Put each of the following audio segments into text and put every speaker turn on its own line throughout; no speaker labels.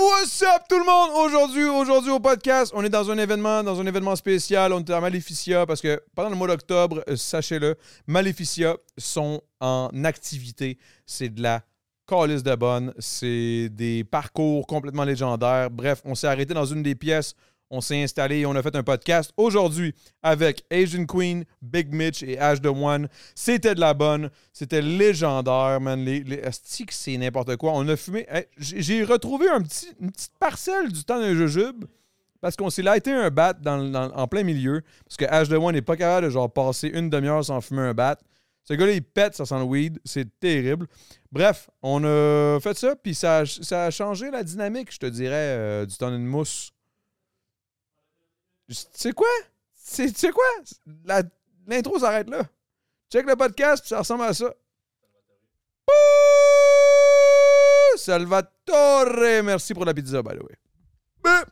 What's up tout le monde? Aujourd'hui, aujourd'hui au podcast, on est dans un événement, dans un événement spécial. On est à Maleficia parce que pendant le mois d'octobre, euh, sachez-le, Maleficia sont en activité. C'est de la calice de bonne. C'est des parcours complètement légendaires. Bref, on s'est arrêté dans une des pièces. On s'est installé et on a fait un podcast aujourd'hui avec Asian Queen, Big Mitch et Ash the One. C'était de la bonne. C'était légendaire, man. Les, les asti que c'est n'importe quoi. On a fumé. Hey, J'ai j'ai retrouvé un petit, une petite parcelle du temps d'un jujube parce qu'on s'est lighté un bat dans, le- dans- en plein milieu. Parce que Ash the One n'est pas capable de genre passer une demi-heure sans fumer un bat. Ce gars-là, il pète, ça sent le weed. C'est terrible. Bref, on a fait ça, puis ça, a- ça a changé la dynamique, je te dirais, euh, du temps d'une mousse. Tu sais quoi? C'est- Tu sais quoi? La- L'intro s'arrête là. Check le podcast, puis ça ressemble à ça. Ouh! Salvatore! Merci pour la pizza, by the way. Buh!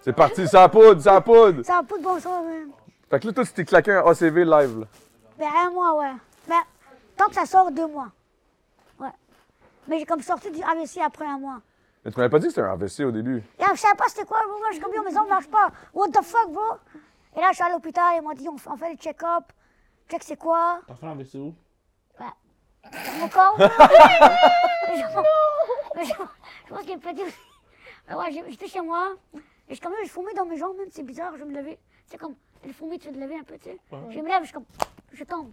C'est parti, ça poudre, ça poudre.
Ça n'a pas de bon sens, hein. même.
Fait que là, toi, tu t'es claqué un ACV live. Là.
Ben, un mois, ouais. Ben, tant que ça sort, deux mois. Ouais. Mais j'ai comme sorti du AVC après un mois.
Mais tu m'avais pas dit que c'était un AVC au début.
Et là, je savais pas c'était quoi, bro. Moi, j'ai comme dit, mes jambes marchent pas. What the fuck, bro? Et là, je suis allé à l'hôpital, ils m'ont dit, on, f- on fait le check-up. Check c'est quoi?
T'as fait un AVC où?
Sur mon corps? Mais je, mais je- je pense qu'il est petit aussi. Mais ouais, j'ai- j'étais chez moi. Et je, quand même, je fourmille dans mes jambes, même, c'est bizarre, je vais me lever. C'est comme, le fourmis, tu veux te lever un peu, tu sais. Je me lève, je suis comme, je tombe.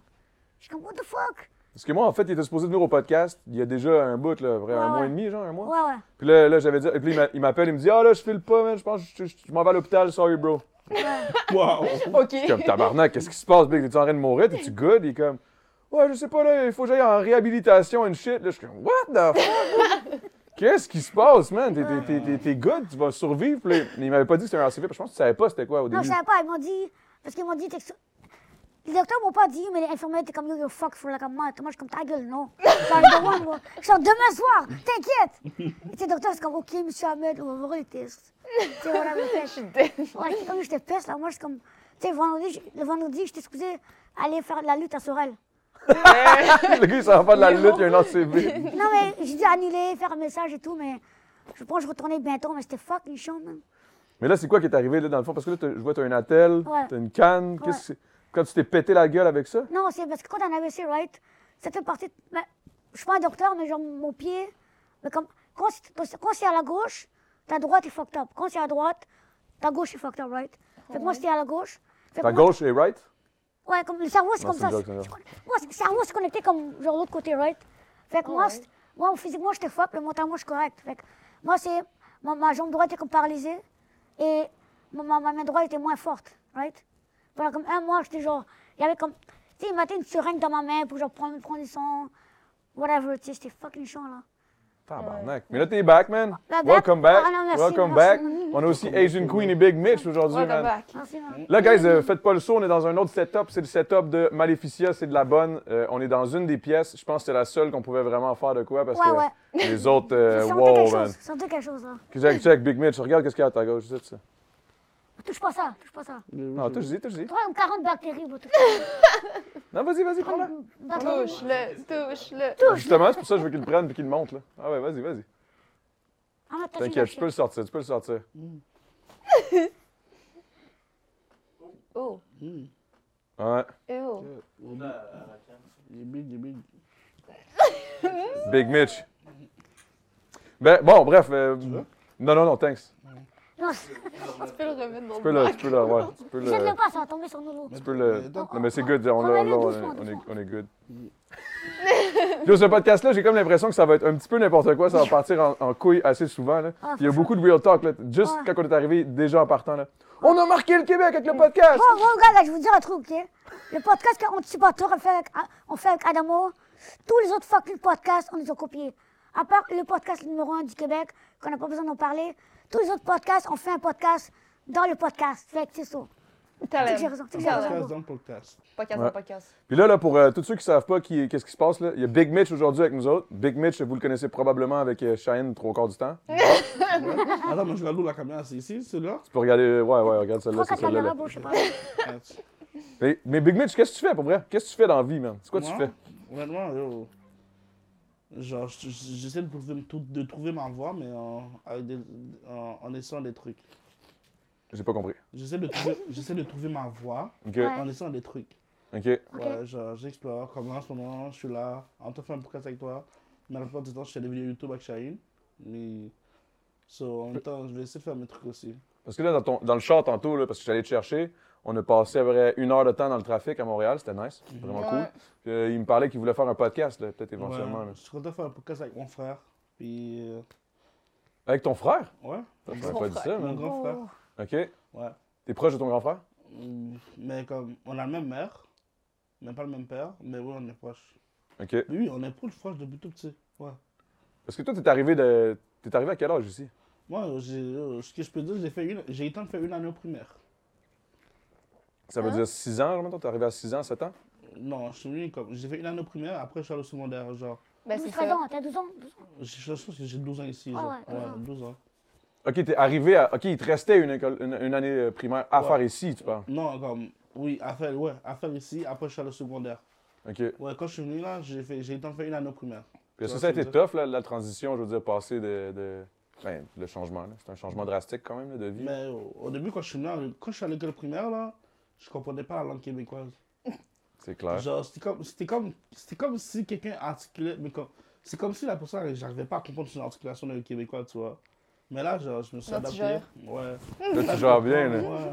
Je suis comme, what the fuck?
Parce que moi, en fait, il était supposé venir au podcast il y a déjà un bout, là, vrai, un
Ouais,
mois
ouais.
et demi, genre, un mois.
Ouais, ouais.
Puis là, là j'avais dit. Et puis il m'a- il m'appelle, il me dit Ah là, je file pas, man, je pense que je, je- je m'en vais à l'hôpital, sorry, bro.
Wow!
OK.
Je suis comme tabarnak, qu'est-ce qui se passe, Big? T'es-tu en train de mourir? T'es-tu good? Il est comme Ouais, je sais pas, là, il faut que j'aille en réhabilitation and shit. Là, je suis comme What the fuck? Qu'est-ce qui se passe, man? T'es- t'es- T'es t'es- t'es good, tu vas survivre. Puis là, mais il m'avait pas dit que c'était un ACV, parce que je pense que tu savais pas c'était quoi au
Non,
début.
je savais pas, ils m'ont dit. Parce qu'ils m'ont dit. texto- Les docteurs m'ont pas dit, mais les infirmières étaient comme yo, yo, fuck, faut la comme moi. Moi, je suis comme ta gueule, non. Je sors de one, moi. Je sors demain soir, t'inquiète. Et tes docteurs, c'est comme, ok, monsieur Ahmed, on va voir les tests. Tu sais, voilà, le fait. Ouais, j'étais comme, j'étais peste, là. Moi, je suis comme, tu sais, vendredi, j- le vendredi, j'étais supposée aller faire de la lutte à Sorel.
Le gars, il s'en va de la lutte, il y a un ACV.
Non, mais j'ai dû annuler, faire un message et tout, mais je pense que je retournais bientôt, mais c'était fuck, les chiants, man.
Mais là, c'est quoi qui est arrivé là, dans le fond? Parce que là, t'as- je vois, t'as un attel,
Ouais.
t'as une canne. Qu'est-ce que- Quand tu t'es pété la gueule avec ça?
Non, c'est parce que quand t'as un AVC, right, ça fait partie. de- ben, je suis pas un docteur, mais genre mon pied. Mais comme, quand c'est quand c'est à la gauche, ta droite est fucked up. Quand c'est à droite, ta gauche est fucked up, right? Fait que moi, c'était à la gauche. Fait que
Ta
moi-
gauche et right?
Ouais, comme le cerveau, c'est
Non,
comme
c'est une
ça.
joke,
c'est-
c'est une
c'est- Moi, c'est- le cerveau, c'est connecté comme genre l'autre côté, right? Fait que moi, c'est- moi, physiquement, j'étais fuck, mais mentalement, je suis correct. Fait que moi, c'est. Ma, ma jambe droite était comme paralysée et ma, ma, ma main droite était moins forte, right? Pendant comme un mois, j'étais genre. Il y avait comme. Tu sais, il mettait une seringue dans ma main pour genre prendre, prendre du sang, whatever, tu sais, c'était fucking chiant, là.
Tabarnak. Mais là, t'es back, man.
Bah, back.
Welcome back.
Ah, non, merci,
Welcome
merci.
back. On a aussi Asian Queen et Big Mitch aujourd'hui,
Welcome
man.
ben, back.
Merci, hein. man.
Là, guys, euh, faites pas le saut, on est dans un autre setup. C'est le setup de Maleficia, c'est de la bonne. Euh, on est dans une des pièces. Je pense que c'est la seule qu'on pouvait vraiment faire de quoi parce
Ouais,
que
ouais.
les autres, euh,
J'ai senti quelque
wow, man.
chose, senti quelque chose, là.
Check, check, Big Mitch, regarde qu'est-ce qu'il y a à ta gauche. c'est ça.
Touche pas ça, touche pas ça.
Non, touche-y, touche-y.
Toi, comme 40 bactéries, bah, touche
Non, vas-y, vas-y, prends-la.
pas. Bactéries.
Touche-le, touche-le.
Justement, c'est pour ça que je veux qu'il le prenne et qu'il le monte, là. Ah ouais, vas-y, vas-y.
Ah, mais t'as fait
T'inquiète,
chier.
tu peux le sortir, tu peux le sortir.
Oh,
Ouais.
eh oh.
Des bigs, des bigs.
Big Mitch. Ben, bon, bref. euh, non, non, non, thanks.
Non, c'est-
Euh.
Ah, Tu peux le remettre dans
Tu peux
le
le, tu peux le, ouais, tu peux le,
jette-le pas, ça va tomber sur nos lots.
tu peux le. Non, mais c'est good, on,
On
l'a-
va
on,
aller
l'a- on
doucement,
est- on est,
doucement.
on est good. Yo, ce podcast-là, j'ai comme l'impression que ça va être un petit peu n'importe quoi, ça va partir en, en couille assez souvent. Là.
Ah,
Puis il y a beaucoup de real talk, là, juste
Ouais.
quand on est arrivé, déjà en partant. Là.
Ah.
On a marqué le Québec avec le podcast!
Bon, bon, gars, là, je vais vous dire un truc, ok? Le podcast qu'on ne pas on fait avec, on fait avec Adamo, tous les autres fucking podcasts, on les a copiés. À part le podcast numéro 1 du Québec, qu'on n'a pas besoin d'en parler. Tous les autres podcasts, on fait un podcast dans le podcast. Fait que c'est ça.
T'as
C'est que j'ai raison, c'est que j'ai
T'as
raison.
Podcast dans le podcast.
Podcast
Ouais.
en podcast.
Puis là, là pour euh, tous ceux qui savent pas qui, qu'est-ce qui se passe, là, il y a Big Mitch aujourd'hui avec nous autres. Big Mitch, vous le connaissez probablement avec euh, Shine trois quarts du temps.
Ouais. Attends, moi je regarde où la caméra, c'est ici, celui-là?
Tu peux regarder. euh, Ouais, ouais, regarde celle-là,
Prends
c'est
ta
celle-là. là.
caméra, bon, je sais pas.
Ah, tu-
Mais, mais Big Mitch, qu'est-ce que tu fais pour vrai? Qu'est-ce que tu fais dans la vie, man? C'est quoi que tu
Moi,
fais?
Vraiment, yo. Genre, je- je- j'essaie de trouver, de trouver ma voix, mais en, avec des, en, en essayant des trucs.
J'ai pas compris.
J'essaie de, trouver- j'essaie de trouver ma voix
OK.
Ouais.
en essayant des trucs.
OK.
Ok.
Ouais, genre, j'explore. Comme en ce moment, je suis là, en train de faire un podcast avec toi. Mais la plupart du temps, je fais des vidéos YouTube avec Shaheen. Mais. So, en même temps, je vais essayer de faire mes trucs aussi.
Parce que là, dans, ton- dans le char tantôt, là, parce que j'allais te chercher, on a passé à peu près une heure de temps dans le trafic à Montréal. C'était nice.
Mhm.
Vraiment
Ouais.
cool. Puis, euh, il me parlait qu'il voulait faire un podcast, là, peut-être éventuellement.
Ouais,
là.
je suis content de faire un podcast avec mon frère. Puis. euh,
Avec ton frère?
ouais,
Ça, je
Mon
t'aurais
Son
pas dit ça,
frère.
mon
man.
grand frère.
OK.
Ouais.
T'es proche de ton grand frère?
Mm, Mais comme, on a la même mère, mais pas le même père, mais oui, on est proche.
OK.
Mais oui, on est proche, proche depuis tout petit. Ouais.
Parce que toi, t'es arrivé de. T'es arrivé à quel âge ici?
Moi, j'ai- euh, ce que je peux dire, j'ai fait une, j'ai eu le temps de faire une année au primaire.
Ça veut
Hein?
dire 6 ans, maintenant? T'es arrivé à 6 ans, 7 ans?
Non, je suis venu comme, j'ai fait une année au primaire, après je suis allé au secondaire, genre.
Ben, c'est
12
ça.
ans, t'as 12 ans. 12 ans.
J'ai je pense que j'ai 12 ans ici,
Ah
genre.
ouais, 12 ans.
12 ans.
OK, t'es arrivé à. OK, il te restait une, école- une, une année euh, primaire à
Ouais.
faire ici, tu parles.
Non, comme, oui, à faire, ouais, à faire ici, après je suis allé au secondaire.
OK. Puis
Ouais, quand je suis venu là, j'ai fait, j'ai eu le temps de faire une année au primaire.
est-ce que
Ouais,
ça a
c'est
été
ça.
tough, là, la transition, je veux dire, passer de. de... Ben, le changement, là. C'est un changement drastique quand même, là, de vie.
Mais au, au début, quand je suis venu, à- quand je suis à l'école primaire là, je comprenais pas la langue québécoise.
C'est clair.
Genre, c'était comme, c'était comme, c'était comme si quelqu'un articulait, mais comme, c'est comme si la personne, j'arrivais pas à comprendre son articulation d'un Québécois, tu vois. Mais là, genre, je me suis
Là, tu
adapté.
gères.
Ouais.
Là, tu gères bien, là.
Ouais.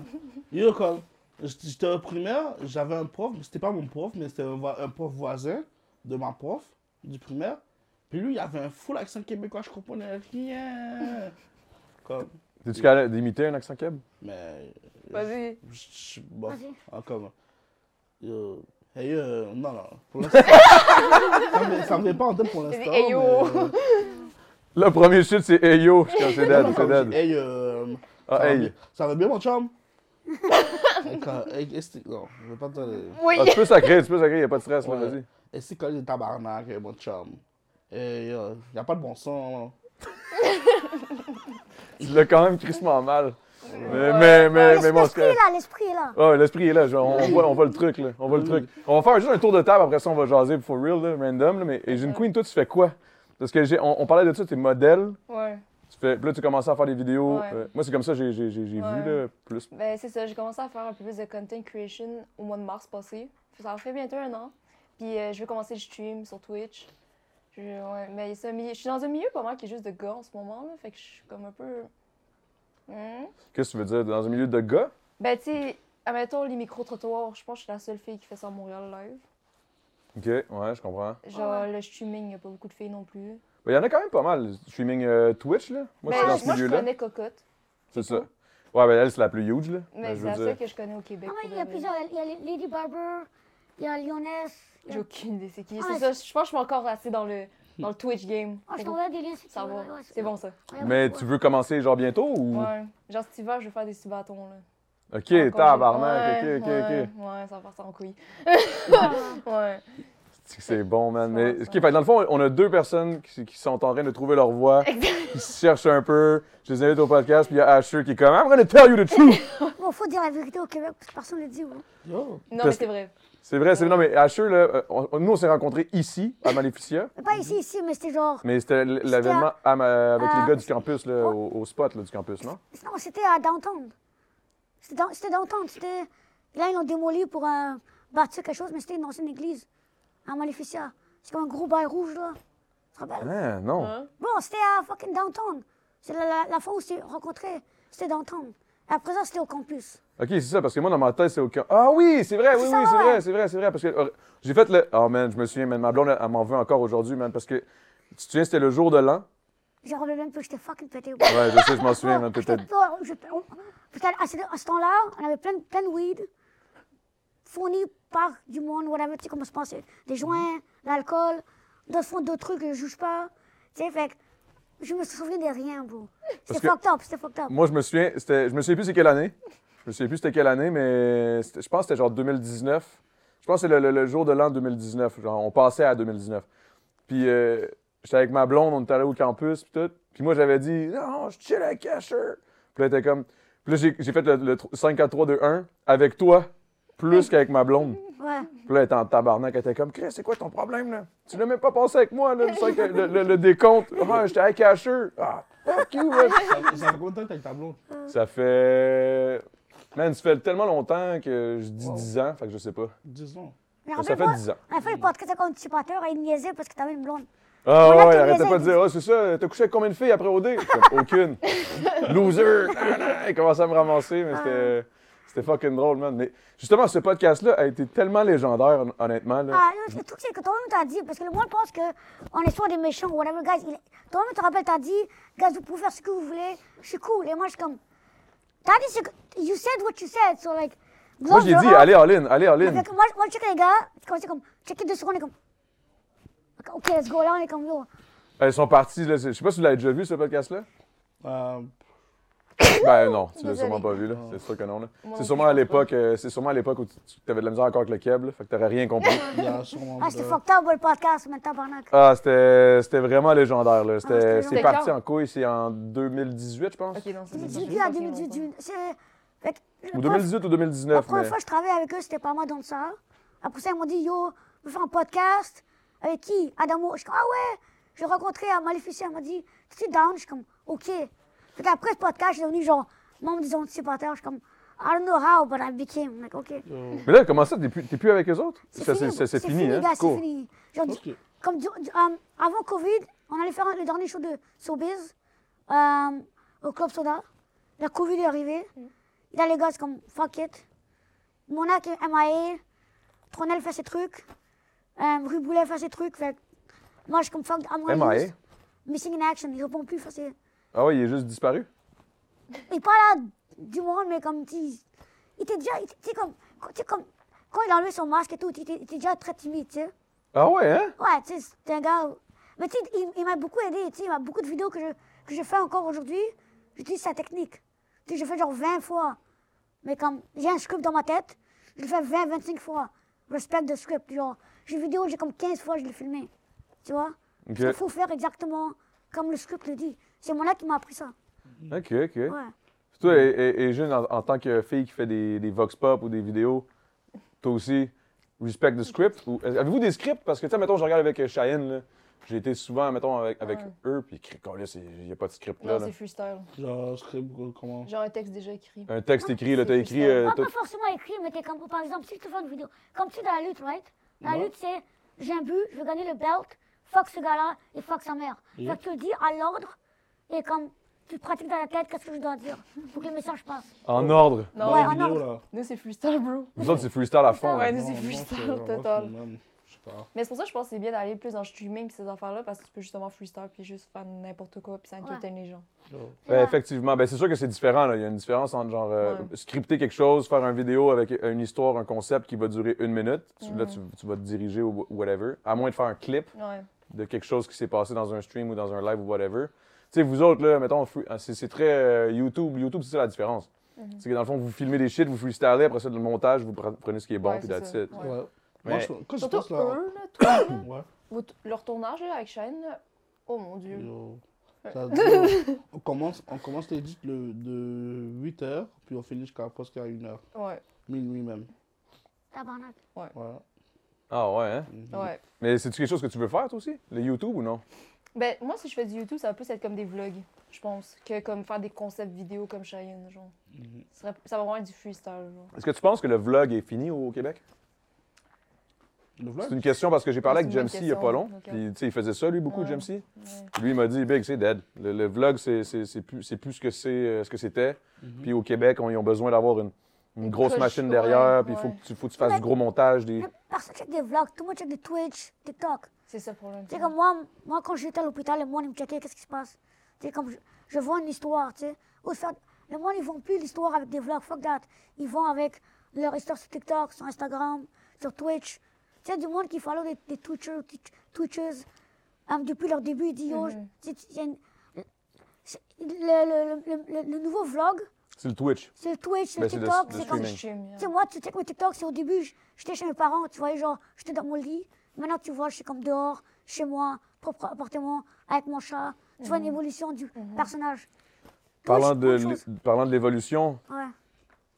Yo, comme, j- j'étais au primaire, j'avais un prof, mais c'était pas mon prof, mais c'était un, voi- un prof voisin de ma prof, du primaire. Puis lui, il avait un full accent québécois, je comprenais rien. Comme,
T'es-tu capable d'imiter un accent keb?
mais,
Vas-y.
je- je- bon,
Vas-y.
ah, comme, yo, hey, yo, euh, non, non, pour l'instant, ça me- ça me vient pas en tête pour
dit,
l'instant.
hey, yo.
mais- euh,
Le premier chute, c'est Hey yo, je suis comme, c'est
Non,
dead,
non,
c'est
quand je dis,
dead.
Hey, euh,
Ah,
ça, va
hey.
bien, ça va bien, mon chum? Quand- hey, est-ce que- non, je vais pas te donner.
Oui.
Ah, tu peux sacrer, tu peux sacrer, y a pas de stress, là,
Ouais.
vas-y.
Est-ce que quand il est tabarnak, eh, mon chum? Hey, euh, y a pas de bon sens. hein.
Tu l'as quand même crissement mal. Mais,
Ouais,
mais, mais, mais, mon
L'esprit est là, l'esprit est là.
Ouais, l'esprit est là, genre, on, voit, on voit le truc, là. On voit le truc. On va faire juste un tour de table, après ça, on va jaser for real, là, random, là. Mais et Jean Queen, toi, tu fais quoi? Parce que j'ai, on, on parlait de ça, t'es modèle.
Ouais.
Tu fais, puis là, tu commences à faire des vidéos.
Ouais.
Euh, moi, c'est comme ça, j'ai, j'ai, j'ai, j'ai
Ouais.
vu, là, plus.
Ben, c'est ça, j'ai commencé à faire un peu plus de content creation au mois de mars passé. Ça en fait bientôt un an. Puis euh, je vais commencer le stream sur Twitch. Je, ouais, mais ça, mi- je suis dans un milieu pas mal qui est juste de gars en ce moment, là. Fait que je suis comme un peu. Hmm.
Qu'est-ce que tu veux dire? Dans un milieu de gars?
Ben, tu sais, admettons les micro-trottoirs, je pense que je suis la seule fille qui fait ça à Montréal live.
OK, ouais, je comprends.
Genre,
Ouais.
le streaming, il n'y a pas beaucoup de filles non plus.
Il y en a quand même pas mal. Streaming euh, Twitch, là. Moi, je suis
Ben,
dans ce
moi, je
milieu-là.
connais Cocotte,
C'est ça. Ouais, ben elle, c'est la plus huge, là.
mais
Ben,
c'est
je
la
veux
seule
dire.
que je connais au Québec.
Ah ouais,
pour
il y a
de vrai.
plusieurs. Il y a Lady Barber, il y a Lyonesse. il y a-
J'ai aucune idée, c'est qui.
Ah,
c'est
ouais,
ça, je pense que je suis encore assez dans le, dans le Twitch game.
Ah, je
C'est
t'envoie des liens si tu
ça
veux,
va,
ouais, ouais,
c'est bon ça.
Ouais, ouais,
Mais
ouais.
tu veux commencer, genre, bientôt ou.
Ouais. Genre, cet hiver, je vais faire des sous-bâtons, là. Encore, j'ai-
Ok, tabarnak,
Ouais,
ok, ok,
ouais,
ok.
Ouais, ça va partir en couille.
Ah.
Ouais.
C'est que C'est bon, man. Mais,
Ouais,
ok,
ça.
fait que dans le fond, on a deux personnes qui, qui sont en train de trouver leur voix,
Exact.
qui se cherchent un peu. Je les invite au podcast, puis il y a Asher qui est comme I'm gonna tell you the truth.
Bon, faut dire la vérité au Québec parce que personne ne le dit. hein. ouais.
Yo,
Non, mais
Parce-
c'est vrai.
C'est vrai, c'est non, mais Asher, là, euh, on- nous, on s'est rencontrés ici, à Maleficia,
Mais pas ici, ici, mais c'était genre.
mais c'était l- l'événement à ma- avec les
Ah.
Euh,
gars du campus, là,
Oh.
au, au spot là, du campus, non?
Non, c'était à Downtown. C'était dans- c'était Downtown. C'était. Là, ils l'ont démoli pour euh, bâtir quelque chose, mais c'était une ancienne église à Maleficia. C'est comme un gros bail rouge, là. Tu te rappelles?
Ah, non.
Hein?
Bon, c'était à fucking Downtown. C'est la, la, la fois où on s'est rencontrés. C'était Downtown. Après ça, c'était au campus.
Ok, c'est ça, parce que moi, dans ma tête, c'est aucun. Ah oui, c'est vrai, oui,
C'est ça,
oui, c'est
ouais.
vrai, c'est vrai, c'est vrai. Parce que euh, j'ai fait le. Oh man, je me souviens, man, ma blonde, elle, elle m'en veut encore aujourd'hui, man, parce que tu te souviens, c'était le jour de l'an.
Je revenais même plus, j'étais fucking pété.
Ouais, je sais, je m'en souviens, man,
J'étais
hein, peut-être.
pas- je- on- Parce qu'à à ce, à ce temps-là, on avait plein, de- plein de weed fournis par du monde, whatever, tu sais comment se
Mhm.
passe. Des joints, l'alcool, d'autres font d'autres trucs que je juge pas. Tu sais, fait que je me souviens de rien, bro. C'était
que-
fucked up, c'était fucked up.
Moi, je me souviens, c'était, je me souviens plus c'est quelle année. Je me souviens plus c'était quelle année, mais c'était- je pense que c'était genre 2019. Je pense que c'est le, le- le jour de l'an 2019. Genre, on passait à 2019. Puis euh, j'étais avec ma blonde, on était allé au campus, puis tout. Puis moi, j'avais dit, non, je chill avec Asher. Puis là, elle était comme. Puis là, j'ai, j'ai fait le, le tr- 5, 4, 3, 2, 1 avec toi, plus qu'avec ma blonde.
Ouais.
Puis là, elle était en tabarnak. Elle était comme, Chris, c'est quoi ton problème, là? Tu l'as même pas pensé avec moi, là, le, cinq- le- le- le décompte. Ah, j'étais avec Asher. Ah, fuck you, là.
Ça, ça fait combien de temps que t'as avec ta blonde?
Ça fait. Man, ça fait tellement longtemps que je dis 10 ans, fait que je sais pas.
10 ans.
Mais
Ah, ben
Ça fait
rappelle-moi,
10 ans.
On a fait le podcast contre Chipateur et il niaisait parce que t'avais une blonde.
Ah
Voilà,
ouais,
t'as
arrêtez
raison.
pas de dire, ah, c'est ça, t'as couché avec combien de filles après OD? Comme, Aucune. Loser. Nan, nan. Il commençait à me ramasser, mais c'était.
Ah.
C'était fucking drôle, man. Mais justement, ce podcast-là a été tellement légendaire, hon- honnêtement. Là.
Ah, non, le truc, c'est que toi-même, t'as dit, parce que le monde pense qu'on est soit des méchants ou whatever, guys. il- Toi-même, tu te rappelles, t'as dit, guys, vous pouvez faire ce que vous voulez, je suis cool. Et moi, je suis comme. T'as dit ce que. You said what you said, so like.
Moi, j'ai dit, allez Ben. all-in, allez all-in.
Fait que Moi, moi, je check les gars, c'est comme, c'est comme, checker deux secondes, et comme. Ok, let's go, là, on est comme, yo.
Ils sont partis, là. c'est- Je sais pas si vous l'avez déjà vu, ce podcast-là.
Euh,
Ben non, tu l'as
Désolée.
sûrement pas vu, là. C'est sûr que non, là.
Moi
C'est
non
sûrement
plus,
à
je pense pas.
l'époque euh, c'est sûrement à l'époque où tu avais de la misère encore avec le câble, là, fait que t'aurais rien compris.
il y a sûrement.
Ah,
de-
c'était fucked up, le podcast, maintenant, tabarnak.
Bah. Ah, c'était c'était vraiment légendaire. là.
Ah,
C'était-
c'était
C'est
long.
parti en couille, c'est en 2018, je pense.
Ok, non, c'est
Du-
pas
Du
ça,
du- à
je sais pas
2018,
comment on
du- c'est. fait que le
Ou
prof-
2018 ou
La
2019.
première
mais-
fois que je travaillais avec eux, c'était pas moi dans ça. Après ça, ils m'ont dit Yo, je veux faire un podcast. Avec qui Adamo. Je suis comme Ah ouais J'ai rencontré un Maleficent. Elle m'a dit Tu es down Je suis comme Ok. Fait qu'après ce podcast, je suis devenu genre membre des anticipateurs. Je suis comme I don't know how, but I became. Like, ok.
Yo.
Mais là, comment ça, t'es plus, t'es plus avec eux autres? Ça,
fini,
ça,
c'est fini,
hein?
gars, c'est
Cool.
fini. Genre, du-
Ok.
comme du- du- euh, avant Covid, on allait faire le dernier show de Sobiz euh, au Club Soda. La Covid est arrivée. Et Là, les gars, c'est comme fuck it. Mona qui est MIA. Tronel fait ses trucs. Euh, Rue Boulet fait ses trucs. Fait que moi, je suis comme fuck. I'm gonna
MIA?
use Missing in action. Il répond plus. fait ses-
Ah ouais, il est juste disparu?
Il parle à du monde, mais comme il, il était déjà. il était- Tu sais, comme, tu sais, comme. Quand il a enlevé son masque et tout, il était, il était déjà très timide, tu sais.
Ah ouais, hein?
Ouais, tu sais, c'est un gars. Mais tu sais, il, il m'a beaucoup aidé. Tu sais, il m'a beaucoup de vidéos que je, que je fais encore aujourd'hui. J'utilise sa technique. Tu sais, je fais genre 20 fois. Mais comme j'ai un script dans ma tête, je le fais 20, 25 fois. Respect de script. Genre, j'ai une vidéo, j'ai comme 15 fois, je l'ai filmé. Tu vois
Ok,
Il faut faire exactement comme le script le dit. C'est moi là qui m'a appris ça.
ok, ok.
Ouais.
Puis Toi, et, et- et Jeune, en, en tant que fille qui fait des, des vox pop ou des vidéos, toi aussi, respect the script? Ou, euh, avez-vous des scripts? Parce que, tu sais, mettons, je regarde avec euh, Cheyenne, là. J'ai été souvent, mettons, avec, avec
Ouais.
eux, puis cricolé, il n'y a pas de script
dit. Non,
là. là.
c'est freestyle.
Genre, je serais comment.
J'ai un texte déjà écrit.
Un texte
Ah,
écrit, là,
C'est
t'as écrit.
freestyle.
euh,
Pas,
t'as-
pas forcément écrit, mais t'es comme, par exemple, si je te fais une vidéo, comme tu es dans la lutte, right? Dans la
Ouais.
lutte, c'est j'ai un but, je veux gagner le belt, fuck ce gars-là et fuck sa mère.
Yep.
Fait que tu le dis à l'ordre et comme tu le pratiques dans la tête, qu'est-ce que je dois dire pour que le message passe.
en ordre.
Non,
Dans
Ouais,
la
en
vidéo,
ordre.
là.
nous, c'est freestyle, bro.
Vous autres, c'est freestyle à fond.
Ouais,
là.
nous,
Non,
c'est
non,
freestyle
vraiment
total.
le même. Je sais pas.
Mais c'est pour ça que je pense que c'est bien d'aller plus en streaming pis ces affaires-là parce que tu peux justement freestyle puis juste faire n'importe quoi puis ça entertain les gens.
Yo.
Ouais, effectivement. Ben, c'est sûr que c'est différent. là. Il y a une différence entre genre euh,
Ouais.
scripter quelque chose, faire une vidéo avec une histoire, un concept qui va durer une minute. Tu- Là,
Mhm.
tu, tu vas te diriger ou whatever. À moins de faire un clip
Ouais.
de quelque chose qui s'est passé dans un stream ou dans un live ou whatever. Tu sais, vous autres, là, mettons, free- ah, c'est c'est très euh, YouTube. YouTube, c'est ça la différence.
Mm-hmm.
C'est que dans le fond, vous filmez des shit, vous freestylez, après ça, le montage, vous pre- prenez ce qui est bon,
Ouais,
puis
c'est
that's
ça.
it.
Ouais.
Ouais.
Moi,
Mais-
je, quand je pense
Surtout
là.
eux, là, toi, là,
Ouais.
votre- leur tournage là, avec Shane, là, oh mon dieu.
Yo. Ça dure- on commence, on commence l'édit le- de 8h, puis on finit jusqu'à presque à 1h,
Ouais,
minuit même.
Tabarnak.
Voilà.
Ah ouais, hein?
Mhm.
ouais.
Mais c'est-tu quelque chose que tu veux faire, toi aussi? Le YouTube ou non?
Ben, moi, si je fais du YouTube, ça va plus être comme des vlogs, je pense, que comme faire des concepts vidéo comme Cheyenne, genre.
Mhm.
Ça, serait- ça va vraiment être du freestyle, genre.
Est-ce que tu penses que le vlog est fini au Québec?
Le
C'est
vlog
une question parce que j'ai parlé
C'est
avec
une bonne
Jamsey il n'y a
question,
pas long.
ok.
Puis, tu sais, il faisait ça, lui, beaucoup,
Ouais.
Jamsey.
Ouais.
Puis Lui, il m'a dit, Big, c'est dead. Le, le vlog, c'est c'est- c'est plus, c'est plus ce que c'est, euh, ce que c'était.
Mhm.
Puis au Québec, on- ils ont besoin d'avoir une, une
Une
grosse
coche,
machine
ouais,
derrière. Puis il faut,
ouais.
que tu- faut que tu fasses du gros montage. Des...
Mais Personne check des vlogs, tout le monde check des Twitch, TikTok.
C'est ça le problème.
Tu sais, comme moi, moi quand j'étais à l'hôpital, le monde, il me checkait qu'est-ce qui se passe. Tu sais, comme je, je vois une histoire, tu sais. Ou faire- le monde, ils vont plus l'histoire avec des vlogs, fuck that. Ils vont avec leur histoire sur TikTok, sur Instagram, sur Twitch. Tu sais, du monde qui follow des, des Twitchers, Twitch- Twitchers, euh, hein, depuis leur début, ils disent, yo,
Mhm.
tu sais, tu- il y a une- c'est- le, le- le- le- le nouveau vlog,
C'est le Twitch.
c'est le Twitch, le
Ben, c'est le-
TikTok,
le
c'est
Quand
streaming.
comme...
je stream, yeah.
Tu sais, moi, tu sais que mes TikTok, c'est au début, je- j'étais chez mes parents, tu vois, genre, j'étais dans mon lit. Maintenant, tu vois, je suis comme dehors, chez moi, propre appartement, avec mon chat. Tu vois une évolution du personnage.
Parlant
Twitch,
de,
autre chose.
l'é- parlant de l'évolution,
Ouais.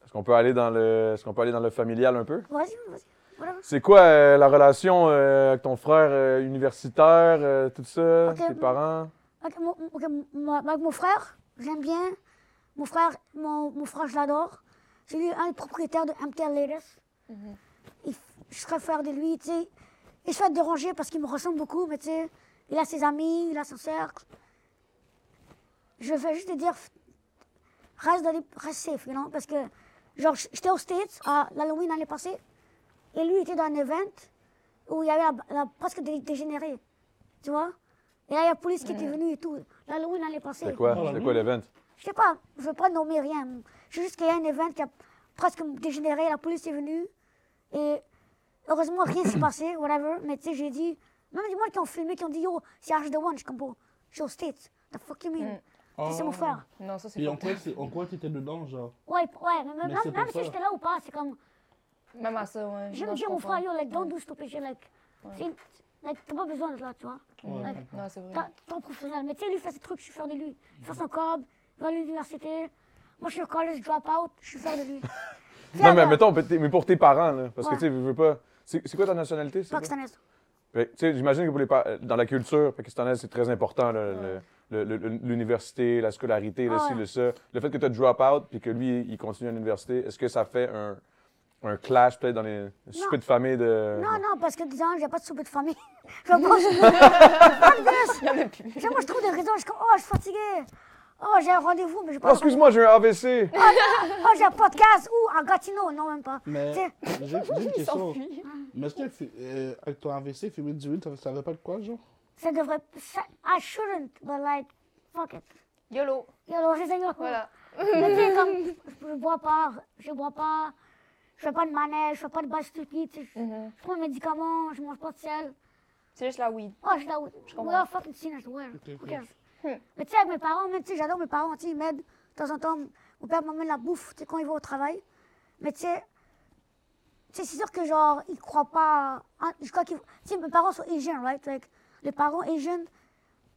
est-ce qu'on peut aller dans le est-ce qu'on peut aller dans le familial un peu?
Vas-y, vas-y. Voilà.
C'est quoi euh, la relation euh, avec ton frère euh, universitaire, euh, tout ça,
Ok.
tes parents?
Avec mon, ok, mon- avec mon frère, je l'aime bien. Mon frère, mon, mon frère, je l'adore. C'est lui un des propriétaires de MTL Latest. Il f- Je serais fier de lui, tu sais. Il se fait déranger parce qu'il me ressemble beaucoup, mais tu sais, il a ses amis, il a son cercle. Je vais juste te dire, f- reste, dans les, reste safe, you know, parce que, genre, j- j'étais aux States à l'Halloween l'année passée, et lui était dans un event où il y avait la- la- presque des dégénérés, tu vois. Et là, il y a la police qui était venue et tout. L'Halloween l'année passée.
C'est quoi? C'est quoi l'event?
Je sais pas, je veux pas nommer rien. Je sais juste qu'il y a un événement qui a presque dégénéré, la police est venue. Et heureusement, rien s'est passé, whatever. Mais tu sais, j'ai dit, même des gens qui ont filmé, qui ont dit, yo, c'est H1, je comprends. Je suis aux States. The fuck you mean?
Mm.
Tu sais,
Oh.
C'est mon frère.
Non, ça, c'est
Et
pas
en quoi c'est- en quoi t'étais dedans, genre
Ouais, ouais, mais, même,
Mais c'est
même,
pour
si
ça.
j'étais là ou pas, c'est comme,
Même à ça, ouais.
je
Non,
me
je
dis à mon
comprends.
frère, yo, like, don't do stupid shit, like, c'est- like, t'as pas besoin de là, tu vois.
Ouais.
Like,
Non, c'est vrai.
Tant- tant professionnel. Mais tu sais, lui fait ses trucs, je suis fier de lui. Il fait son cob, il va à l'université. Moi, je suis au college dropout, je suis fier de lui.
Non, mais
Fier de-
mettons, peut- mais pour tes parents, là, parce
Ouais.
que tu sais, je veux pas. C'est c'est quoi ta nationalité? c'est quoi?
Pakistanaise.
Fait que, tu sais, J'imagine que pour les pa- euh, dans la culture pakistanaise, c'est très important, là, le- le- le- l'université, la scolarité, le
Ah
ci,
ouais.
le ça. Le fait que tu as drop out puis que lui, il continue à l'université, est-ce que ça fait un, un clash peut-être dans les soupers de famille de.
Non, non, parce que disons, j'ai pas de souper de famille. Je vais pas- je-
Il y en a plus.
Tu sais, moi, je trouve des raisons. Je suis comme, oh, je suis fatiguée. Oh, j'ai un rendez-vous, mais j'ai
Ah,
pas. de rendez-vous.
excuse-moi, j'ai un AVC!
Oh, j'ai un podcast ou un Gatineau. Non, même pas.
Mais
Tu sais,
j'ai j'ai une
Il
question.
s'enfuit.
Mais est-ce que fi- euh, avec ton AVC, fumer du weed, ça- ça répète quoi, genre
ça devrait. ça- I shouldn't, but like, fuck it.
YOLO.
Yo, alors, je sais, yo.
Voilà.
Mais tu sais, comme, je bois pas, je bois pas, je fais pas de manège, je fais pas de basse turquie, tu sais, je
Mhm.
je prends mes médicaments, je mange pas de sel.
C'est juste la weed.
Oh, je la
comprends.
We are fucking sinners, we're.
Ok,
hein. Who
ok.
cares?
Hmm.
Mais tu sais, avec mes parents, même, tu sais, j'adore mes parents, tu sais, ils m'aident. De temps en temps, mon père m'emmène la bouffe, tu sais, quand il va au travail. Mais tu sais, tu sais, c'est sûr que genre, ils croient pas. hein, je crois qu'ils. Tu sais, mes parents sont Asian, right? Like, les parents Asian,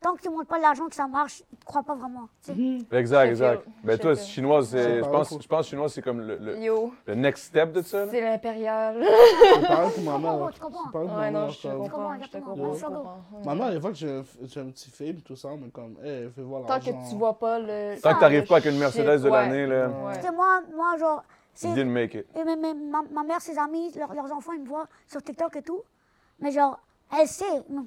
tant que tu montres pas l'argent que ça marche, ils te croient pas vraiment. tu sais.
Mhm.
Exact,
Chef
exact.
Yo.
Ben
Chef
toi,
Yo.
chinois, c'est-
C'est
je
pas
pense,
beaucoup.
je pense que chinois, c'est comme le, le-
Yo.
le next step de ça. là.
C'est l'impérial.
C'est pareil pour ma
comprends,
mère.
tu comprends.
C'est pareil pour ma
Ouais, non,
mère.
je te
genre.
comprends. Je te
Exactement.
comprends.
Ouais.
Je comprends.
Ma mère, des fois que j'ai un, f- j'ai un petit film, tout ça, mais comme, hey, fais voir
Tant
l'argent.
que tu vois pas le.
Tant que t'arrives pas avec
le
une
shit,
Mercedes de
ouais.
l'année, là,
Ouais.
Tu sais, moi, moi,
you
genre. c'est-
didn't make it.
Et même, même ma, ma mère, ses amis, leurs- leurs enfants, ils me voient sur TikTok et tout. Mais genre, elle sait, on,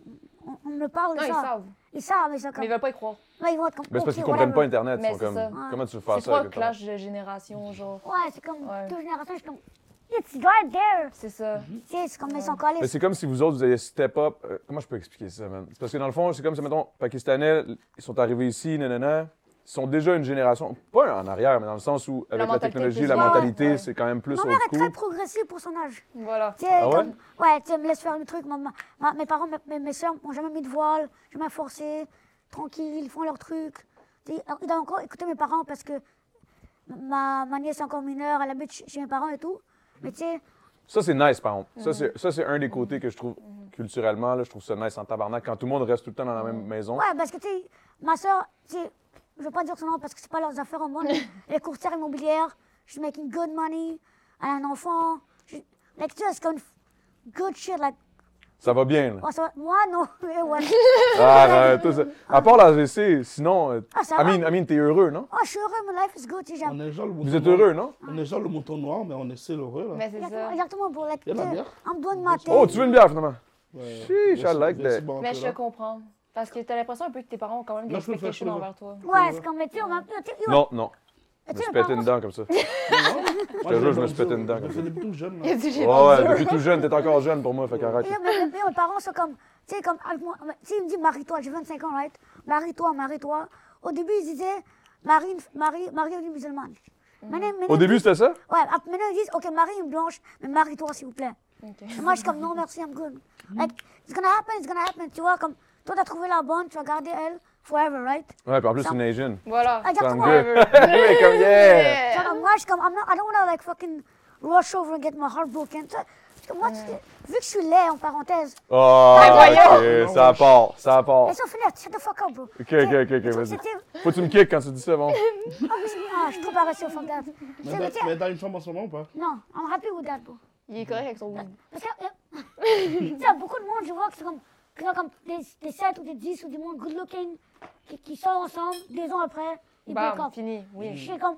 on- on me parle de
Non, ils
ça.
savent.
Ils savent, mais ils sont comme.
Mais ils veulent pas y croire.
Ouais, ils vont être comme.
Ben, c'est parce qu'ils
ok,
comprennent pas
whatever.
Internet. Ils
Mais
sont
c'est
comme,
ça.
comment tu veux faire
C'est
ça?
quoi le
avec ton-
clash de
Mhm.
génération, genre?
Ouais, c'est comme
Ouais.
deux générations, je suis comme. It's right there!
C'est ça.
Mhm.
Tu sais, c'est comme ils sont collés.
Mais c'est comme si vous autres, vous avez step up. euh, comment je peux expliquer ça, man? C'est parce que dans le fond, c'est comme si, mettons, Pakistanais, ils sont arrivés ici, nanana. Ils sont déjà une génération, pas en arrière, mais dans le sens où, avec la,
mentalité
technologie,
plus-
la
Ouais,
mentalité,
ouais.
c'est quand même plus
Ma
au
mère est
coup.
très progressive pour son âge.
Voilà.
Tu sais,
Ah ouais?
comme. Ouais, tu sais, elle me laisse faire mes trucs. Ma- ma- ma- mes parents, mes, mes, mes soeurs m'ont jamais mis de voile, jamais forcé. Tranquille, ils font leurs trucs. Tu sais, alors, Ils doivent encore écouter mes parents parce que ma, ma nièce est encore mineure, elle habite chez chez mes parents et tout. Mais tu sais,
Ça, c'est nice, par contre.
Mm-hmm.
Ça, c'est- Ça, c'est un des côtés que je trouve culturellement, là, je trouve ça nice en tabarnak quand tout le monde reste tout le temps dans la
Mm-hmm.
même maison.
Ouais, parce que tu sais, ma soeur, tu sais, je veux pas dire son nom parce que c'est pas leurs affaires au monde. Elle est courtière immobilière, she's making good money, elle a un enfant. Je- Like, tu sais, c'est comme une good shit. Like,
Ça va bien, là.
ouais, ça va- moi, non. mais ouais.
Arrête, tout ça. À part l'AVC, sinon, euh,
Ah, ça va.
Amine, Amine, t'es heureux, non?
Oh, je suis heureux, my life is good, tu sais,
On
j'aime.
est genre le mouton
Vous êtes
noir.
heureux, non?
On est genre le mouton noir, mais on est still heureux, là.
Mais c'est
Exactement,
ça.
exactement, pour like,
Y a de la
tu sais,
bière
en bonne matin.
Oh, tu veux une bière, finalement?
Ouais.
Sheesh, I
Merci-
like
merci,
that.
bon,
Mais
t'es
je te
là.
comprends. Parce que t'as l'impression un peu que tes parents ont quand même des
Non, je peux le faire,
expectations
je peux le
envers toi.
Ouais, c'est comme, mais tu sais, on m'a- tu sais, yo,
euh. Non, non.
tu
Je me
sais,
suis
mes
pété une
parents-
dent comme ça.
Moi,
te jure, je me
l'ai
suis pété une dent,
Je
comme
faisais depuis tout jeune, là.
Il a dit, j'ai
Ouais, ouais,
vendu.
depuis tout jeune, t'es encore jeune pour moi, fait qu'arrête.
yo, mes- mes- mes parents sont comme, tu sais, comme, avec moi, tu sais, ils me disent, marie-toi, j'ai 25 ans, right? Marie-toi, marie-toi. Au début, ils disaient, Marie, Marie, Marie est une musulmane. Maintenant- maintenant,
Au
ils
début, c'était ça?
Ouais, ap- maintenant ils disent, OK, marie une blanche, mais marie-toi, s'il vous plaît. Et moi, je suis comme, non, merci, I'm good. Like, it's gonna happen, it's gonna happen. Tu vois, comme, toi, t'as trouvé la bonne, tu vas garder elle. forever, right? Ah,
Ouais, puis en plus,
Ça-
c'est une Asian.
Voilà.
Sound
Regarde-moi.
good. Oui, comme yeah!
Genre, comme, moi, je suis comme, I'm not, I don't wanna like fucking rush over and get my heart broken. Tu sais, parce que moi, tu sais, vu que je suis laid, en parenthèse,
Oh,
Incroyable.
ok, ça part, ça part.
laisse-moi finir, shut the fuck up, bro.
Ok, ok, ok, ok, Oh. vas-y.
C'était.
Faut que tu me kicks quand tu dis ça, bon.
Ah, je suis trop paresseux, fuck that. Tu sais, mais
Mais
tu
t'as-
sais,
mais t'as une femme en ce moment ou pas?
non, I'm happy with that, bro.
Il est correct avec son weed.
Parce que, euh, tu sais, beaucoup de monde, je vois que c'est comme, qui ont comme des, des 7 ou des 10 ou du monde good looking qui, qui sort ensemble, deux ans après, ils break
Bam,
up.
fini. Oui.
Mhm.
Je suis comme,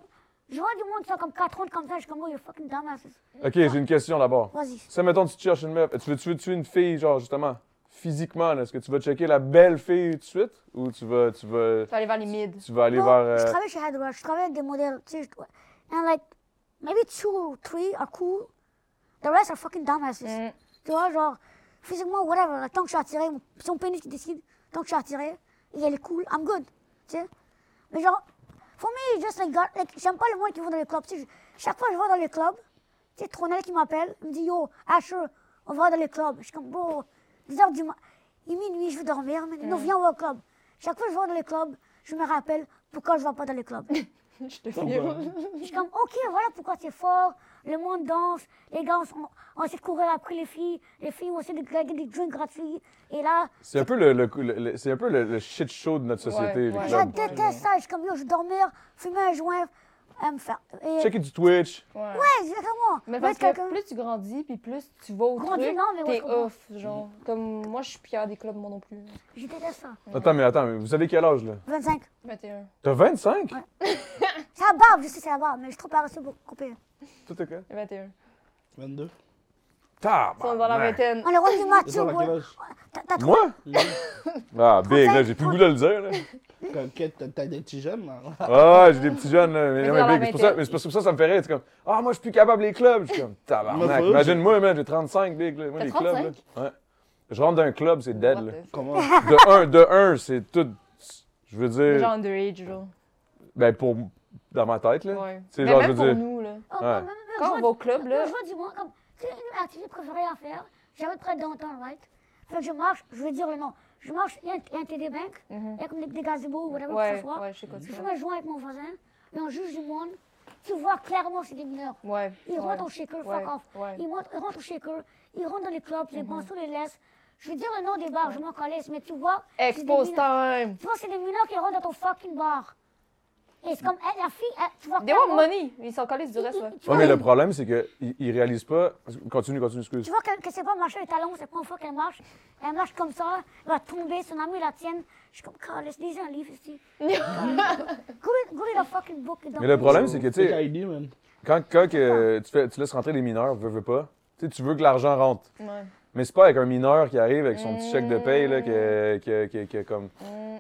je vois du monde qui sont comme 4 ans comme ça, je suis comme, oh, you're fucking dumbasses.
Ok, j'ai une question d'abord.
Vas-y.
Ça, mettons, tu cherches une meuf. Tu veux, tu veux tuer une fille, genre, justement, physiquement, là, est-ce que tu vas checker la belle fille tout de suite ou tu vas, tu vas,
Faut aller vers les mids.
tu vas aller
Non, Je
vers. euh,
travaille chez Hadrock, je travaille avec des modèles, tu sais, je- and like, maybe two or three are cool, the rest are fucking dumbasses.
Mm.
Tu vois, genre, physiquement, whatever, là, tant que je suis attiré, c'est mon pénis qui décide, tant que je suis attiré, et elle est cool, I'm good, tu sais. Mais genre, for me, just like, God, like j'aime pas le monde qui vont dans les clubs, tu sais, je- chaque fois que je vais dans les clubs, tu sais, Tronel qui m'appelle, il me dit, yo, Asher, on va dans les clubs. Je suis comme, bro, 10 heures du matin, il est minuit, je veux dormir, mais non, viens, on va au club. Chaque fois que je vais dans les clubs, je me rappelle pourquoi je vais pas dans les clubs.
Je te
Pourquoi?
filme.
Je suis comme, ok, voilà pourquoi c'est fort. Le monde danse, les gars, on, s- on- on essaie de courir après les filles. Les filles, on essaie de gagner des drinks gratuits. Et là,
C'est un peu le, le- le- le- c'est un peu le, le shit show de notre société,
Ouais,
les
ouais.
je
clubs.
déteste ça. Je suis comme, yo, je vais dormir, fumer un joint, euh, me faire. Et,
Checker du Twitch.
Ouais.
ouais, exactement.
Mais
Mettre
parce que
quelqu'un-
plus tu grandis, puis plus tu vas au
Grandis,
truc,
non, mais ouais, je
t'es
comprends.
off, genre. Comme moi, je suis pire des clubs, moi non plus.
Je déteste ça.
Attends, mais attends, mais vous avez quel âge, là?
25.
21.
T'as 25?
Ouais. C'est la barbe, je sais, c'est la barbe, mais je suis trop paresseux pour couper.
Tout est quoi?
21.
22.
Bah,
Ils sont dans la
Tabarnak.
vingtaine.
On est rendu
Et
mature,
ça, à quel
bro.
âge?
T'as t'as trop.
Moi? Ah, big, là,
35,
j'ai plus le goût de le dire, là.
Quand- quand t'as- T'as des petits jeunes, là.
Ah, j'ai des petits jeunes, là. Mais, non,
Mais dans
mais
la
big, c'est pour ça,
vingtaine.
mais c'est pour ça, que ça me ferait. C'est comme, ah, moi, je suis plus capable des clubs. Je suis comme,
Moi,
tabarnak.
pas,
Imagine-moi, man, j'ai 35, big, là. Moi,
T'as
les clubs, là.
35?
Ouais. Je rentre dans un club, c'est dead,
What
là.
the
Comment?
De un, de un, c'est tout. Je veux
f-
dire,
Genre underage, genre.
ben, pour. Dans ma tête, là.
Ouais.
C'est
Mais
genre, je
même
veux
pour
dire-
nous, là.
Oh,
Ouais.
mais- mais- mais
Quand
je
on va au club, là,
Le jour du mois, comme, c'est une activité préférée à faire. J'avais près d'entendre, right? Fait que je marche, je vais dire le nom. Je marche, il y a un, il y a un TD Bank, il y a comme des, des gazebos ou whatever que ce
Mhm. ouais,
soit.
ouais, je sais quoi tu
Je
veux.
me joins avec mon voisin, et on juge du monde. Tu vois clairement c'est des mineurs.
Ouais.
Ils
ouais.
rentrent au shaker,
Ouais,
fuck off.
ouais. Mm-hmm.
Ils, montrent- ils rentrent au shaker, ils rentrent dans les clubs, les banceaux les laissent. Je veux dire le nom des bars, je m'en calisse, mais tu vois. c'est des
Expose
mineurs.
time!
Tu vois, c'est des mineurs qui rentrent dans ton fucking bar. Et c'est comme, elle, la fille, elle- tu vois
They want money! Ils s'en collent du reste, là.
tu
Ouais,
vois-
mais le problème, c'est qu'ils ils réalisent pas. Continue, continue, excuse.
Tu vois que, que c'est pas marcher les talons, c'est pas une fois qu'elle marche. Elle marche comme ça, elle va tomber, son amie la tienne. Je suis comme, God, laisse lisez un livre ici. Go read- go read a fucking book.
Mais le problème, c'est que, tu sais,
Fake ID, man.
Quand, quand que tu, fais- tu laisses rentrer les mineurs, veux, veux pas, tu sais, tu veux que l'argent rentre.
Ouais.
Mais c'est pas avec un mineur qui arrive avec son petit chèque de paye là, qui, a- qui a- qui a- qui a comme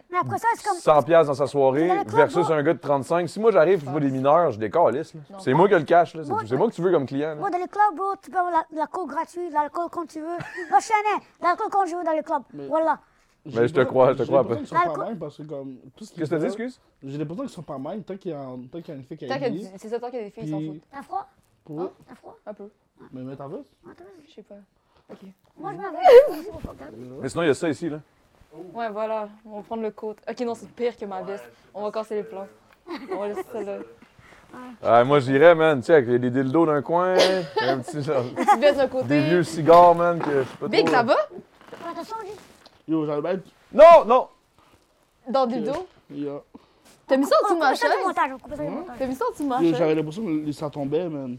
Mais après ça, c'est comme.
100 piastres dans sa soirée
Dans le club,
versus
moi-
un gars de 35. Si moi j'arrive et je vois des mineurs, je décalisse. là. C'est moi qui ai le cash. là. C'est- C'est moi que tu veux comme client. là.
Moi, dans les clubs, bro, tu peux avoir la- de l'alcool gratuit, de l'alcool quand tu veux. Moi, je suis un nain, de l'alcool quand je veux dans les clubs. Voilà.
Mais je te crois, je te crois
J'ai
pas.
l'impression qu'ils sont
Alco-
pas mal parce que, comme. tout ce qui
Qu'est-ce que t'as dit,
est-
excuse?
J'ai l'impression qu'ils sont pas mal tant qu'il y a un- tant qu'il y a une fake
Tant qu'il y a
ID.
du- C'est ça, tant qu'il y a des filles, ils s'en
Puis.
foutent.
T'as froid Hein?
Pour eux,
T'as froid
Un peu.
Mais mais t'en veux?
Ah, t'as raison.
Je sais pas.
Moi, je m'avais.
Mais sinon, il y a ça ici. Là.
Ouais, voilà. On va prendre le côte. Ok, non, c'est pire que ma veste. On va casser les plans. On va laisser ça là.
Ah, moi j'irais, man. Tu sais, avec des dildos d'un coin, un petit, genre,
Petite veste d'un côté.
des vieux cigares, man. Que je sais pas
Big,
trop,
ça
là.
va?
Attention, j'ai-
Yo, j'allais mettre.
Non, non!
Dans le dos?
Yo,
T'as mis ça en dessous de
on
ma
coupe ça du
chaise?
montage, on coupe ça du montage.
T'as mis ça en dessous de ma
Yo, j'avais
chaise?
l'impression que ça tombait, man.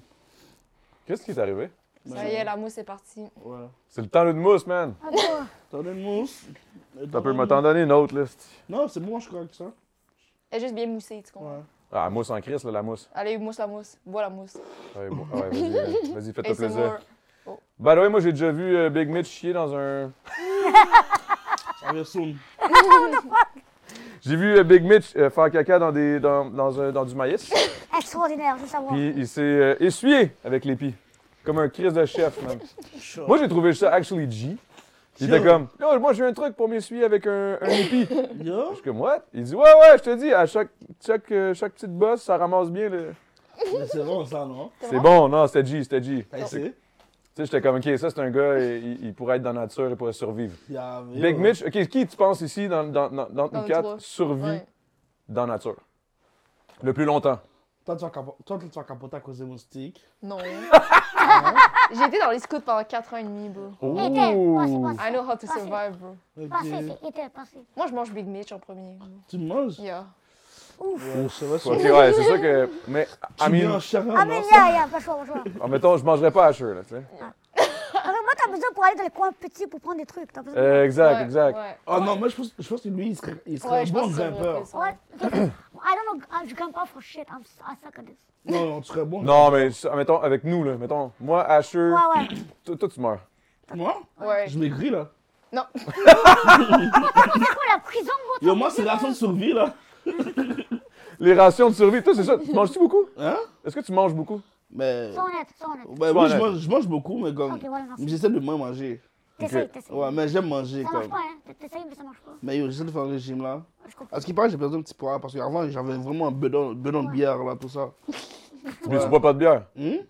Qu'est-ce qui est arrivé?
Ça y est, la mousse est partie.
Ouais.
C'est le temps de mousse, man.
Ah, bro.
T'en as une mousse?
T'as pu m'en donner une autre, là. c'ti.
Non, c'est bon, je crois que ça.
Elle est juste bien moussée, tu comprends?
Ouais.
Ah, mousse en crise, là, la mousse.
Allez, mousse la mousse. Bois la mousse.
Ouais, bon, ouais, vas-y, euh, vas-y, fais-toi
c'est
plaisir.
more.
Bah ouais, moi j'ai déjà vu euh, Big Mitch chier dans un.
Ça revient soon.
J'ai vu euh, Big Mitch euh, faire caca dans des dans, dans, un- dans du maïs.
Extraordinaire, juste à voir.
Puis il s'est euh, essuyé avec l'épi, comme un crise de chef même. Moi j'ai trouvé ça actually G. Il était comme, Yo, moi j'ai un truc pour m'essuyer avec un, un épi. Je
Yo,
suis comme what? Il dit ouais ouais, je te dis, à chaque chaque euh, chaque petite bosse, ça ramasse bien le.
mais c'est bon ça, non?
C'est bon, non, c'était G, c'était G.
T'as essayé?
sais, j'étais comme, OK, ça, c'est un gars, il, il pourrait être dans la nature, il pourrait survivre.
Il y a-
Big Mitch, OK, qui tu penses ici, dans, dans, dans, dans
Dans
nous
le
quatre,
trois.
survit
Ouais.
dans la nature? Le plus longtemps.
Toi, tu vas capo- toi, tu vas capoter à cause de mon stick.
Non. J'ai été dans les scouts pendant 4 ans et demi, bro.
Ouh!
I know how to
Ah, c'est-
survive, bro.
Ok.
Passé,
euh,
c'est éteint, passé.
Moi, je mange Big Mitch en premier.
Tu manges
Yeah.
Ouf.
Ouais, ça va, ça
OK,
va.
ouais, c'est ça que... Mais, I
Tu mets
mean,
un chien,
Ah, mais là, y a pas le choix, pas le choix.
mettons, je mangerais pas à cheveux, là, tu sais.
Avec moi, t'as besoin pour aller dans les coins petits pour prendre des trucs. T'as besoin.
Euh, exact,
Ouais,
exact.
Ouais.
Oh non, moi je pense, je pense que lui il serait, il serait
Ouais,
un
je
bon
pense que ça aurait
grimpeur.
fait ça.
What? I don't know. I- Je grimpe pas for shit. I'm, s- I suck at this.
Non, non, tu serais bon.
Non, mais, ça, mettons, avec nous, là, mettons, moi, Asher,
Ouais, ouais.
toi, toi, tu meurs.
Moi
Ouais.
Je maigris là.
Non.
Quoi, la prison, gros?
Yo, moi c'est rations de survie là.
Les rations de survie, toi, c'est ça, tu manges-tu beaucoup?
Hein
Est-ce que tu manges beaucoup?
Mais.
Sois honnête, sois honnête.
Ben
Sois
oui, je
honnête.
mange, je mange beaucoup, mais comme.
Ok, voilà, merci.
J'essaie de moins manger.
T'essayes, t'essayes.
Ouais,
Ça
mais j'aime manger
marche
comme.
pas, hein. T'essayes, mais ça marche pas.
Mais yo, j'essaie de faire un régime là.
Je comprends.
À ce qui paraît, j'ai perdu un petit poids parce qu'avant j'avais vraiment un bedon, bedon de bière là, tout ça.
Mais tu bois pas de bière.
Hum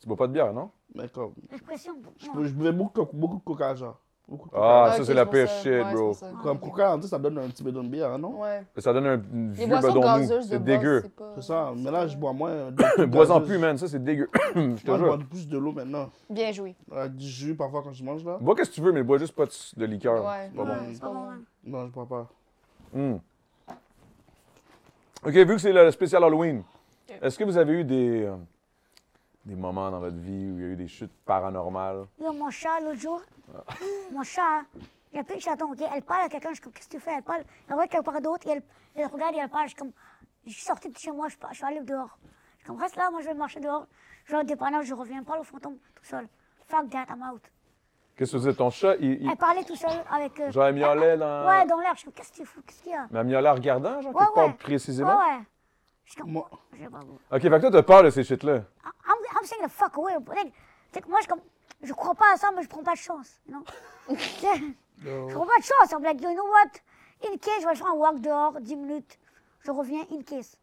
Tu bois pas de bière, non?
Mais comme.
L'expression. bon,
Je,
non.
je buvais beaucoup, de co- beaucoup de coca, genre. Beaucoup de coca.
Ah,
ok,
ça, c'est
je
la
pense
pire
ça.
shit, bro.
Ouais, c'est pour ça.
Comme coca, en tout ça me donne un petit bedon de bière, hein, non
Ouais.
Ça donne un vieux
Les boissons
bedon mou.
gazeuses de
C'est
base,
dégueu.
c'est pas-
C'est ça, mais là je bois moins.
Bois-en
Bois-en
plus, man. Ça, c'est dégueu. je te
Moi, je bois
jure.
plus de l'eau maintenant.
Bien joué.
Avec du jus parfois quand je mange là.
Bois qu'est-ce que tu veux, mais bois juste pas de- de liqueur.
Ouais.
C'est pas bon.
Ouais, C'est pas bon, hein.
Non, je bois pas.
Hmm. OK, vu que c'est le spécial Halloween, est-ce que vous avez eu des, euh, des moments dans votre vie où il y a eu des chutes paranormales?
Yo, mon chat, l'autre jour, mon chat, hein. il y a plus de chaton, ok? Elle parle à quelqu'un, je suis comme, qu'est-ce que tu fais? Elle parle, elle voit quelqu'un part d'autre, et elle, elle regarde et elle parle, je suis comme, je suis sorti de chez moi, je, pars- je suis allé dehors. Je suis comme, reste là, moi je vais marcher dehors, je vais au dépanneur, je reviens, parle au fantôme tout seul. Fuck that, I'm out.
Qu'est-ce que tu dis? Ton chat, il, il-
Elle parlait tout seul avec. euh,
genre, elle miaulait dans...
Ouais, dans l'air, je suis comme, qu'est-ce que tu fous, qu'est-ce qu'il y a?
Mais elle miaulait en regardant, genre,
Ouais,
quelque
ouais.
part
Ouais,
précisément?
ouais. Je suis comme,
Moi-
je sais pas, bon.
OK, fait que toi, t'as peur de ces shit-là.
I'm, I'm saying the fuck away, but like, c'est que moi je suis comme, je crois pas à ça, mais je prends pas de chance, non? Je prends pas de chance, I'm like, you know what? In case, je vais faire un walk dehors, 10 minutes, je reviens, in case.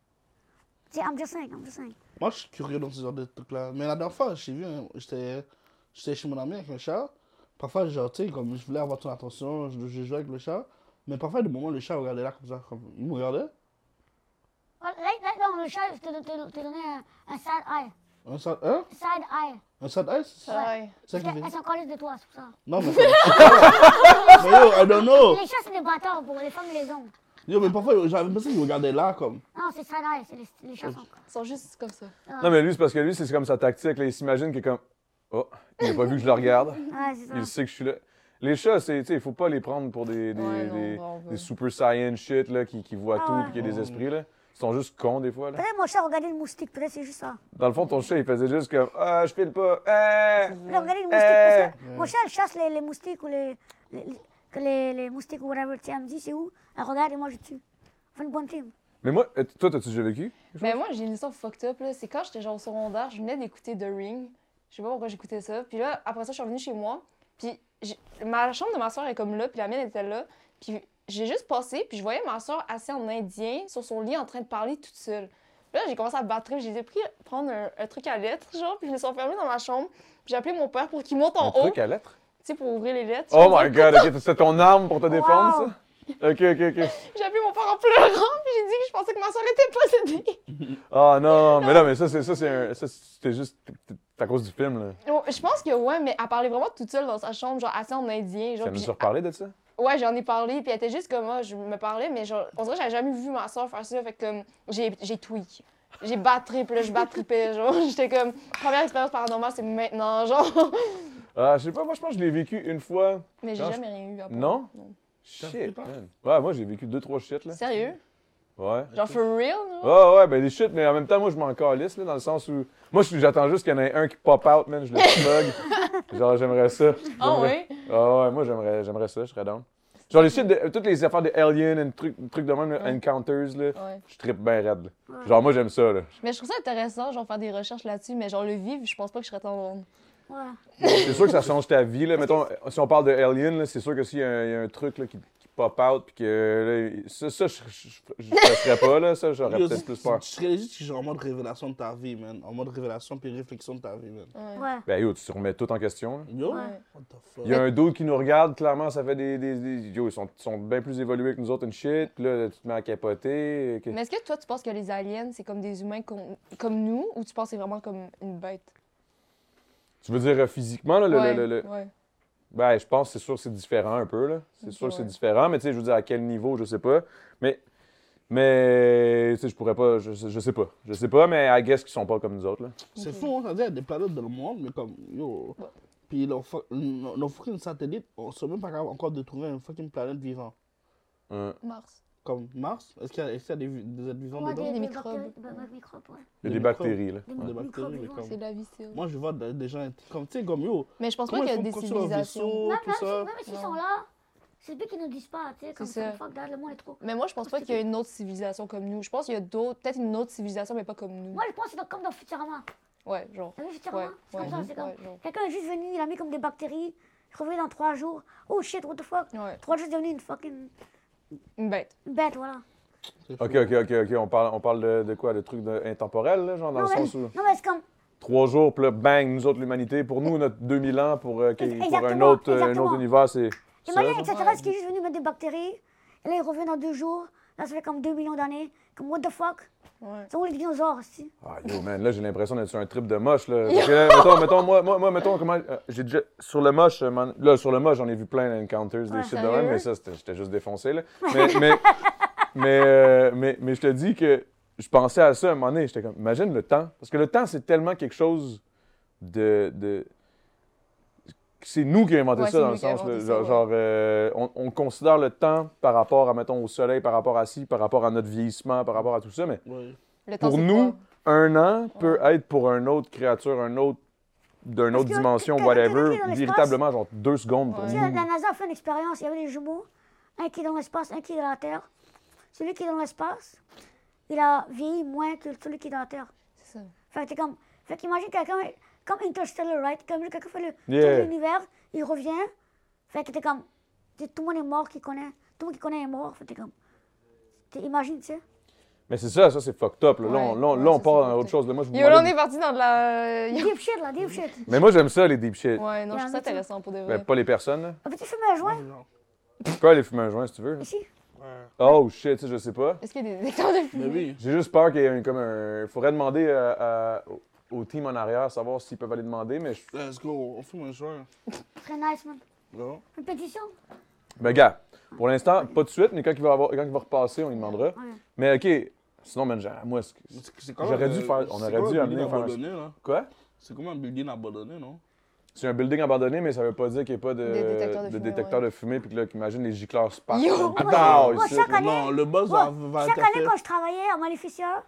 Tu sais, I'm just saying, I'm just saying.
Moi, je suis curieux dans ce genre de trucs-là. Mais la dernière fois, j'ai vu, hein, j'étais j'étais chez mon ami avec un chat. Parfois, genre, tu sais, comme je voulais avoir ton attention, je, je jouais avec le chat. Mais parfois, du moment, le chat regardait là comme ça, comme il me regardait.
Well, Oh, Là, là, dans le chat, je te, te, te donnais un, un side eye.
Un sad, hein?
Side eye.
Un sad eye? C'est Ah, ça
Ouais.
c'est
Parce
ça qu'il
qu'elle elle
fait?
s'en calisse de toi, c'est pour ça.
Non, mais. mais yo, I don't know!
Les chats, c'est des bâtards pour les femmes et les hommes.
Yo, mais parfois, j'avais pensé qu'il regardait là, comme.
Non, c'est side eye, c'est les, les chats sont.
Ils sont juste comme ça.
Ah.
Non, mais lui, c'est parce que lui, c'est comme sa tactique. Là, il s'imagine qu'il est comme Oh, il n'a pas vu que je le regarde.
Ouais, c'est ça.
Il sait que je suis là. Les chats, c'est, tu sais, il faut pas les prendre pour des, des,
Ouais, non,
des-
non,
des
ouais.
super saiyan shit là, qui, qui voient
Ah
tout
ouais.
et qui
Mm.
ont des esprits. Là. Ils sont juste cons des fois. Là.
Peut-être mon chat regardait le moustique, peut-être c'est juste ça.
Dans le fond, ton chat, il faisait juste comme Ah, je file pas. Ah!
Là, regardez les moustiques.
Euh.
parce que Mon chat, elle chasse les, les moustiques ou les, les, les- que les, les moustiques ou whatever. Tu sais, elle me dit c'est où. Elle regarde et moi je tue. On fait une bonne team.
Mais moi, euh, toi, t'as-tu déjà vécu?
Mais Ben, moi, j'ai une histoire fucked up, là. C'est quand j'étais genre au secondaire, je venais d'écouter The Ring. Je sais pas pourquoi j'écoutais ça. Puis là, après ça, je suis revenue chez moi. Puis j'ai- ma chambre de ma soeur est comme là, puis la mienne était là. Puis j'ai juste passé, puis je voyais ma soeur assise en indien sur son lit en train de parler toute seule. Puis là, j'ai commencé à battre. J'ai été pris prendre un, un truc à lettres, genre, puis je me suis enfermée dans ma chambre. Puis j'ai appelé mon père pour qu'il monte en
Un
haut,
truc à lettres?
tu sais, pour ouvrir les lettres.
Oh my god, ok, c'est ton arme pour te défendre,
Wow.
ça? Ok, ok, ok.
J'ai appelé mon père en pleurant, puis j'ai dit que je pensais que ma soeur était possédée.
Ah non, mais là, mais ça, c'est ça, c'est un. Ça, c'était juste. C'est à cause du film, là.
Oh, Je pense que ouais, mais elle parlait vraiment toute seule dans sa chambre, genre assez en indien. Genre,
Ça
puis
nous
j'ai-
a reparlé de ça?
Ouais, j'en ai parlé, puis elle était juste comme moi, je me parlais, mais genre, on dirait que j'avais jamais vu ma soeur faire ça, fait que comme, j'ai j'ai tweak. J'ai battré, puis là, je battripais, genre, j'étais comme, première expérience paranormale, c'est maintenant, genre.
Ah, je sais pas, moi, je pense que je l'ai vécu une fois.
Mais j'ai
Non,
jamais rien eu à part.
Non?
Non.
Shit,
T'as fait
man. Ouais, moi, j'ai vécu deux, trois shit, là.
Sérieux?
Ouais.
Genre, for real, genre?
Ouais, ouais, ben des shit, mais en même temps, moi, je m'en calisse, là, dans le sens où. Moi, je- j'attends juste qu'il y en ait un qui pop out, man, je le plug. Genre, j'aimerais ça.
Ah
J'aimerais-
ouais?
Ah ouais, moi, j'aimerais, j'aimerais ça, je serais down. Genre, les shit, de, toutes les affaires de Alien, and trucs trucs de même, là,
Ouais.
Encounters, là,
Ouais.
je trippe bien raide, là. Genre, moi, j'aime ça, là.
Mais je trouve ça intéressant, genre, faire des recherches là-dessus, mais genre, le vivre, je pense pas que je serais tant bonne.
Ouais.
C'est sûr que ça change ta vie, là. Mettons, si on parle de Alien, là, c'est sûr que s'il y, a un- il y a un truc, là, qui, qui pop out, puis que là, ça, ça, je, je, je- je le ferais pas, là, ça, j'aurais
Yo,
peut-être
si-
plus
si-
peur.
Tu serais legit, genre en mode révélation de ta vie, man. En mode révélation puis réflexion de ta vie, man.
Ouais.
Ben yo, tu te remets tout en question. là.
Yo,
Ouais.
what the
Il y a
fuck.
un dude qui nous regarde, clairement, ça fait des. des, des- yo, ils sont, ils sont bien plus évolués que nous autres, une shit, puis là, tu te mets à capoter. et que-
Mais est-ce que toi, tu penses que les aliens, c'est comme des humains com- comme nous, ou tu penses que c'est vraiment comme une bête?
Tu veux dire euh, physiquement, là, le-
ouais,
le- le-
ouais.
Ben, je pense, c'est sûr, que c'est différent un peu, là. C'est
Ok,
sûr, que c'est
ouais.
différent, mais tu sais, je veux dire, à quel niveau, je sais pas. Mais, mais, tu sais, je pourrais pas, je, sais- je sais pas. Je sais pas, mais I guess qu'ils sont pas comme nous autres, là.
C'est
Ok.
fou, hein, on s'en dit, il y a des planètes dans le monde, mais comme, yo.
Ouais.
Puis nos, fu- nos, nos fucking satellites, on sait même pas capable encore de trouver une fucking planète vivante.
Hein.
Mars.
Comme Mars, est-ce qu'il y a, est-ce qu'il y a des, vi- des êtres vivants
Ouais,
dedans
bactéries-
des microbes.
Des des microbes, ouais.
Il y a
Des
des bactéries, là.
Des
Des
microbes
bactéries, mais
vivants.
C'est de la vie, c'est
Moi, je vois des, des gens, comme, tu sais, comme yo.
Mais je pense
Comment
pas
ils
qu'il y a
font
des
pour construire un
civilisations.
vaisseau, tout
Même,
ça?
même s'ils
non.
sont là, c'est plus qu'ils nous disent pas, tu sais, comme ça.
ça.
Fuck, that, le monde est trop.
Mais moi, je pense pas
Parce que
qu'il y a une autre civilisation comme nous. Je pense qu'il y a d'autres, peut-être une autre civilisation, mais pas comme nous.
Moi, je pense que c'est dans- comme dans Futurama.
Ouais, genre.
T'as vu Futurama
Ouais,
C'est
ouais,
comme ça, c'est comme.
ouais, genre.
Quelqu'un est juste venu, il a mis comme des bactéries. Je reviens dans trois jours. Oh shit, what the fuck.
Ouais,
Trois jours, c'est devenu une fucking
une bête.
bête, voilà.
C'est
Ok,
fou.
ok, ok, ok. On parle, on parle de, de quoi De trucs de- intemporels, là, genre, dans le
mais,
sens où.
non, mais c'est comme.
Trois jours, puis là, bang, nous autres, l'humanité. Pour nous, notre 2000 ans, pour, euh, qu'il- pour un,
Exactement,
autre, euh, un
exactement.
autre univers, c'est. ça,
Imagine
genre.
extraterrestre qui est juste venu mettre des bactéries. Et là, il revient dans deux jours. Là, ça fait comme deux millions d'années. Comme what the fuck.
Ouais.
C'est où les dinosaures aussi
Ah, yo, man, là, j'ai l'impression d'être sur un trip de moche, là. Parce que là, mettons, mettons, moi, moi, moi, mettons, comment. euh, j'ai déjà. Sur le moche, euh, man- là, sur le moche, j'en ai vu plein d'encounters, des
Ouais,
shit de
sérieux?
même, mais ça, c'était- j'étais juste défoncé, là. Mais, mais, mais, euh, mais, mais je te dis que je pensais à ça à un moment donné, j'étais comme, imagine le temps. Parce que le temps, c'est tellement quelque chose de. de- c'est nous qui avons inventé
Ouais,
ça
c'est
dans
nous
le
qui avons
sens, là,
inventé ça,
genre, genre,
ouais.
euh, on, on considère le temps par rapport à, mettons, au soleil, par rapport à ci, par rapport à notre vieillissement, par rapport à tout ça, mais
Ouais.
Le temps,
pour
c'est
nous,
quoi?
un an peut être pour une autre créature, un autre d'une
Parce
autre
que
dimension,
quelqu'un qui
whatever,
est dans l'espace-
véritablement, genre deux secondes pour
Ouais.
Tu sais,
nous.
la NASA a fait une expérience, il y avait des jumeaux, un qui est dans l'espace, un qui est dans la Terre. Celui qui est dans l'espace, il a vieilli moins que celui qui est dans la Terre.
C'est ça.
Fait que t'es comme, fait qu'imagine quelqu'un, comme Interstellar, right? Comme quelqu'un fait le
Yeah.
tour de l'univers, il revient, fait que t'es comme, t'es- tout le monde est mort qui connaît, tout le monde qui connaît est mort, fait que t'es comme, t'es- imagine, tu sais.
Mais c'est ça, ça c'est fucked up. Là, Là, on,
Ouais,
là, on-
ouais,
là, on
ça,
part
c'est
dans autre
fucked up.
chose. Là, moi, je vous
Yo, là, on
demande-
est parti dans de la.
Deep shit, là, deep shit.
Mais moi, j'aime ça, les deep shit.
Ouais, non, je trouve
mais
ça
tu-
intéressant pour de vrai.
Ben, pas les personnes. là.
Ah, Peux-tu fumer un joint?
Genre,
Tu peux aller fumer un joint si tu veux.
Ici?
ouais.
Oh shit, ça, je sais pas.
Est-ce qu'il y a des détecteurs de
Mais
fumée?
oui.
Mhm.
J'ai juste peur qu'il y ait un- comme un. Faudrait demander euh, à- au- au team en arrière, savoir s'ils peuvent aller demander, mais je-
Let's go, on fume un joint.
Très nice, man.
Non?
Une pétition?
Ben, gars, pour l'instant, pas de suite, mais quand il va, avoir, quand il va repasser, on lui demandera.
Ouais.
Mais OK, sinon, man, genre, moi, ce que-
C'est- c'est
J'aurais dû
euh,
faire- on
c'est
aurait
comme
dû
un
amener
building
faire un-
abandonné, là.
Quoi?
C'est comme un building abandonné, non?
C'est un building abandonné, mais ça veut pas dire qu'il n'y a pas de,
Des détecteurs de
de
fumée,
détecteurs
ouais.
de fumée. Puis que là, qu'imagine les gicleurs se partent.
Yo!
Attends,
Moi,
ici.
chaque année-
Non, le boss
Moi,
va, va
Chaque année,
interférer.
quand je travaillais à Maleficia,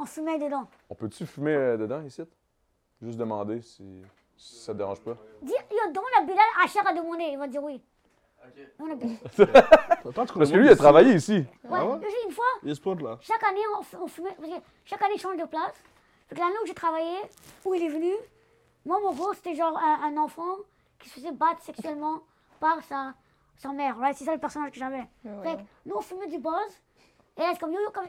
on fumait dedans.
On peut-tu fumer euh, dedans, ici? Juste demander si, si ça te dérange pas.
Dis, yo, demande à Bilal, Achar a demandé, il va dire oui. Demande à Bilal.
Attends, tu
Parce que
comprends
lui, il a travaillé ici.
Ouais,
Ah ouais?
j'ai une fois,
Les spots, là.
chaque année, on, f- on fumait, parce que chaque année, je change de place. Fait que l'année où j'ai travaillé, où il est venu, moi, mon gros, c'était genre un, un enfant qui se faisait battre sexuellement par sa, sa mère. Right? C'est ça le personnage que j'avais. Fait que nous, on fumait du buzz. Et là, c'est comme, yo, yo, comme,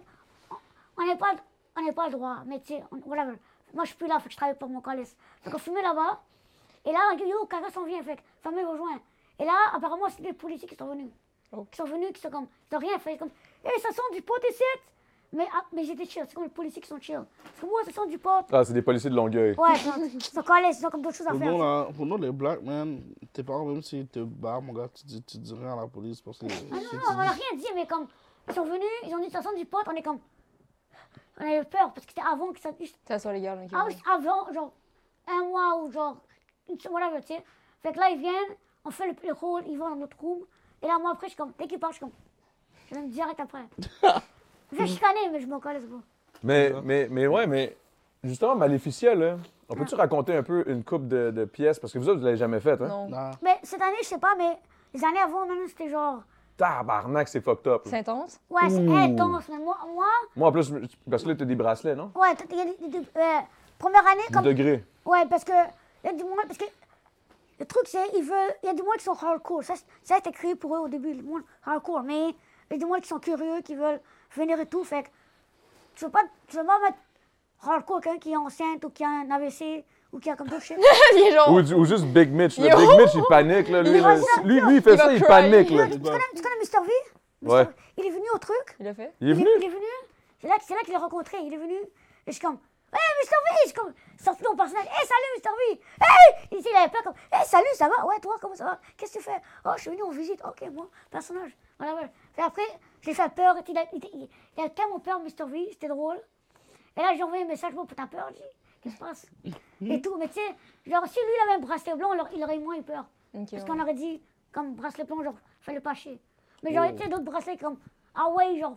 on- on n'est pas, on n'est pas le droit, mais tu sais, on- whatever. Moi, je suis plus là, fait que je travaille pour mon calice. Donc, on fumait là-bas. Et là, yo, yo, quelqu'un s'en vient, fait que famille rejoint. Et là, apparemment, c'est des policiers qui sont venus.
Oh.
Qui sont venus, qui sont comme, ils ont rien fait, comme, hé, ça sent du pot ici! Mais, ah, mais j'étais chill, c'est comme les policiers qui sont chill. C'est comme, ouais, ça sent du pot.
Ah, c'est des policiers de Longueuil.
Oh.
Ouais, ils sont calices, ils ont comme d'autres choses à
Pour
faire.
nous, là, pour nous, les blacks, man, tes parents, même s'ils te barrent, mon gars, tu dis, tu dis rien à la police parce que.
Ah non, non, on n'a rien dit, mais comme, ils sont venus, ils ont dit, ça sent du pot, on est comme, on avait peur, parce que c'était avant que ça,
Ça soit légal, ok.
Ah
ouais.
oui, avant, genre, un mois ou genre, une semaine, whatever, tu sais. Fait que là, ils viennent, on fait le, le rôle, ils vont dans notre room. Et là, moi, après, je suis comme, dès qu'ils partent, je suis comme, je vais me direct après. je vais chicaner, mais je m'en colle, c'est bon.
Mais, mais, mais ouais, mais justement, Maléficia, là, on
Ah.
peut-tu raconter un peu une coupe de, de pièces? Parce que vous autres, vous l'avez jamais faite, hein?
Non.
Nah.
Mais cette année, je sais pas, mais les années avant, maintenant, c'était genre,
Tabarnak, c'est fucked up. là.
C'est intense?
ouais, c'est intense, mais moi, moi
Moi, en plus, parce que là, t'as des bracelets, non?
ouais, il y a des, des- des- euh, première année,
Du
comme,
degré.
ouais, parce que, il y a du monde, parce que, Le truc, c'est ils veulent. Il y a des mois qui sont hardcore. Ça, c'est- ça a été créé pour eux au début, le monde hardcore. Mais il y a des mois qui sont curieux, qui veulent venir et tout. Fait que tu veux pas, tu veux pas mettre hardcore quelqu'un qui est enceinte ou qui a un AVC ou qui a comme d'autres shit.
Il est genre.
Ou, du- ou juste Big Mitch. là.
Oh. Yo!
Big Mitch, il panique. Là. Lui,
Il
là,
va-
lui, lui, il fait
il va
ça, il
cry.
panique.
Tu
Là.
connais, tu connais Mr. V? Mr.
Ouais.
V, Il est venu au truc.
Il l'a fait.
Il est
Il
venu.
est, il est venu, c'est là, que- c'est là qu'il est rencontré, il est venu, et je suis comme, Hey Mr. V! Je suis comme, sorti mon personnage, Hey salut Mr. V! Hey! Eh, Il, il avait peur comme, Hey salut, ça va? Ouais, toi, comment ça va? Qu'est-ce que tu fais? Oh, je suis venu en visite, ok, moi, personnage. Voilà, voilà. Puis après, j'ai fait peur, il a, il, il- il a tellement peur, Mr. V, c'était drôle. Et là, j'ai envoyé un message, bon, t'as peur, dis, qu'est-ce qui se passe?
Mhm.
Et tout, mais tu sais, genre, si lui, il avait un bracelet blanc, alors, il aurait moins eu peur.
Ok,
Parce
ouais.
qu'on aurait dit, comme bracelet blanc, genre, fallait pas chier. Mais genre, tu sais, d'autres bracelets comme, ah ouais, genre,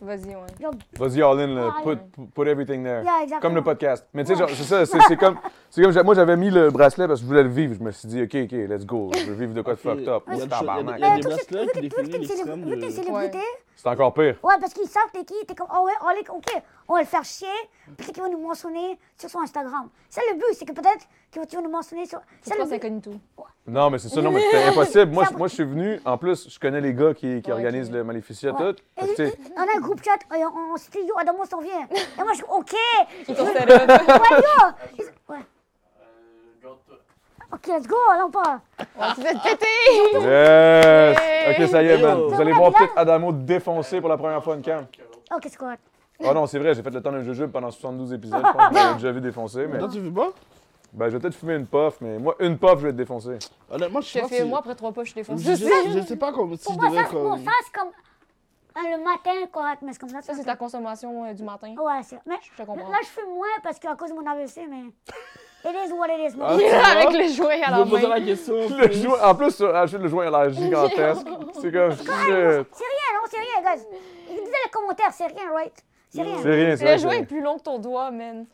Vas-y, ouais.
genre,
Vas-y, all in, là.
Ah,
Put, put everything there.
Yeah, exactement.
comme le podcast. Mais tu sais,
Ouais.
genre, c'est ça, c'est c'est comme. C'est comme j'a- moi, j'avais mis le bracelet parce que je voulais le vivre. Je me suis dit, OK, OK, let's go. Je veux vivre de quoi de
Ok,
fucked up.
il y a
Oh,
le shot, il y a
tabarnak.
des- il y a
Mais
des
Euh, tout de suite,
bracelets
vu
qui
que- vu que t'es
définissent
une célébr-
l'extrême
vu que t'es une
de-
célébrité,
C'est encore pire.
ouais, parce qu'ils savent t'es qui, t'es comme, oh ouais, oh les- ok, on va le faire chier, peut-être qu'ils vont nous mentionner sur son Instagram. C'est le but, c'est que peut-être qu'ils vont ils vont nous mentionner sur. C'est
Pourquoi
le
c'est
but.
connu tout?
Non, mais c'est ça, non, mais c'était impossible. Moi,
Ça
je- moi, je suis venu. En plus, je connais les gars qui, qui
Ouais,
organisent
ok.
le Maleficia,
Ouais.
tout.
Et
Fait que, tu sais,
il- il- on a un groupe chat, et on, on s'est dit, yo, Adamo s'en vient. Et moi, je suis ok.
Ils sont sérieux.
Ouais, yo. Ouais. Ok, let's go, allons pas.
On se fait péter!
Yes!
Hey!
Ok, ça y est, man.
Yo!
Vous allez voir peut-être Adamo défoncer pour la première fois une cam.
Ok, squad.
Ah non, c'est vrai, j'ai fait le temps d'un jujube pendant 72 épisodes. Je pense que j'avais déjà vu défoncer, mais.
Toi, tu veux pas?
Ben, je vais peut-être fumer une puff, mais moi, une puff, je vais être défoncé.
Honnêtement, je
Je
sais
te
pas
fais,
si...
moi, après trois pas, je défonce.
Je sais, je sais pas comme si
Pour
je
moi, ça,
devrais
c'est- pour
comme...
ça, c'est comme euh, le matin quand on va te comme ça.
Ça, c'est ta consommation euh, du matin.
Ouais, c'est. Mais
Je te comprends.
Oh. là, je fume moins parce qu'à cause de mon AVC, mais. It is what it is, moi.
Ah,
Il est là
tu vois?
avec le jouet à
Je
la
me posais la
main.
question.
Le jouet- en plus, sur- Achille, le joint a l'air gigantesque. C'est comme. shit.
C'est rien, non, c'est rien, guys. Il disait les commentaires, c'est rien, right? C'est rien.
C'est rien, c'est
Le
vrai,
jouet est
c'est
plus long que ton doigt, man.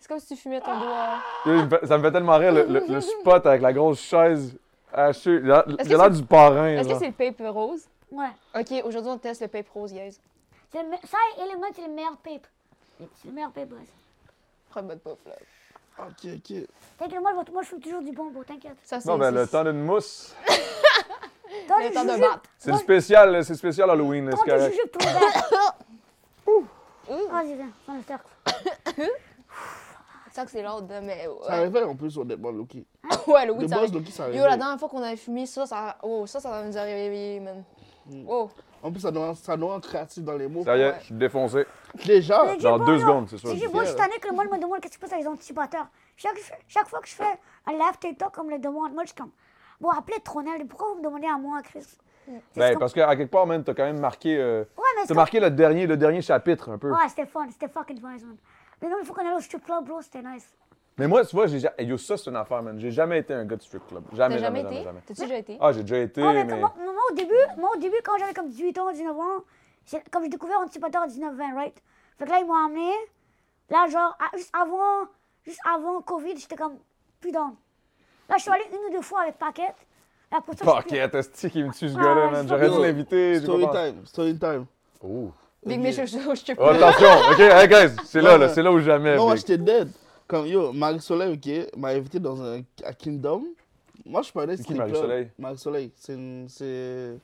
C'est comme si tu fumais ton doigt.
rien. Ça me fait tellement rire, le, le- le spot avec la grosse chaise. Achille, il a il
Est-ce
a
que
l'air
c'est-
du parrain.
Est-ce que
genre.
c'est le pape rose?
Ouais.
Ok, aujourd'hui, on teste le pape rose, guys.
C'est le me- Ça et le mode, c'est le meilleur pape. C'est le meilleur pape, guys.
Prends votre puff, là.
ah, Ok, ok.
T'inquiète, moi, je vais- moi, je fume toujours du bonbon, t'inquiète.
Ça, c'est
Non, ben,
c'est-
le temps d'une mousse.
Dans
le
du
temps de
jujube-
battre.
C'est le spécial, là, c'est le spécial Halloween, là,
Dans
c'est
du
correct.
jujube, tout le Ouh. Vas-y, viens, on va le faire.
Ça, que c'est l'ordre, de- mais.
Ça
Ouais,
réveille en plus sur des bonnes Loki.
ouais le
Des
weed, ça
boss
réveille.
Loki, ça
Yo, la
réveille.
dernière fois qu'on avait fumé ça, ça. Oh, ça, ça nous a réveillé, man.
Mm.
Oh,
En plus, ça nous rend- ça nous rend créatifs dans les mots.
Ça y est,
Ouais.
je suis défoncé.
Déjà,
Mais
Genre
j'ai pas,
deux
là.
secondes, c'est sûr.
C'est juste moi, je suis tanné que le monde me demande qu'est-ce qui se passe avec les anticipateurs. Chaque, chaque fois que je fais un live TikTok, on me le demande. Moi, je suis comme, bon, appelez Tronel, pourquoi vous me demandez à moi, Chris C'est
Ben,
comme-
parce qu'à quelque part, man, t'as quand même marqué. euh,
Ouais, mais c'est
t'as
comme-
marqué le dernier, le dernier chapitre, un peu.
Ouais, c'était fun, c'était fucking fun, man. Mais non, il faut qu'on aille au strip club, bro, c'était nice.
Mais moi, tu vois, j'ai ja- hey, yo, ça, c'est une affaire, man. J'ai jamais été un gars de strip club. Jamais,
t'as jamais
jamais, jamais,
été?
jamais.
T'as-tu déjà été?
Ah, j'ai déjà été,
Oh, mais,
mais.
comme moi, moi, au début, moi, au début, quand j'avais comme 18 ans, 19 ans, j'ai- comme j'ai découvert Anticipateur à 19-20, right? Fait que là, ils m'ont amené. Là, genre, à- juste avant, juste avant Covid, j'étais comme plus down. Là, je suis allé une ou deux fois avec Paquette. Et après ça, je suis plus-
Pocket, esti qui me tue, ce
Ah,
gars-là, man.
c'est
J'aurais
pas
dû
bien.
l'inviter. j'ai pas
story
pensé.
time, story time.
Oh.
Big
Ok.
Mitch, je je te
Oh, attention, ok, hey guys, c'est là, là, c'est là où jamais.
Non, moi
Vic.
j'étais dead. Comme yo, Marie-Soleil, ok, m'a invité dans un à Kingdom. Moi je parlais de
qui,
strip club.
Marie-Soleil?
Marie-Soleil, c'est une, c'est,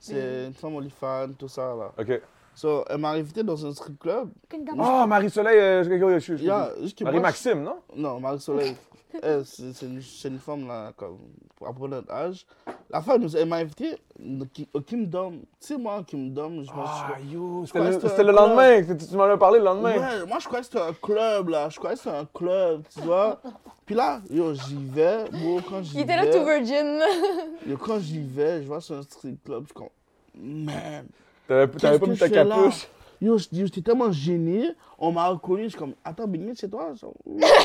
c'est une femme olifane, tout ça là.
Ok.
So, elle m'a invité dans un strip club.
Aucune dame.
Oh, Marie-Soleil, euh, je- je- je- je- je-
Yeah, juste que moi,
Marie-Maxime, non?
je- Non, Marie-Soleil. elle, c'est, c'est une, c'est une femme là, comme, après notre âge. La femme, nous- elle m'a invité au Ki- au Kingdom. Tu sais, moi, au Kingdom, Ah, je me
Ah,
suis.
yo,
crois
c'était le,
que c'était
c'était
un
le
club.
lendemain, que tu tu m'en as parlé le lendemain.
Ouais, moi je croyais que c'était un club là, je croyais que c'était un club, tu vois. Puis là, yo, j'y vais, bro, quand j'y
Il
vais.
était là tout virgin.
Yo, quand j'y vais, je vois sur un strip club, je suis comme, man,
T'avais t'avais pas
qu'est-ce que
mis
je
ta
fais là?
capuche.
Yo, je- yo, j'étais tellement gêné, on m'a reconnu, je suis comme, attends, Big Mitch, c'est toi? Je suis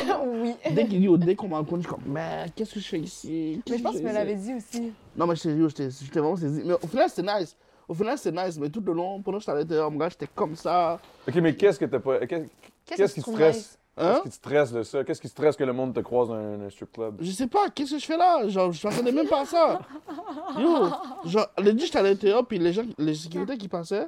comme,
Oui.
dès que- yo, dès qu'on m'a reconnu, je suis comme, man, qu'est-ce que je fais ici? Qu'est-ce
Mais je pense que
fais
tu me
ici?
l'avais dit aussi.
Non, mais j'étais, yo, j'étais j'étais vraiment saisi. Mais au final, c'était nice. Au final, c'était nice, mais tout le long, pendant que j'étais à l'intérieur, mon gars, j'étais comme ça.
Ok, mais qu'est-ce que t'as pas. Qu'est-ce qu'est-ce qui te
trouve
stresse?
nice?
Qu'est-ce
Hein?
qui te stresse de ça? Qu'est-ce qui te stresse que le monde te croise dans un, un strip club?
Je sais pas, qu'est-ce que je fais là? Genre, je m'attendais même pas à ça. Yo, genre, le dit, j'étais à l'intérieur, puis les gens, les sécurités qui passaient,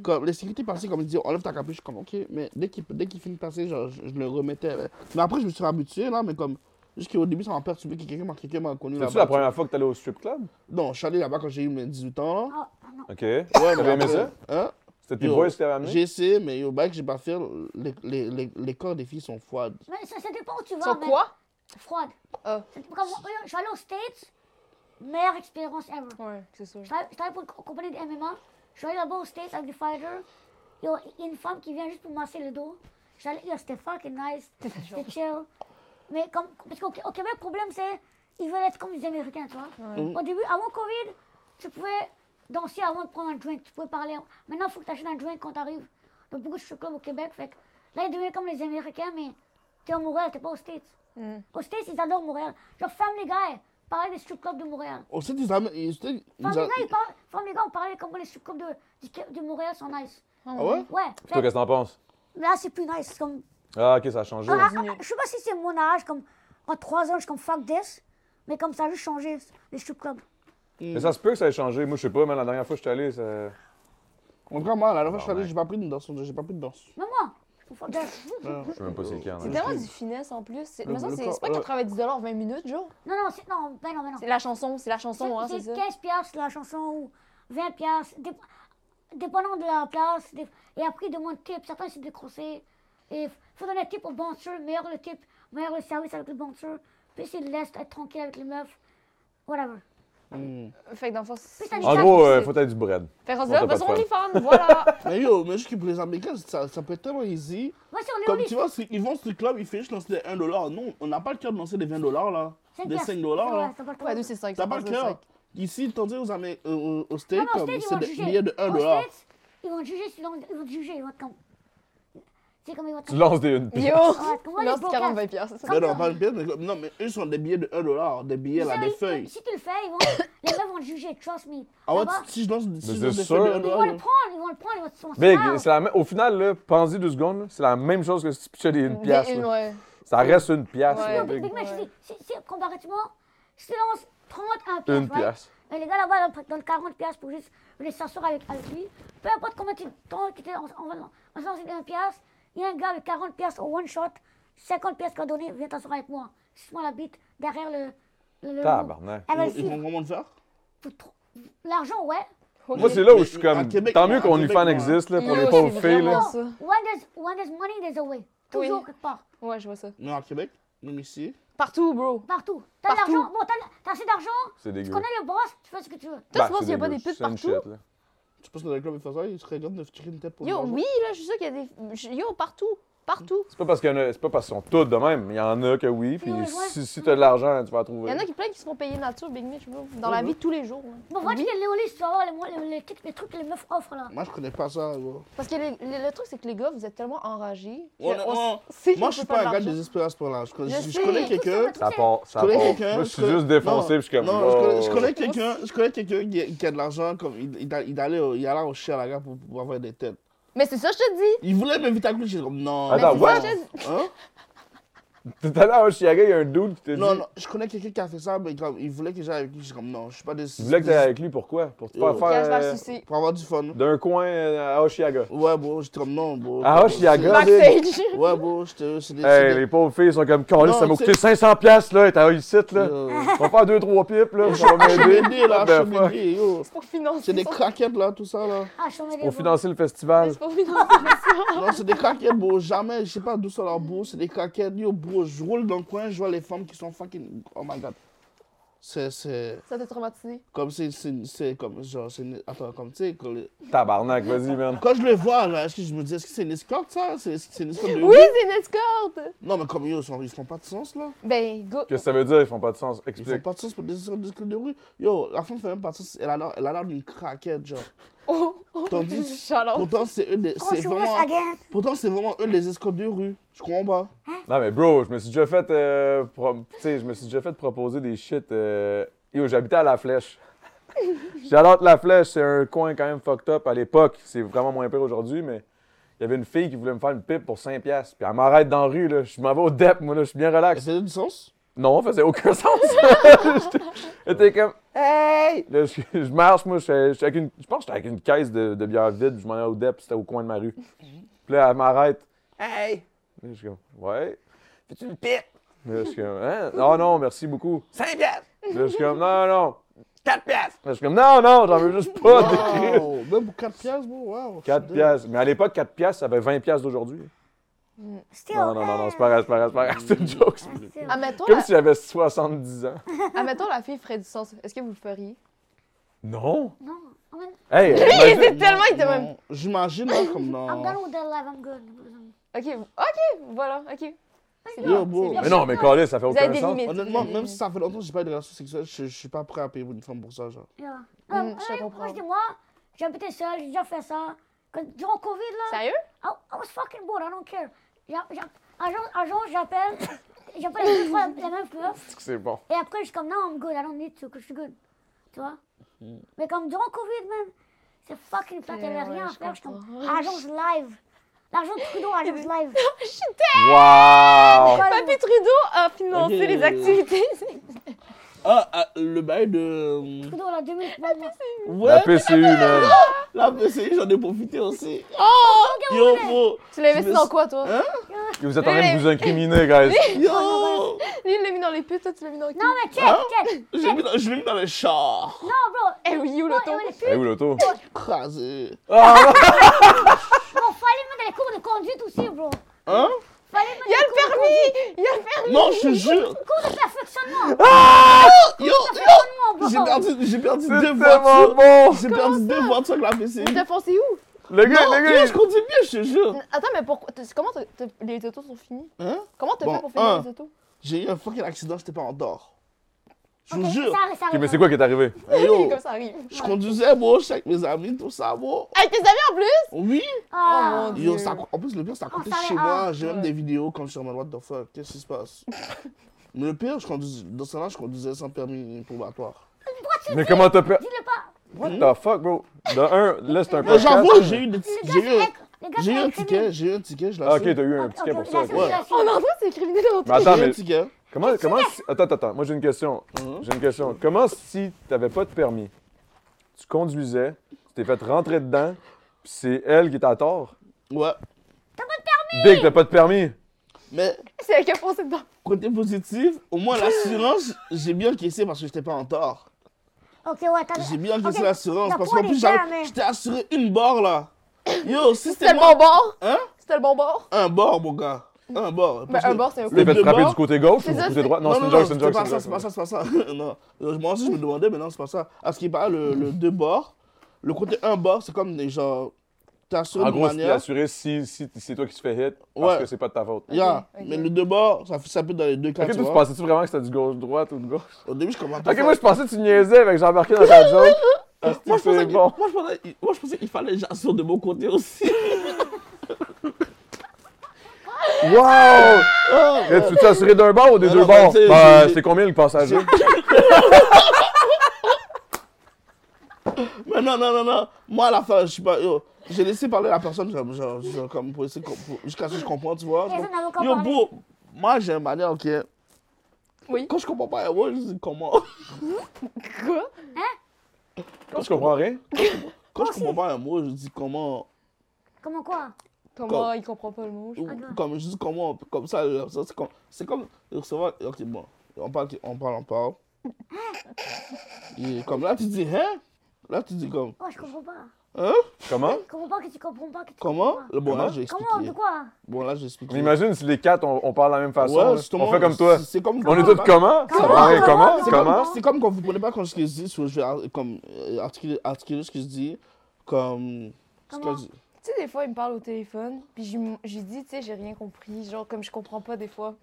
comme, les sécurités passaient, comme ils disaient, enlève ta capuche, je suis comme, ok, mais dès qu'ils dès qu'ils finissent de passer, genre, je, je le remettais. là. Mais après, je me suis habitué, là, mais comme, Juste qu'au début, ça m'a perturbé que quelqu'un m'a quelqu'un m'a connu là-bas.
C'est-tu la
tu vois.
première fois que t'allais au strip club?
Non, je suis allé là-bas quand j'ai eu mes 18 ans. Là.
Ah, non.
OK.
Ouais,
T'avais aimé
après-
ça?
Hein?
C'était tes
Yo,
boys qui t'avaient amené?
J'ai essayé, mais au bac, j'ai pas fait. Les, les, les, les corps des filles sont froides.
Mais ça, ça dépend où tu vas.
Sur
mais-
quoi?
Froide.
Ah.
C'était Comme, je suis allé aux States, meilleure expérience ever.
Ouais, c'est sûr.
Je travaille je travaille pour une co- compagnie de MMA. Je suis allé là-bas aux States avec des fighters. Yo, Il y a une femme qui vient juste pour masser le dos. J'allais, yo, c'était fucking nice. C'était chill. Mais comme, parce qu'au au Québec, le problème, c'est ils veulent être comme les Américains, tu vois.
Mhm.
Au début, avant Covid, tu pouvais danser avant de prendre un drink. Tu pouvais parler. Maintenant, il faut que tu achètes un drink quand tu arrives. Donc, beaucoup de strip clubs au Québec. Fait que là, ils deviennent comme les Américains, mais t'es à Montréal, t'es pas aux States.
Mhm.
Aux States, ils adorent Montréal. Genre, Family Guy, pareil eh. des strip clubs de Montréal.
On sait qu'ils amènent. ils- ils- ils-
Femme les gars, ils parlent, Femme les gars, on parlait comme les strip clubs de, du Qué- de Montréal sont nice.
Ah ouais?
Ouais,
Toi,
mais
qu'est-ce que t'en penses?
là c'est plus nice. c'est Comme,
Ah, OK, ça a changé.
Ah, ah, je sais pas si c'est mon âge, comme en 3 ans, je suis comme fuck this, mais comme ça a juste changé les strip clubs.
Mais ça se peut que ça ait changé. Moi, je sais pas, mais la dernière fois que j'étais allé, ça...
En tout cas, moi, la dernière fois que je suis allé,
ouais.
j'ai pas pris de danse. J'ai pas pris de danse.
Même moi, je suis fuck this.
Ah.
Je sais même pas c'est qui. en
C'est
a.
tellement du finesse en plus. C'est-
Le-
Mais ça,
le
c'est
corps-
c'est pas
le-
90 dollars 20 minutes, Joe.
Non, non, c'est, non, ben non, ben non.
C'est la chanson, c'est la chanson, hein,
C'est,
c'est
c'est
ça.
15 piastres la chanson ou 20 piastres, dép- dépendant de la place. dép- Et après, ils demandent tip, certains c'est décrossé. Et faut donner un tip au bouncer, meilleur le tip, meilleur le service avec le bouncer. Puis s'ils laissent être tranquille avec les meufs, whatever.
Hmm.
Fait que dans le fond, c'est.
ça
En
dépend.
gros, euh, faut être du bread.
Fait qu'on se dit,
On
là,
t'a pas
bah,
de
sur OnlyFans, voilà.
Mais yo, mais juste que pour les Américains, ça, ça peut être tellement easy.
Moi, si on est au
Comme
lit,
tu vois, ils vont sur le club, ils font juste lancer des 1$. Non, on n'a pas le cœur de lancer des 20$ là.
cinq
Des hein.
piastres.
5$ là.
Ouais, ça va le
Ouais,
faire.
deux, c'est 5.
T'as pas le cœur. Ici, tandis aux, Amé- euh, aux, aux States,
Non, mais aux
comme,
States, ils
c'est
vont
des
juger.
billets de 1
Aux
dollar.
States, ils vont te juger, sinon ils vont te juger, ils vont être comme. C'est comme ils vont être
Tu lances des une
Yo!
Ouais, comment les
Non, c'est
beaux
40
gars.
20 piastres.
Mais non, pas une pièce, mais comme- non, mais eux sont des billets de 1 dollar, des billets là,
Mais
des
si-
feuilles.
Si tu le fais, ils vont, les meufs vont te juger, trust me.
Ah ouais,
Là-bas,
si- si je lance si
Mais
je
c'est
lance des
sûr.
feuilles de 1
Ils vont
dollar.
le prendre, ils vont le prendre, ils vont te ils vont se
Big,
faire.
c'est la même- au final, là, pensez deux secondes, là, c'est la même chose que si tu pitchais des une
Des-
pièce.
une,
là.
ouais.
Ça reste une pièce.
Ouais.
là,
Non, Big,
Big.
Big Mac, je
Ouais.
dis, si, si, comparativement, je te lance 31 piastres.
Une
right?
pièce.
Et les gars là-bas, ils donnent 40 piastres pour juste les sortir avec, avec lui. Peu importe combien tu temps que t'es, on, on, va- on se lance une piastre. Il y a un gars avec 40 piastres au one shot, 50 piastres qu'il a donné, viens t'asseoir avec moi. Suce-moi la bite derrière le. le, Eh le
Tabarnak.
Elle va le
Ils vont
suivre.
vraiment le faire
Pour trop- L'argent, ouais.
Ok.
Moi, c'est là où
Mais-
je suis
mais à
comme.
Québec,
Tant mieux
à
qu'on
Québec,
fan
moi.
existe, là, pour
Yo,
les
c'est
pauvres filles, là.
vraiment-
Non,
ça.
when there's, when there's money, there's a way.
Oui.
Toujours quelque part.
Ouais, je vois ça.
Non, à Québec, même ici.
Partout, bro.
Partout. T'as de
Partout.
l'argent, bon, t'as t'as assez d'argent,
C'est
tu
dégueu.
connais le boss, tu fais ce que tu veux.
Toi,
Bah,
tu penses
c'est
qu'il y a pas
dégueu.
des putes
C'est une
partout?
shit, là.
Tu penses que dans les clubs, ils font ça, ils se regardent de tirer une tête pour
Yo,
l'argent.
oui, là, je suis sûr qu'il y a des. je- Yo, partout. Partout.
C'est pas parce qu'il y en a- c'est pas parce qu'ils sont toutes de même. Il y en a que oui, puis
Ouais, ouais.
si, si t'as de l'argent, tu vas en
Il
trouver.
y en a qui plein qui se font payer nature, Big Mitch, bro. Dans
Ouais,
la
ouais.
vie de tous les jours. hein.
Bon, va dire les Léolis, tu vas voir les, mo- les, les, trucs- les trucs que les meufs offrent là.
Moi, je connais pas ça. gros.
Parce que les- les- le truc, c'est que les gars, vous êtes tellement enragés. que
Ouais,
on
ouais.
s- sait
Moi,
qu'on
je suis pas
peut
un
de
gars
l'argent.
désespéré à ce point-là. Je
Je
connais- je
sais.
connais
Tout
quelqu'un.
Ça part, ça
Je
part.
connais
Moi,
quelqu'un,
je
je
suis
connais-
juste défoncé,
Non,
puis je suis comme.
Non, je connais- je
oh.
connais quelqu'un, je connais quelqu'un qui, qui a de l'argent, comme il, il, a- il allait au, il allait au chien à la gare pour, pour avoir des têtes.
Mais c'est ça, je te dis.
Il voulait m'inviter à coucher, j'étais comme non.
Attends,
non,
Ah, what?
Hein?
Tout à l'heure, au Chiaga, il y a un dude qui te dit.
Non, non, je connais quelqu'un qui a fait ça, mais comme, il voulait que j'aille avec lui, j'étais comme non, je suis pas des.
Tu voulais que t'ailles avec lui, pourquoi Pour te faire
Yo.
Cache
faire.
la
euh,
sucée.
Pour avoir du fun.
D'un coin euh, à Oshiaga.
Ouais, bro, j'étais comme non, bro.
Ah, Oshiaga, big.
Backstage.
Ouais, bro, j'étais. c'est des- c'est
Hey,
des-
les pauvres filles sont comme, Caliste, ça m'a
Non,
coûté
tu
500 pièces là, t'as eu ici, là.
Yo.
On va faire deux, trois pipes, là, ça va m'aider.
Cheminée, là,
What the fuck?
cheminée, yo.
Pour financer.
C'est des craquettes, là, tout ça, là.
Ah, je suis en
Pour financer le festival.
C'est pour financer.
Non, c'est des craquettes, bro. Jamais, je sais pas d'où ça leur bourse. C'est des craquettes, yo, bro. Je roule dans le coin, je vois les femmes qui sont fucking. Oh my god. C'est. C'est.
Ça t'a traumatisé.
Comme c'est. c'est- C'est comme. Genre, c'est. une- Attends, comme tu sais. Quand, le-
Tabarnak, vas-y, man.
quand je les vois, là, est-ce que je me dis, est-ce que c'est une escorte, ça C'est est-ce que c'est une escorte de.
Oui, c'est une escorte.
Non, mais comme yo, ils, sont, ils font pas de sens, là.
Ben, go.
Qu'est-ce que ça veut dire? Ils font pas de sens.
Ils font
Explique.
pas de sens pour des escortes de, escorte de rue. Yo, la femme fait même pas de sens. Elle a l'air- elle a l'air d'une craquette, genre.
Oh, oh,
Tandis-
Shalom.
Pourtant, c'est eux des. C'est vraiment.
again.
Pourtant, c'est vraiment eux les escortes de rue. Je comprends pas.
Non, mais bro, je me suis déjà fait. euh, pro- tu sais, je me suis déjà fait proposer des shit. euh, Yo, j'habitais à La Flèche. J'adore La Flèche, c'est un coin quand même fucked up à l'époque. C'est vraiment moins pire aujourd'hui, mais. Il y avait une fille qui voulait me faire une pipe pour 5$. piastres. Puis elle m'arrête dans la rue, là. Je m'en vais au DEP, moi, là. Je suis bien relax.
Ça a du sens
Non, ça faisait aucun sens. J'étais- J'étais comme Hey! Là, je, je marche, moi, je, suis- je suis avec une, je pense que j'étais avec une caisse de, de bière vide, puis je m'en allais au DEP, puis c'était au coin de ma rue. Puis là, elle m'arrête. Hey! Là, je suis comme Ouais. Fais-tu une pipe? Là, je suis comme, hein? Non, non, merci beaucoup. 5 piastres! Là, je suis comme, non, non. 4 piastres! Là, je suis comme, non, non, j'en veux juste pas d'écrire.
Wow! Même pour 4 piastres, bro, wow!
4 piastres. Mais à l'époque, 4 piastres, ça avait 20 piastres d'aujourd'hui.
Still,
Non, non, non, non,
eh,
c'est pas grave, c'est pas grave, c'est pas grave. C'est une joke. c'est-
still.
Admettons,
Comme
Ah, la-
si j'avais 70 ans.
admettons, la fille ferait du sens. Est-ce que vous le feriez?
Non!
Non, I'm, in-
Hey!
Lui,
imagine-
c'est tellement, il était
Non,
même.
J'imagine, là, comme
Oh.
I'm
dans.
done with that life, I'm good.
Ok, ok, voilà, ok. C'est
Yo,
bien,
bro.
c'est bien.
Mais non, mais Calais, ça fait
Vous avez
aucun
des
sens.
limites.
Honnêtement,
vous avez des
même si
limites.
ça fait longtemps que j'ai pas eu de relation sexuelle, je, je suis pas prêt à payer pour une femme pour ça, genre.
Yeah.
Hmm,
Euh,
je te
euh,
comprends.
Moi, je dis, moi, j'ai habité seul, j'ai déjà fait ça. Quand- durant Covid, là,
Sérieux?
I, I was fucking bored, I don't care. J'a- j'a- Un jour, un jour, j'appelle, j'appelle deux fois la même meuf,
C'est bon.
et après, je suis comme, non, I'm good, I don't need to, que je suis good. Tu vois?
Mm.
Mais comme durant Covid, man, c'est fucking plat,
Ouais,
t'avais
ouais,
rien à
je
faire, je suis comme,
comprends. Eh ben.
agence live. L'agent Trudeau, agence live.
Wow!
Papy Trudeau a financé
Ok.
les activités.
Ah, ah, le bail de.
Trudeau, la 2000. Moi,
La
Ouais!
PCU, man!
La PCI, j'en ai profité aussi.
Oh!
Yo, bro!
Tu l'as investi
me
dans
suis-
quoi, toi?
Vous êtes en train de vous incriminer, guys! Oh,
Yo!
Lui, il l'a mis dans les putes, toi, tu l'as mis dans le cul.
Non, mais check, check.
J'ai mis dans- Je l'ai mis dans le char!
Non, bro.
Eh oui, où le
Non,
ton?
il est plus-
Eh où l'auto? Ah,
Crasé!
Bon, fallait mettre les cours de conduite aussi, bro.
Hein?
Fallait mettre
Il y a
les
le
cours de
permis! Il y a le permis!
Non, je te jure!
cours de perfectionnement.
Yo! Yo!
Perfectionnement, bro.
J'ai ah, perdu, j'ai perdu
C'est
deux
tellement
voitures!
bon!
J'ai perdu deux voitures avec la PCI!
Vous défoncez où?
Le gars,
Non,
le
yo,
gars!
je conduis bien, je te jure!
Attends, mais pourquoi? t'as- Comment t'as- t'as- les autos sont finis?
Hein?
Comment t'as
Bon,
fait pour finir
un.
les autos?
J'ai eu un fucking accident, j'étais pas en dehors. Je vous
Ok,
jure!
ça arrive, ça
Ok, mais
arrive.
c'est quoi qui est arrivé?
Hey, yo!
Comme ça arrive.
Je conduisais, moi, j'étais avec mes amis, tout ça, moi.
Avec tes amis en plus?
Oui!
Oh,
Ah,
mon
Yo,
Dieu.
ça- en plus, le pire, c'est à côté
ça
de
va,
chez
ah.
moi. J'ai même
Ouais.
des vidéos comme sur ma what the fuck, qu'est-ce qui se passe? Mais le pire, je conduis, dans ce là je conduisais sans permis probatoire.
Mais comment t'as perdu?
dis-le pas.
What the fuck, bro? De un, là, c'est un
Mais
podcast.
j'avoue, j'ai eu des
Le
tickets.
gars,
J'ai eu,
c'est
un-
inc- le gars,
j'ai eu
c'est
un
incriminé.
ticket, Oh, j'ai eu un ticket, je
Ah, ok,
l'assume.
t'as eu un
Ok,
ticket pour
ok,
ça.
la
quoi.
ouais.
circulation.
On entend, Oh, c'est criminel en
Mais attends,
J'ai eu un
mais
ticket.
comment, comment si- Attends, attends, attends, moi j'ai une question.
Mhm.
J'ai une question. Comment si t'avais pas de permis, tu conduisais, tu t'es fait rentrer dedans, puis c'est elle qui t'a à tort?
Ouais.
Big, t'as pas de permis?
Mais
C'est avec un foncé dedans.
côté positif, au moins l'assurance, j'ai bien encaissé parce que j'étais pas en tort.
Ok, ouais, t'as
J'ai bien encaissé
Ok,
l'assurance
la
parce
poids
qu'en plus,
des
j'avais-
gars, mais-
j'étais assuré une barre là. Yo, si c'était
C'était le bon
moi,
bord?
Hein?
C'était le bon bord?
un bord, mon gars. Un bord.
Ben,
Parce
un
que-
bord, c'est un
Tu
coup.
t'es fait
deux
frapper
bords?
du côté gauche ou
C'est
du
ça,
côté
c'est-
droit? Non, c'est une joke, c'est une joke.
pas ça,
c'est
c'est
une
pas
joke.
ça, c'est pas ça. non. Euh, Moi aussi, je me demandais, mais non, c'est pas ça. À ce qui paraît, le, le deux bords, le côté un bord, c'est comme des genre. T'as sur
En
une
gros, si t'es
manière.
assuré, si, si c'est toi qui te fais hit, parce
Ouais.
que c'est pas de ta faute.
Yeah.
Ok, ok.
Mais le deux bords, ça, fait- ça peut être dans les deux cas.
Ok,
tu
toi, tu
vois.
pensais-tu vraiment que c'était du gauche-droite ou de gauche?
Au début, je commentais.
Ok, moi je pensais que tu niaisais avec j'embarquais dans ta joke. Ah,
moi, je pensais
c'est
que-
bon.
moi, je pensais- moi, je pensais qu'il fallait que j'assure de mon côté aussi.
Wow!
Ah,
Là, tu t'es assuré d'un bord ou des
Non,
deux
non,
bords?
tu sais,
Ben,
j'ai-
c'est combien le passager?
Mais non, non, non, non. Moi, à la fin, je suis pas. yo, J'ai laissé parler la personne, comme, genre, genre, comme pour essayer de comp- jusqu'à ce que je comprends, tu vois. Je
Personne n'a encore
Yo,
parlé.
bro, moi, j'ai une manière, ok.
Oui.
Quand je comprends pas, moi, je dis comment.
Oh,
Quoi?
Je comprends rien.
Quand je comprends pas un mot, je dis comment.
Comment quoi
Comment il comprend pas le mot? je-
ou- Comme je dis comment, comme ça, euh, ça, c'est comme. C'est comme recevoir. Ok, bon. On parle, on parle, on parle. Et comme là, tu dis, hein? Là, tu dis comme,
Oh, je comprends pas.
hein?
Comment?
Je comprends pas que tu comprends pas que tu
Comment?
comprends
Bon, là, j'ai
pas. Hein? Comment
expliqué.
De quoi
Bon, là, j'ai expliqué.
Mais imagine si les quatre, on, on parle de la même façon.
Ouais,
là.
justement,
on fait comme toi.
c'est- C'est comme
On est tous comment?
Ah,
Ça
Comment?
va rien,
Comment?
comment?
C'est
Comment?
comme, c'est comme quand vous prenez pas quand ce que je dis, soit je vais ar- comme, euh, articuler, articuler ce que je dis, comme. ce que
Comment?
je-
Tu sais, des fois, il me parle au téléphone, puis j'ai j'ai dit, tu sais, j'ai rien compris. Genre, comme je comprends pas des fois.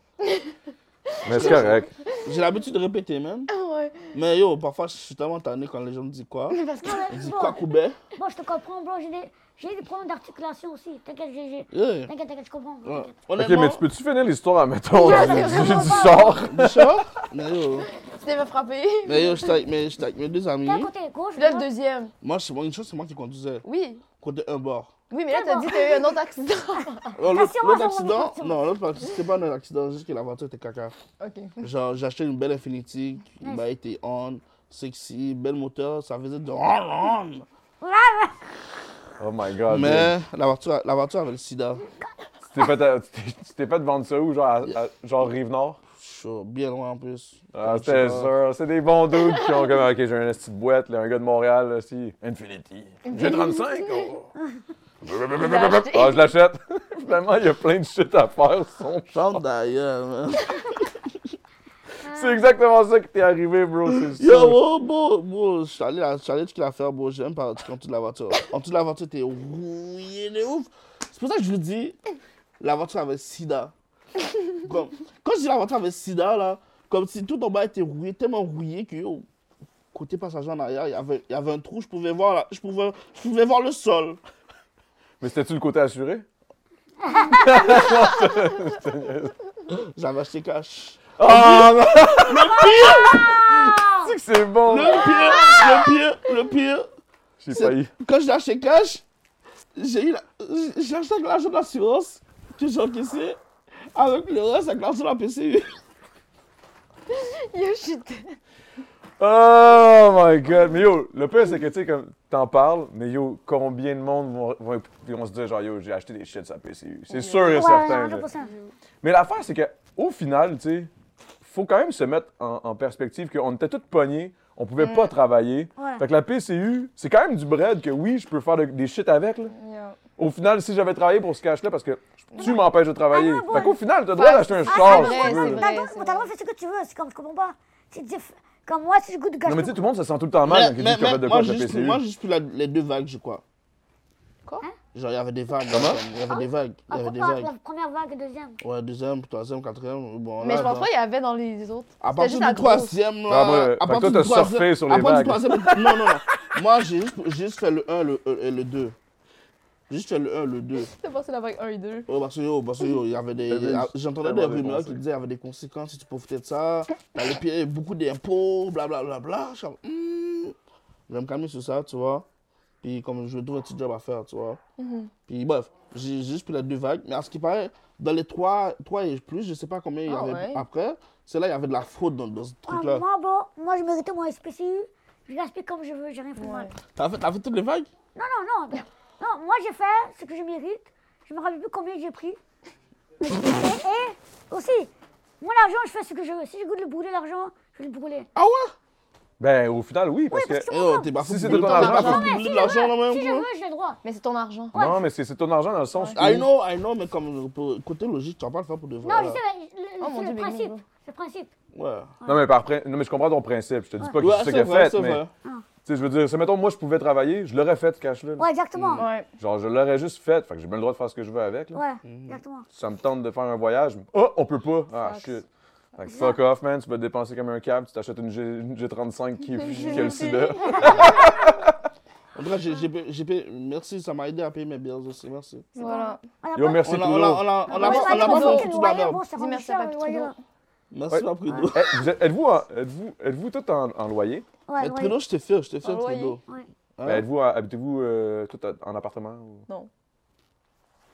Mais c'est correct.
J'ai l'habitude de répéter même,
Ah ouais.
mais yo, parfois je suis tellement tanné quand les gens me disent quoi.
Mais parce que.
Non, mais
Ils disent
bro,
quoi, Koubet
Moi, je te comprends, bro. J'ai des, j'ai des problèmes d'articulation aussi. T'inquiète, j'ai. j'ai-
Yeah.
T'inquiète, t'inquiète, je comprends. bro,
Ouais.
t'inquiète.
Ok,
Honnêtement,
mais tu peux-tu finir l'histoire, mettons,
Non,
du,
c'est
du-
vraiment
du
pas.
sort?
Bouchard, mais yo,
Tu t'es fait frapper.
mais yo, j'étais avec, mes- j'étais avec mes deux amis.
T'es à côté gauche,
Puis là, le
droite.
deuxième.
Moi, c'est moi, une chose, c'est moi qui conduisais,
Oui.
côté un bord.
Oui, mais là, t'as dit que t'as eu un autre accident.
Ah. Attention,
Non, L'autre l'autre
attention,
accident,
attention.
non, l'autre partie, c'était pas un accident, juste que la voiture était caca.
Ok.
Genre, j'ai acheté une belle Infinity, il m'a été on, sexy, bel moteur, ça faisait de.
Oh my god. dude.
Mais la voiture, la voiture avait le sida.
Tu t'es fait, tu t'es- tu t'es fait vendre ça où? Genre, à- à- genre Rive-Nord?
Je suis bien loin en plus.
Ah,
Comme, je
c'était
sais pas.
sûr. C'est des bons doutes qui ont comme, OK, j'ai un esti de boîte, là, un gars de Montréal, là, aussi. Infinity. J'ai 35. oh.
acheté.
Ah, je l'achète. Finalement, il y a plein de shit à faire. son.
Chante d'ailleurs, hein. man.
C'est exactement ça qui t'est arrivé, bro. C'est ça.
Yo, bro, bro, bro, je suis allé à- je suis allé à toute l'affaire, bro. J'aime pas en dessous de la voiture. En dessous de la voiture, t'es rouillé de ouf. C'est pour ça que je vous dis, la voiture avait sida. Comme, quand je dis la voiture avait sida, là, comme si tout en bas était rouillé, tellement rouillé que, yo, côté passager en arrière, il y avait- il y avait un trou, je pouvais voir, la- je pouvais, je pouvais voir le sol.
Mais c'était-tu le côté assuré?
J'avais acheté cash.
Ah, non! C'est que c'est bon!
Le pire, le pire, le pire,
J'ai
c'est-
failli.
quand je l'ai acheté cash, j'ai eu la- j'ai- j'ai acheté avec l'argent de l'assurance que j'ai encaissé avec le reste avec l'argent de la PCU.
Yo, je suis dead.
Oh my god! Mais yo, le pire, c'est que tu sais, comme t'en parles, mais yo, combien de monde vont, vont, vont se dire, genre, yo, j'ai acheté des shit sur la PCU? C'est sûr et
Ouais,
certain. là.
100%.
Mais l'affaire, c'est que au final, tu sais, faut quand même se mettre en, en perspective qu'on était tous pognés, on pouvait pas travailler.
Ouais.
Fait que la PCU, c'est quand même du bread que oui, je peux faire de- des shit avec. là.
Yo.
Au final, si j'avais travaillé pour ce cash-là, parce que tu m'empêches de travailler.
Ah non, bon.
fait qu'au final, t'as le droit
Ouais,
d'acheter un
c'est-
Ah,
char
non,
Oh, si tu
c'est
non,
veux.
non,
là.
T'as le droit- t'as le droit de faire ce que tu veux, c'est comme, je comprends pas. C'est diff- Comme moi, si je goûte de gâteau.
Non, mais tu sais, tout le monde se sent tout le temps mal quand ils disent qu'on fait de
moi,
quoi de
j'ai
la
juste,
PCU.
moi, j'ai juste pris la- les deux vagues, je crois.
Quoi?
Genre, il y avait des vagues.
Comment?
Il y avait des vagues. Il y
Ah,
avait des
pourquoi
vagues.
La première vague, la deuxième.
Ouais, deuxième, troisième, quatrième. Bon,
Mais
là,
je pense
genre,
pas qu'il y avait dans les autres.
À
C'était
partir
juste
du
la grosse.
troisième,
Ah, moi,
là.
fait
À
que toi,
partir du
t'as surfé
troisième-
sur les
à partir du
vagues.
troisième- Non, non, non. Moi, j'ai juste, j'ai juste fait le 1, le, euh, le 2. J'ai juste fait le 1, le 2.
C'était passé la vague 1 et 2.
Oh, parce que, yo, parce que, yo, il y avait des.
Il y avait
il y a-
des-
J'entendais
vraiment
des
des
rumeurs qui
conseils.
disaient qu'il y avait des conséquences si tu profitais de ça. T'allais payer beaucoup d'impôts, blablabla. Bla, bla. Je suis comme, hmm. Je vais me calmer sur ça, tu vois. Puis, comme je dois un petit job à faire, tu vois.
Mhm.
Puis, bref, j'ai j'ai juste pris les deux vagues. Mais à ce qui paraît, dans les trois, trois et plus, je sais pas combien il y
Ah
avait
ouais.
après, c'est là il y avait de la fraude dans, dans ce
Ah,
truc-là.
moi, bon, moi, je méritais mon SPCU. Je gaspille comme je veux, j'ai rien fait de mal.
Ouais.
T'as fait, t'as fait toutes les vagues?
Non, non, non. Non, moi, j'ai fait ce que je mérite. Je me rappelle plus combien j'ai pris. Mais- et, et aussi, mon argent, je fais ce que je veux. Si je goûte le brûler, l'argent, je vais le brûler.
Ah ouais?
Ben, au final, oui, parce que.
parce que-
Eh, oh, t'es pas
Si
fou
c'est
pour
de
le
ton
temps, t'es
argent,
pas fou
mais
pour
si
brûler
je
de l'argent, là,
veux, si je
même,
veux,
bro.
j'ai le droit.
Mais c'est ton argent.
Non, mais c'est c'est ton argent dans le sens.
I
où-
know, I know, mais comme pour- côté logique, tu vas pas le faire pour de vrai.
Non, je
là.
sais, mais le-
Oh, mon
c'est
Dieu,
le
mais
principe.
non, non.
C'est le principe.
Ouais.
Non, mais par prin- non, mais je comprends ton principe. Je te dis pas que
Ouais,
c'est ça
c'est
qu'il a
vrai,
fait,
c'est
mais.
vrai.
Tu sais, je veux dire, si mettons, moi, je pouvais travailler, je l'aurais fait, ce cash-là. là.
Ouais, exactement.
Ouais.
Genre, je l'aurais juste fait. Fait que j'ai bien le droit de faire ce que je veux avec. Là.
Ouais, exactement.
Ça me tente de faire un voyage. Oh, on peut pas. Ah,
Fuck.
shit. Fait que fuck off, man. Tu vas te dépenser comme un câble. Tu t'achètes une, G- une G35 qui, qui a le sida.
En tout cas, j'ai- j'ai payé- j'ai payé. Merci, ça m'a aidé à payer mes bills aussi. Merci.
Voilà.
On a
Yo,
pas-
merci,
On l'a-
Trudeau.
on l'a- on l'a- on l'a
Ouais,
pas- on l'a
c'est
pas
pas
fait
bon.
foutu de la merde.
Dis merci à Papy Trudeau.
Merci, ma Trudeau.
Eh, vous êtes- Êtes-vous en, êtes-vous, êtes-vous tout en, en loyer?
Mais Euh, Trudeau, je t'ai fait, je t'ai fait,
En loyer.
Trudeau.
Ouais.
Hein?
Ben, êtes-vous, en- habitez-vous euh, tout à- en appartement? Ou...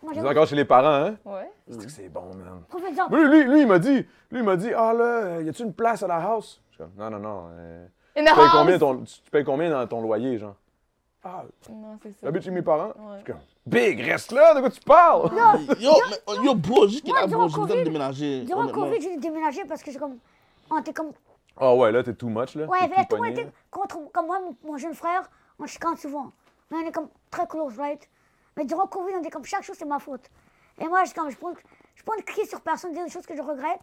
Moi,
Vous
j'ai
êtes encore chez les parents, hein?
Ouais.
Mm.
C'est que c'est bon, man.
Profite-en.
Lui, lui, lui, il m'a dit, lui, il m'a dit, ah là, y a-tu une place à la house? Je suis comme, non, non, non. euh,
Une
tu, payes
house!
combien ton, tu, tu payes combien dans ton loyer, genre? Ah,
Non, c'est ça.
j'habite chez mes parents.
Ouais.
Je suis comme, Big, reste là, de quoi tu parles?
Yo, mais- oh, yo, bro, juste qu'il
Moi,
a, bro,
durant
je
Covid-
voudrais déménager.
Durant le
honnêtement.
Covid, j'ai déménagé parce que j'ai comme. On était comme.
Ah ouais, là, t'es too much, là.
Ouais,
T'es
mais
tout
tout le monde
pogné,
était contre. Comme moi, mon- mon jeune frère, on chicane souvent. Mais on est comme très close, right? Mais durant le Covid, on était comme chaque chose, c'est ma faute. Et moi, je, comme, je prends, je prends le cri sur personne, dire des choses que je regrette.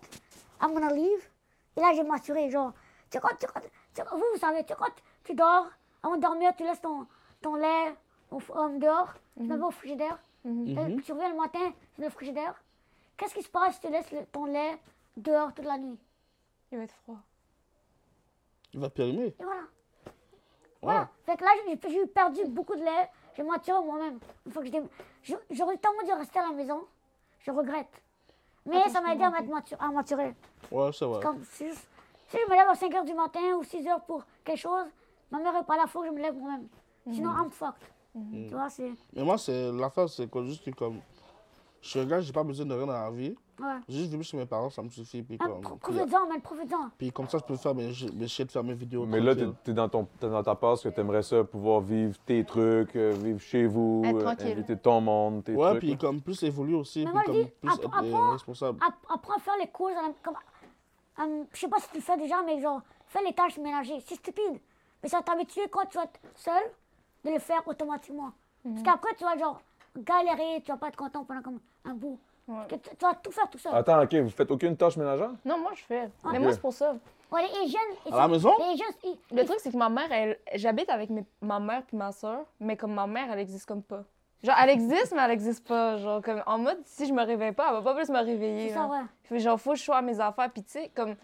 I'm gonna leave. Et là, j'ai m'assuré, genre, tu sais, quand, tu sais, quand- tu sais, vous, vous savez, tu sais, quand tu dors, avant de dormir, tu laisses ton, ton lait au, f- euh, dehors, tu le mets au frigidaire. Euh, Tu reviens le matin, tu mets le frigidaire. Qu'est-ce qui se passe si tu laisses le- ton lait dehors toute la nuit?
Il va être froid.
Il va périmer.
Et voilà. Voilà. Fait que là, j'ai- j'ai j'ai perdu beaucoup de lait. J'ai maturé moi-même. Une fois que j'étais- je- J'aurais tellement dû rester à la maison. Je regrette. Mais ça m'a aidé à, m'être matu- à maturer.
Ouais, c'est vrai.
Comme si, je- si je me lève à 5 h du matin ou 6 h pour quelque chose, ma mère est pas là, faut que je me lève moi-même. Sinon, I'm fucked. Tu vois, c'est.
Mais moi, c'est l'affaire, c'est quoi, juste que comme. Je suis un gars, j'ai pas besoin de rien dans la vie.
Ouais.
Juste vivre chez mes parents, ça me suffit. Puis,
Hein,
comme,
pro-
puis,
Profite-en, man, profite-en.
puis comme ça, je peux faire mes, mes shit, faire mes vidéos.
Mais là, t'es,
tranquille.
t'es dans, ton, t'es dans ta passe que t'aimerais ça, pouvoir vivre tes trucs, euh, vivre chez vous,
Être
euh,
tranquille.
inviter ton monde, tes
Ouais,
trucs.
puis
là.
comme plus évoluer aussi,
Mais
puis
moi, je
comme
dis,
plus
appre-
être euh,
apprends-
responsable.
App- Apprends à faire les courses. à la- comme- Hum, je sais pas si tu le fais déjà, mais genre, fais les tâches ménagères. C'est stupide. Mais ça t'habitue quand tu vas être seul de le faire automatiquement. Parce
Mhm.
qu'après, tu vas genre galérer, tu vas pas être content pendant comme un bout.
Ouais.
Parce que tu, tu vas tout faire tout
Ah.
seul.
Attends, ok, vous faites aucune tâche ménagère?
Non, moi, je fais. Mais
Ok.
moi, c'est pour ça.
Ouais, les jeunes. ils
À la
sont-
maison?
Les jeunes, ils-
Le truc, c'est que ma mère, elle, j'habite avec mes- ma mère puis ma soeur, mais comme ma mère, elle existe comme pas. Genre, elle existe, mais elle existe pas. Genre, comme, en mode, si je me réveille pas, elle va pas plus me réveiller.
c'est ça,
là.
ouais.
Fait genre, faut que je sois à mes affaires. Puis, tu sais, comme,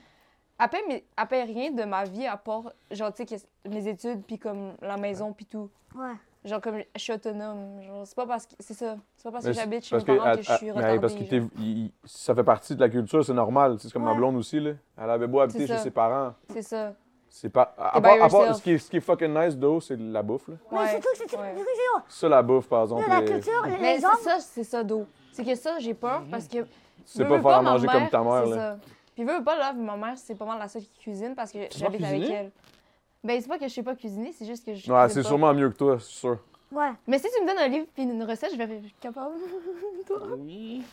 elle paye, mes- elle paye rien de ma vie à part, genre, tu sais, que- mes études, puis comme la maison, puis tout.
Ouais.
Genre, comme, je suis autonome. Genre, c'est pas parce que. C'est ça. C'est pas parce que
Mais c'est-
j'habite chez
parce
mes parents
à-
que je
à-
suis
mais
retardée.
parce que
genre.
t'es- il- il- ça fait partie de la culture, c'est normal. tu sais, C'est comme ma
Ouais.
blonde aussi, là. Elle avait beau habiter
C'est
chez
ça.
ses parents.
C'est ça.
C'est pas. À, à
by
part, à part-
yourself.
ce, qui est, ce qui est fucking nice, d'eau, c'est la bouffe, là.
Mais
Ouais,
c'est tout, c'est tout.
ouais.
c'est tout, c'est tout.
Ça, la bouffe, par exemple.
Nous, La
les-
culture, les-
Mais
les
c'est
hommes.
ça, c'est ça d'eau. C'est que ça, j'ai peur parce que.
Tu sais
veux,
pas
veux
faire à
ma
manger comme ta mère,
C'est
là.
ça. Puis veux veux pas là, ma mère, c'est pas mal la seule qui cuisine parce que
sais pas
j'habite avec
cuisiner?
elle. Ben c'est pas que je sais pas cuisiner, c'est juste que je.
Ouais,
cuisine
c'est
pas.
sûrement mieux que toi, c'est sûr.
Ouais.
Mais si tu me donnes un livre puis une recette, je vais être capable.
Oui.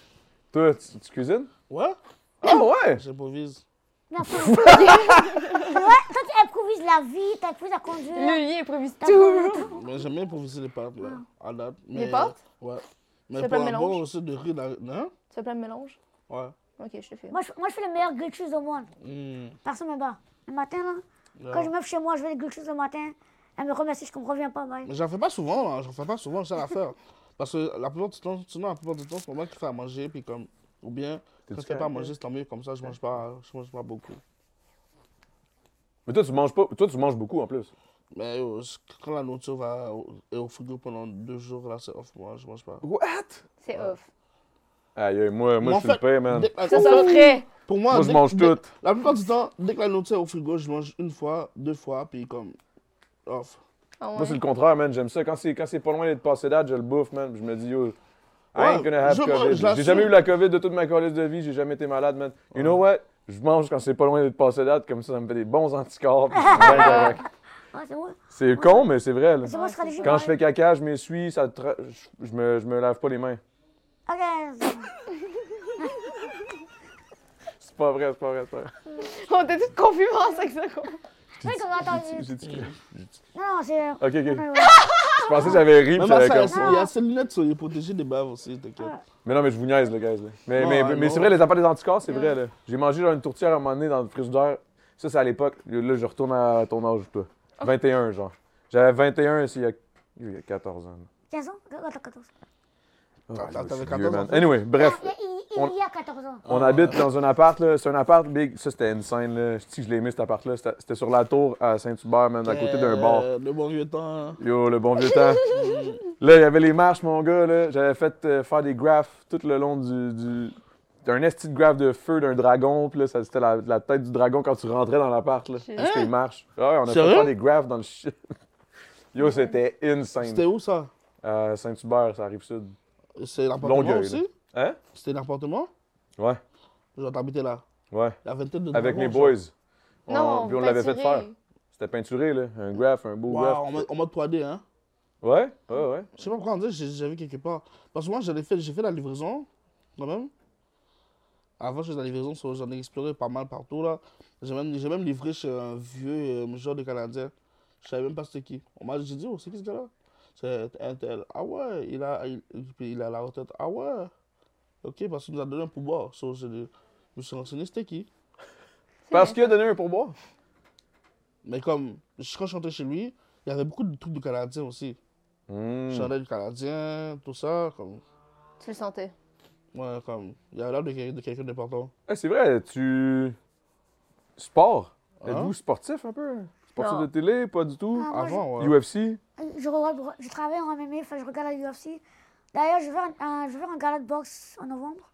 Toi, tu, tu cuisines?
Ouais,
Ah ouais!
j'improvise.
Mais après, ouais, toi, tu improvises la vie, tu improvises la conduite.
Lui, il improvise
t'as
tout.
Mais j'aime bien improviser les pâtes, là, à date.
Les
mais-
pâtes?
Ouais.
Tu
Mais pour
fais pas de
un
mélange?
bon aussi de riz, là, non?
Tu fais plein de mélanges
Ouais.
Ok, je te fais.
Moi je, moi, je fais les meilleurs grilled cheese au monde.
Hum,
Personne me bat. Le matin, là, quand
ouais.
je me lève chez moi, je fais les grilled cheese le matin. Elle me remercie, je comprends bien pas, bah, bye.
Mais j'en fais pas souvent, hein. j'en fais pas souvent, c'est ça l'affaire. Parce que la plupart du temps, sinon, la plupart du temps, c'est moi qui fais à manger, puis comme. Ou bien, quand je fais pas à manger, c'est tant mieux, comme ça, je mange pas, je mange pas beaucoup.
Mais toi, tu manges pas. Toi, tu manges beaucoup en plus.
Mais yo, c- quand la nourriture va au, est au frigo pendant deux jours, là, c'est off, moi, je mange pas.
What?
C'est off.
Aïe, aïe, moi, moi
en
je suis le
fait,
père, man.
dès que la-
Ça
en
sent
fait,
frais.
Pour moi,
Moi, je
dès-
mange
dès-
tout.
La plupart du temps, dès que la nourriture est au frigo, je mange une fois, deux fois, puis comme. Off.
Ah ouais.
Moi, c'est le contraire, man. J'aime ça. Quand c'est, quand c'est pas loin d'être passé date, je le bouffe, man. Je me dis, yo, I ain't
Ouais,
gonna have
je-
COVID.
je l'assume.
J'ai jamais eu la COVID de toute ma collège de vie. J'ai jamais été malade, man. You know what? Je mange quand c'est pas loin d'être passé date. Comme ça, ça me fait des bons anticorps. puis je suis bien correct.
Ouais, c'est moi.
c'est con, mais c'est vrai, là.
C'est moi, stratégie.
Quand je fais caca, je m'essuie, ça tra- je, je me, je me lave pas les mains.
Ok. c'est-
C'est pas vrai, c'est pas vrai, c'est pas vrai.
On était toutes confus en 5 secondes.
Oui, comme attends.
J'ai- j'ai dit que-
Non, non, c'est. euh,
Ok, ok.
Ouais, ouais.
Je pensais que j'avais ri, puis
Même à
j'avais
ça,
comme
il y a- il y a ses lunettes sur les protégés des baves aussi, t'inquiète.
Mais non, mais je vous niaise, le guys. là. Mais,
Non,
mais,
hein,
mais
non.
c'est vrai, les affaires des anticorps, c'est
Ouais.
vrai. là. J'ai mangé genre, une tourtière à un moment donné dans le frigidaire. Ça, c'est à l'époque. Là, je retourne à ton âge, toi. 21, genre. J'avais 21, c'est il y a, il y a 14 ans. là.
15 ans Attends, 14.
Oh,
T'as-
là,
t'avais Ah.
je suis
14
vieux, man.
enfants?
Anyway, bref.
Ah, il, il,
on-
il y a 14 ans.
On habite dans un appart, là. C'est un appart big. Ça, c'était une scène, là. Je sais que je l'ai aimé, cet appart-là. C'était c'était sur la tour à Saint-Hubert, man, à côté d'un bar.
Euh, Le bon vieux temps. hein.
Yo, le bon vieux temps. là, il y avait les marches, mon gars. Là. J'avais fait euh, faire des graphes tout le long du. du- d'un esti de graphe de feu d'un dragon. Puis là, ça, c'était la, la tête du dragon quand tu rentrais dans l'appart. Là,
Shit.
Juste les marches. Ah ouais, on a fait
Sérieux?
faire des graphes dans le shit. Yo, c'était insane.
C'était où ça
Euh, Saint-Hubert, ça arrive sud.
C'est l'appartement
Longueuil, là.
aussi
Hein?
C'était l'appartement
Ouais,
Genre, t'habitais là.
ouais.
La vingtaine de
Avec
dragons,
mes
genre.
boys. On-
Non,
puis on l'avait fait faire.
peinturé.
C'était peinturé, là. Un graph, un beau
Wow,
graph.
en mode- en mode 3D, hein.
Ouais, ouais, ouais.
Je sais pas pourquoi on dirait que j'ai- j'avais quelque part. Parce que moi, j'avais fait, j'ai fait la livraison, quand même. Avant, je faisais la livraison, so, j'en ai exploré pas mal partout, là. J'ai même, j'ai même livré chez un vieux euh, genre de Canadien. Je savais même pas c'était qui. On m'a j'ai dit, oh, c'est qui ce gars-là? C'est un tel. Ah ouais, il a, il, puis il a la retraite. Ah ouais. Ok, parce qu'il nous a donné un pourboire. So, je, je me suis renseigné, c'était qui?
Parce qu'il a donné un pourboire.
Mais comme, je- quand je suis rentré chez lui, il y avait beaucoup de trucs du Canadien aussi.
Hmm.
Chandelle du Canadien, tout ça, comme...
Tu le sentais.
Ouais, comme. Il y a l'air de, quel- de quelqu'un d'important.
Ah, c'est vrai, tu. Sport.
Hein?
Êtes-vous sportif un peu? Sportif
Non.
de télé, pas du tout.
Ah, moi, je-
Avant, ouais.
UFC?
Euh, Je, regarde, je travaille en MMA, enfin, je regarde la UFC. D'ailleurs, je vais faire un, un- je vais faire un gala de boxe en novembre.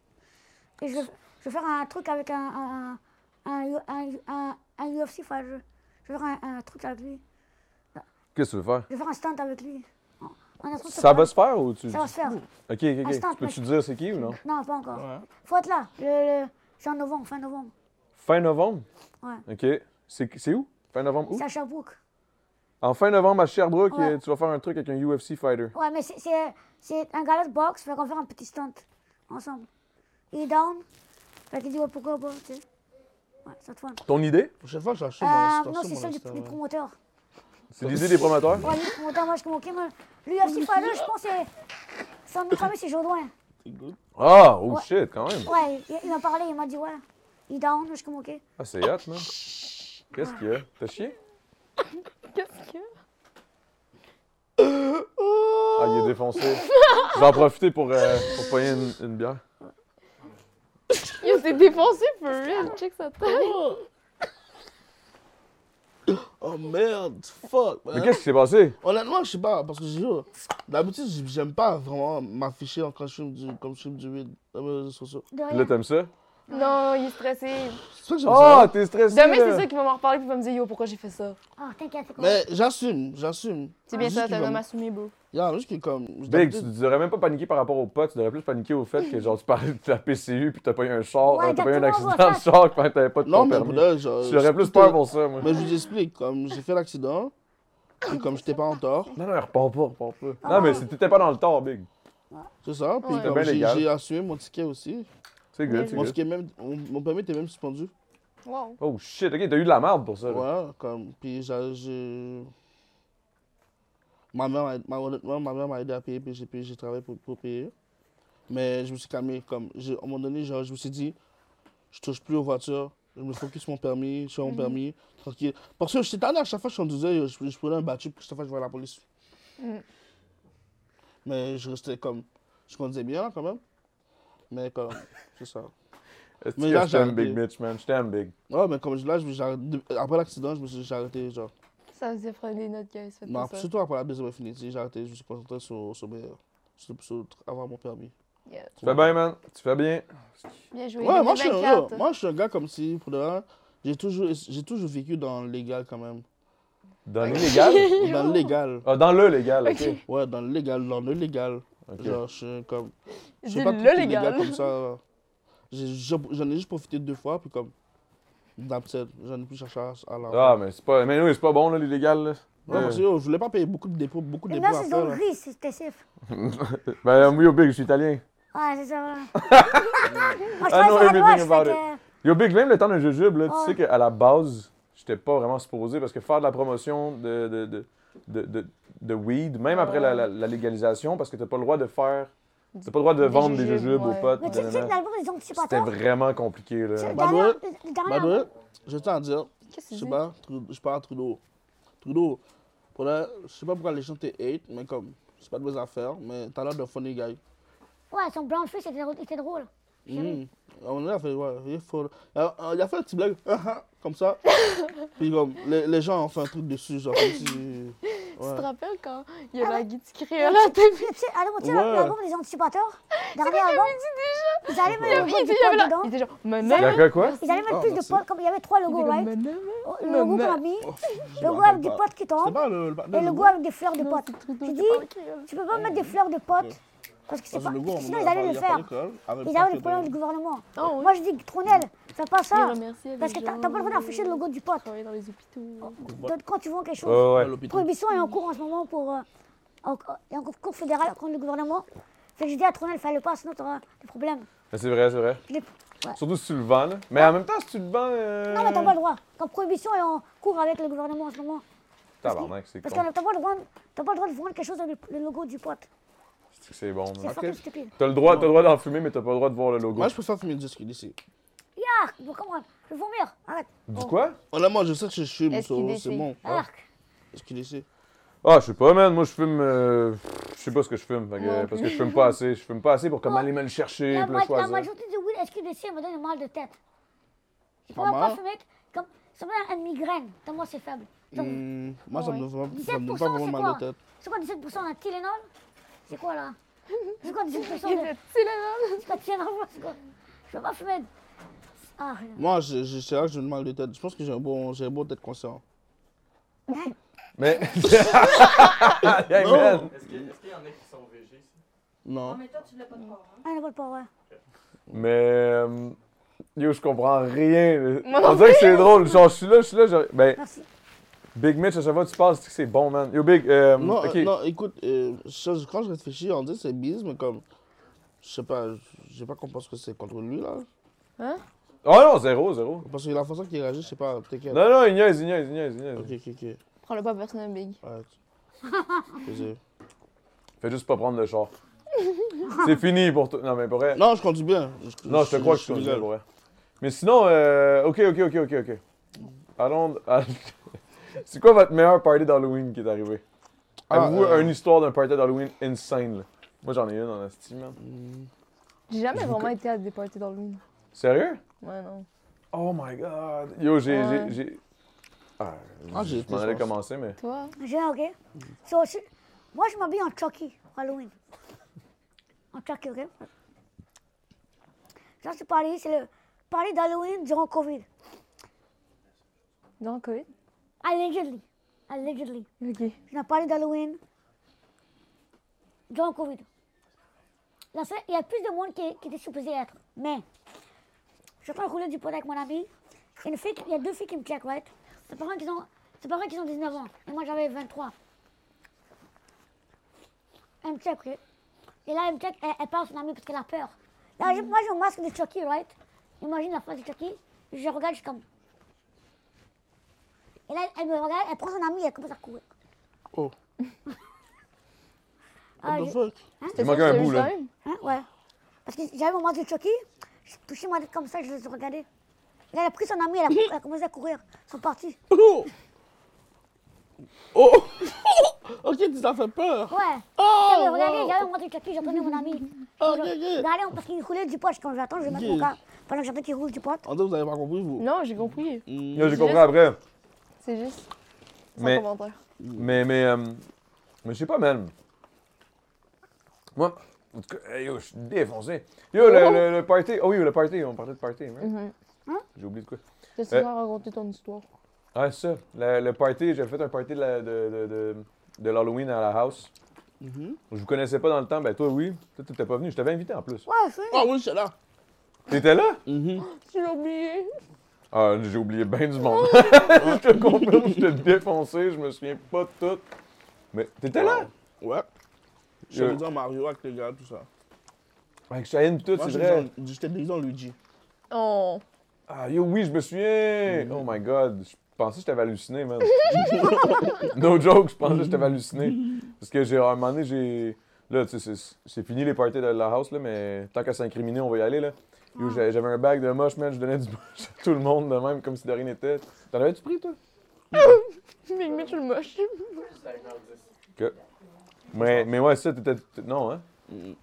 Et je, je vais faire un truc avec un, un, un, un, un, un- un UFC, enfin, je, je vais faire un, un truc avec lui.
Qu'est-ce que tu veux faire?
Je vais faire un stunt avec lui. En- en attendant,
Ça va se faire ou tu.
Ça va se Ah, faire.
Ok, ok, ok.
Instant,
Tu Peux-tu
mec.
dire c'est qui ou non?
Non, pas encore.
Ouais.
Faut être là. Le, le- c'est en novembre, fin novembre.
Fin novembre?
Ouais.
Ok. C'est c'est où? Fin novembre où?
C'est à Sherbrooke.
En fin novembre à Sherbrooke,
Ouais.
euh, tu vas faire un truc avec un UFC fighter.
Ouais, mais c'est- c'est c'est un gala de boxe, fait qu'on va faire un petit stunt ensemble. Il est down. Fait qu'il dit, ouais, pourquoi pas, tu sais. Ouais, c'est fun.
Ton idée?
Prochaine fois, j'achète dans la
Euh,
situation.
non, c'est
mon
ça du,
Insta,
du
ouais.
promoteur.
C'est l'idée des promoteurs?
Ouais, lui, le promoteur, moi, je comprends. ok, moi, L'UFC Fighter, je pense que c'est. Son nom de famille, c'est Jodoin.
C'est good.
Ah, oh
Ouais.
shit, quand même.
Ouais, il, il m'a parlé, il m'a dit, ouais, il down, je comprends. ok.
Ah, c'est hot, man. Qu'est-ce qu'il y a? T'as chié?
Qu'est-ce que.
Ah, il est défoncé. Je vais en profiter pour, euh, pour payer une, une bière.
Yo, t'es défoncé for real. Check sa tête.
Oh merde, fuck,
Mais
man.
qu'est-ce qui s'est passé?
Honnêtement, je sais pas, parce que je jure, d'habitude, j- j'aime pas vraiment m'afficher en- quand je fume du, comme je fume du weed euh, dans mes réseaux sociaux.
De
Puis là,
rien.
t'aimes ça?
Non, il est stressé.
C'est ça que j'aime
Ah,
ça.
t'es stressé!
Demain, c'est
là.
ça qu'il va m'en reparler puis il va me dire Yo, pourquoi j'ai fait ça
Ah, t'inquiète, c'est quoi?
Mais j'assume, j'assume.
C'est bien
Juste
ça,
que
t'as un
comme-
homme assumé, bro.
Yeah, juste que comme.
Big,
d'habitude-
tu tu devrais même pas paniquer par rapport au pot, tu devrais plus paniquer au fait que genre tu parlais de la PCU puis t'as pas eu un char,
Ouais,
euh, t'as pas eu un
exactement,
accident
on voit
de char quand t'avais pas de
Non,
ton
mais pour
permis.
là, genre.
Tu aurais plus peur pour ça, moi.
Mais je vous explique, comme j'ai fait l'accident, et comme j'étais pas en tort,
Non, non, repars pas, repars pas.
Ah.
Non, mais c'est- t'étais pas dans le tort, Big.
c'est ça, puis
Ouais.
comme
Ben
j'ai-
légal.
j'ai assuré mon ticket aussi.
C'est
Mais
good, c'est
Mon
good.
ticket même, mon, mon permis était même suspendu.
Wow.
Oh shit, ok, t'as eu de la merde pour ça. là.
Ouais, comme, puis j'a- j'ai... Ma mère, m'a- ma, honnêtement, ma mère m'a aidé à payer, puis j'ai payé, j'ai travaillé pour, pour payer. Mais je me suis calmé, comme, j'ai- à un moment donné, genre, je me suis dit, je touche plus aux voitures, je me focus sur mon permis, sur mon permis, tranquille. Parce que j'étais tanné à chaque fois que je suis en disais, je, je prenais un battu, puis chaque fois je voyais la police.
Mhm.
Mais je restais comme, je conduisais bien, là, quand même. Mais comme, c'est ça.
Est-ce
Mais là,
que je t'aime,
j'ai
Big
arrêté.
Mitch, man? Je t'aime, Big.
Ouais, mais comme là, je, me- j'ai arrêté- après l'accident, je me suis j'ai arrêté, genre.
Ça faisait freiner notre gueule, faites
Non,
pas ça.
Bah, surtout après la deuxième infinity, j'ai arrêté, je me suis concentré sur, sur, mes, sur, sur avoir mon permis.
Yeah.
Tu fais bien, man. Tu fais bien.
Bien joué.
Ouais, moi je, suis un,
2024.
ouais, moi je suis un gars comme si, pour de vrai, j'ai toujours, j'ai toujours vécu dans le légal quand même.
Dans l'illégal?
Dans le légal.
Ah, dans le légal, ok.
Ok.
Ouais, dans le légal, dans le légal.
Ok.
Genre, je suis comme. Je suis
Dis
pas
le
tout le
légal.
légal comme ça. J'ai- j'en- J'en ai juste profité deux fois, puis comme. That's it. J'en ai plus cherché à à l'argent.
Ah, mais c'est pas. Mais oui, c'est pas bon, là, l'illégal, là.
Ouais, parce que yo, je voulais pas payer beaucoup de dépôts, beaucoup de
Mais
dépôts
là,
à
c'est
faire.
zone
là.
grise, c'était safe.
Ben, oui, yo, Big, je suis italien.
Ouais, c'est ça. voilà.
I know
Moi, je travaille sur la
everything
gauche,
about
fait
it.
que.
Yo, Big, même le temps d'un jujube, là,
Ouais.
tu sais qu'à la base, j'étais pas vraiment supposé parce que faire de la promotion de, de, de, de, de- de weed, même après la, la- la légalisation, parce que t'as pas le droit de faire. T'as pas le droit de
Des
vendre des
jujubes,
jujubes
ouais.
aux potes.
Mais tu tu sais,
nanana.
que l'album des
C'était
anticipateurs.
vraiment compliqué, là.
Le
Bah,
dernier-
ouais.
le
Bah,
dernier-
ouais, je vais t'en dire.
Qu'est-ce que
Mhm.
Je
tu
sais
dis
pas, Trud- je parle à Trudeau. Trudeau, pour la- je sais pas pourquoi les gens te hate, mais comme, c'est pas de mes affaires, mais t'as l'air d'un funny guy.
Ouais, son blanc de feu, c'était drôle- c'était drôle.
Mhm. On a fait, ouais, il, faut... il, a, il a fait un petit blague, ah, ah, comme ça. Puis comme, les, les gens ont fait un truc dessus, genre comme si.
Tu te
Ouais.
rappelles quand il y a la guide qui criait là, t'as vu
Tu sais, allez, tu sais,
Ouais.
l'album des anticipateurs. Dernier album. Ils allaient
Il y
mettre le
avait- il
logo
y
du
avait
pot
la-
dedans.
il était genre,
Il y
Manon.
a quoi, quoi?
Ils allaient mettre
Ah,
plus de
merci.
potes, comme il y avait trois logos, right? Le logo
Maman.
qu'on a mis,
Je
le
me
logo
rappelle
avec des
pas.
potes qui
C'est
tombent
pas le, le partenaire
et le
de
logo
Gouin.
avec des fleurs de potes. Tu dis, tu peux pas mettre des fleurs de potes parce que c'est
Parce que
pas.
Ah, le goût,
Sinon, ils allaient le faire. Ils avaient le problème du gouvernement.
Oh, oui.
Moi, je dis, Tronel, fais pas ça.
remercier
Parce que t'as t'as pas le droit d'afficher le logo du pote.
Travailler dans les hôpitaux.
Donc, Quand tu vends quelque chose.
Ouais,
à
ouais.
l'hôpital.
Prohibition est en cours en ce moment pour. euh, en- Il y a un cours fédéral contre le gouvernement. Fait que j'ai dit à Tronel, fais-le pas, sinon t'auras des problèmes.
Mais c'est vrai, c'est vrai.
Je l'ai-
Surtout si tu le vends, là. Mais en même temps, si tu le vends. euh,
Non, mais t'as pas le droit. Comme prohibition est en cours avec le gouvernement en ce moment.
Tabarnak, c'est
Parce
con.
que t'as pas le droit, t'as pas le droit de vendre quelque chose avec le logo du pote.
C'est que C'est bon,
C'est
man.
fucking stupide.
T'as le droit, t'as le droit d'en fumer, mais t'as pas le droit de voir le logo.
Moi, je préfère fumer du disque d'ici.
Yark, vous comprenez Ah, Je vais vomir. Arrête.
Du quoi?
Honnêtement, je sais que je suis, mais
Est-ce
c'est
qu'il décide?
bon.
Arc.
Est-ce qu'il essaie
Ah, je sais pas, man. Moi, je fume. euh, Je sais pas ce que je fume. fait que-
Moi non
parce que je fume pas assez. Je fume pas assez pour comme aller me le chercher
La,
puis le
ma- la
choisir.
majorité de Will SQDC me donne mal de tête. Je peux
Pas
même pas
mal.
fumer. Comme, ça me donne une migraine, tellement c'est faible. Donc,
Hmm, Moi, ça me
Ouais.
donne pas- ça me donne
17%,
pas vraiment
c'est
mal
quoi
de tête.
C'est quoi 17% d'un Tylenol C'est quoi là C'est quoi 17%
Il
de
était Tylenol.
c'est quoi, Tylenol C'est quoi Je peux pas fumer. Ah, rien.
Moi, je- je- c'est là que j'ai eu le mal de tête. Je pense que j'ai un bon, j'ai un bon tête conscient.
Mais. Hey, man.
Est-ce que- est-ce qu'il y en a qui sont végés ici?
Non.
mais toi, tu l'as pas de corps, hein?
Ah, ne vole pas, ouais.
Mais. euh, Yo, je comprends rien.
Moi non
On dirait que c'est drôle. Genre, je suis là, je suis là. genre- Ben,
Merci.
Big Mitch, à chaque fois que tu passes, tu sais que c'est bon, man. Yo, Big. euh,
Non, euh,
ok.
non, écoute, euh, je- quand je réfléchis, on dit que c'est bise, mais comme. Je sais pas, je sais pas qu'on pense que c'est contre lui là.
Hein
Oh non, zéro, zéro.
Parce que la façon qu'il réagit, je sais pas, peut-être qu'elle.
Non, non, il niaise, il niaise, il niaise, il niaise.
Ok, ok, ok.
Prends-le pas personnel, Big.
Arrête. Désolé.
Fais juste pas prendre le char. C'est fini pour toi. Non, mais pour vrai.
Non, je conduis bien.
Non, je te crois que je suis
rigole.
conduis pour vrai. Mais sinon, euh, ok, ok, ok, ok, ok. Allons. à- C'est quoi votre meilleur party d'Halloween qui est arrivé?
Ah,
Avez-vous
euh,
une histoire d'un party d'Halloween insane, là? Moi, j'en ai une en esti, man.
Mm.
J'ai jamais vraiment été à des parties d'Halloween.
Sérieux?
Ouais, non.
Oh my god. Euh. Yo, j'ai.
Ouais.
j'ai, j'ai... Ah,
Ah, j'ai
je
été
m'en allais
chanceux.
commencer, mais.
Toi?
J'ai un, ok? So, je- moi, je m'habille en Chucky, Halloween. En Chucky, ok? Ça, c'est Paris, c'est le Paris d'Halloween durant Covid.
Durant le COVID?
Allegedly. Allegedly.
Ok.
C'est un Paris d'Halloween durant Covid. La fête- il y a plus de monde qui, qui était supposé être. Mais, je crois rouler du pot avec mon ami. Il y a une fille qui- il y a deux filles qui me check, right? C'est pas vrai qu'ils ont, c'est pas vrai qu'ils ont 19 ans. Et moi, j'avais 23. Elle me check, ok? Et là, elle me check, elle, elle parle à son ami parce qu'elle a peur. Là, j'ai- moi, j'ai un masque de Chucky, right? Imagine la face de Chucky. Je regarde, je suis comme. Et là, elle me regarde, elle prend son ami et elle commence à courir.
Oh.
Ah,
What the
j'ai-
fuck?
Il manquait un bout, là.
Hein, ouais. Parce que j'avais mon masque de Chucky, j'ai touché ma tête comme ça, je les ai regardés. Et là, elle a pris son ami, elle a, elle a commencé à courir. Ils sont partis.
Oh! Oh! ok, tu t'as fait peur!
Ouais.
Oh!
J'avais regardé,
wow.
j'avais mon masque de Chucky, j'ai prenais mon ami.
Ok, ok.
Regardez, parce qu'il roulait du pote. Quand j'attends, je vais mettre mon
Yes.
cas. Pendant que j'attends qu'il roule du pote.
En tout cas, vous avez pas compris, vous?
Non, j'ai compris.
Mm.
Yo, j'ai
C'est
compris
juste-
après.
C'est juste. Sans
Mais-
commentaire.
Mais, mais, euh, mais je sais pas, man. Moi, en tout cas, hey, yo, je suis défoncé. Yo, le, le- le party. Oh oui, le party, on parlait de party. right?
Mhm.
J'ai oublié de quoi.
T'as
Euh.
souvent raconté ton histoire.
Ah, c'est ça. Le, le party, j'ai fait un party de, la- de, de, de, de l'Halloween à la house.
Mhm.
Je vous connaissais pas dans le temps. Ben, toi, oui. Toi, t'étais pas venu. Je t'avais invité en plus.
Ouais, je suis.
Oh,
Ah oui, c'est là!
T'étais là?
Mhm.
J'ai oublié.
Ah, j'ai oublié bien du monde. je te confirme, je t'ai défoncé. Je me souviens pas de tout. Mais t'étais là?
Ouais. Je suis
Yo.
venu en Mario avec les gars, tout ça.
Avec Shane pis tout,
Moi,
c'est
j'étais
vrai.
en- j'étais déguisé en Luigi.
Oh.
Ah, yo, oui, je me souviens! Oh my god, je pensais que je t'avais halluciné, man. no joke, je pensais que je t'avais halluciné. Parce que j'ai, à un moment donné, j'ai. Là, tu sais, c'est- c'est fini les parties de la house, là, mais tant qu'à s'incriminer, on va y aller, là. Yo, j'avais j'avais un bag de moche, man, je donnais du moche à tout le monde, de même, comme si de rien n'était. T'en avais-tu pris, toi?
Mais mais tu le moches.
Juste à 1h10.
Mais, mais ouais, ça, t'étais. t'étais- Non, hein?
Mm.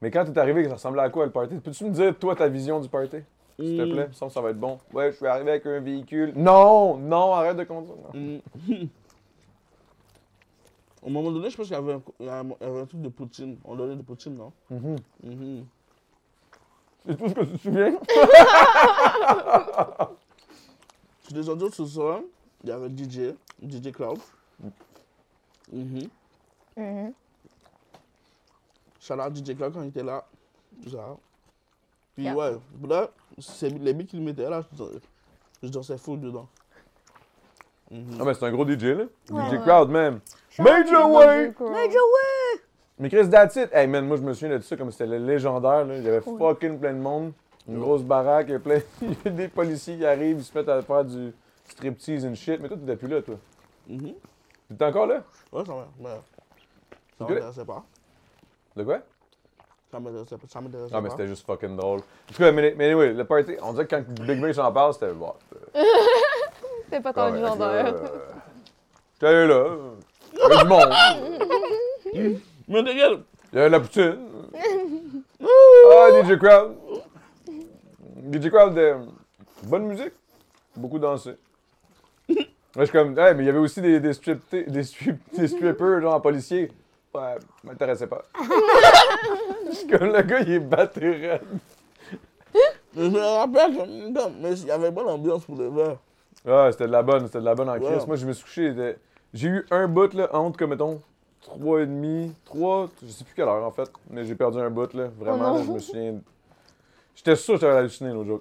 Mais quand t'es arrivé, ça ressemblait à quoi, le party? Peux-tu me dire, toi, ta vision du party? S'il te
Mm.
plaît, ça, ça va être bon. Ouais, je suis arrivé avec un véhicule. Non, non, arrête de conduire. Non.
Mm. Au moment donné, je pense qu'il y avait un, il y avait un- il y avait un truc de poutine. On donnait de poutine, non?
Mhm.
Mhm.
C'est tout ce que tu te souviens?
Je suis descendu au sous-sol. Il y avait DJ, DJ Cloud.
Mm.
Mhm.
Mm-hmm.
Shout out DJ Cloud quand il était là. Tout ça. Puis
Yeah.
ouais, là, c'est les beats qu'il mettait là, je, dan- je dansais fou dedans. Mhm.
Ah, ben c'est un gros DJ, là. DJ
Ouais.
Crowd, même.
Shout out
Ah
Major Way!
Mais je Ah ouais.
Mais Chris Datit, hey man, moi je me souviens de ça comme c'était le légendaire, là. Il y avait fucking plein de monde. Une grosse baraque, il y a plein. il y a des policiers qui arrivent, ils se mettent à faire du striptease and shit. Mais toi, t'étais plus là, toi. Mm-hmm.
Mhm.
T'étais encore là?
Ouais, ça m'a- mais ça
Ok.
m'intéressait pas.
De quoi?
Ça m'intéressait pas. Ça m'intéressait
Ah, mais
pas.
c'était juste fucking drôle. En tout cas, mais, mais anyway, le party, on dirait que quand Big Bang s'en parle, c'était. Bon, euh,
C'est pas
Ah
ton légendaire.
J'étais Euh, là. Il y avait du monde.
Mais regarde,
Il y avait de Euh, la poutine. ah, DJ Crowd. DJ Crowd, euh, bonne musique. Beaucoup dansé. Moi, je suis comme, hey, mais il y avait aussi des, des, stripté- des, strip, des strippers, genre policiers. Ouais, m'intéressait pas. je suis comme, le gars, il est batté raide.
mais je me rappelle comme, comme- mais il y avait bonne ambiance pour le verre.
Ah, c'était de la bonne, c'était de la bonne en crise.
Wow.
Moi, je me suis couché. il était- J'ai eu un bout, là, entre, comme mettons, 3,5, 3, je sais plus quelle heure, en fait. Mais j'ai perdu un bout, là. Vraiment,
Oh non.
là, je me souviens. J'étais sûr que j'avais halluciné, l'autre jour.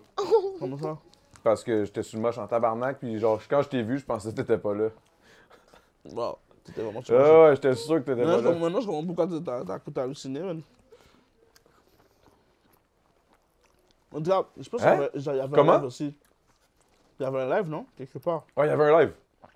Comment ça?
Parce que j'étais sur le moche en tabarnak, puis genre, quand je t'ai vu, je pensais que t'étais pas là.
Wow, c'était vraiment chouette.
Ah ouais, j'étais sûr que t'étais
Maintenant,
pas
je
là.
comprends- maintenant, je comprends pourquoi t'as- t'as t'as- t'as halluciné, man. On dirait- Je pense qu'il
Hein?
y avait- genre, il y avait
Comment?
un live aussi. Il y avait un live, non Quelque part.
Ouais, il y avait un live.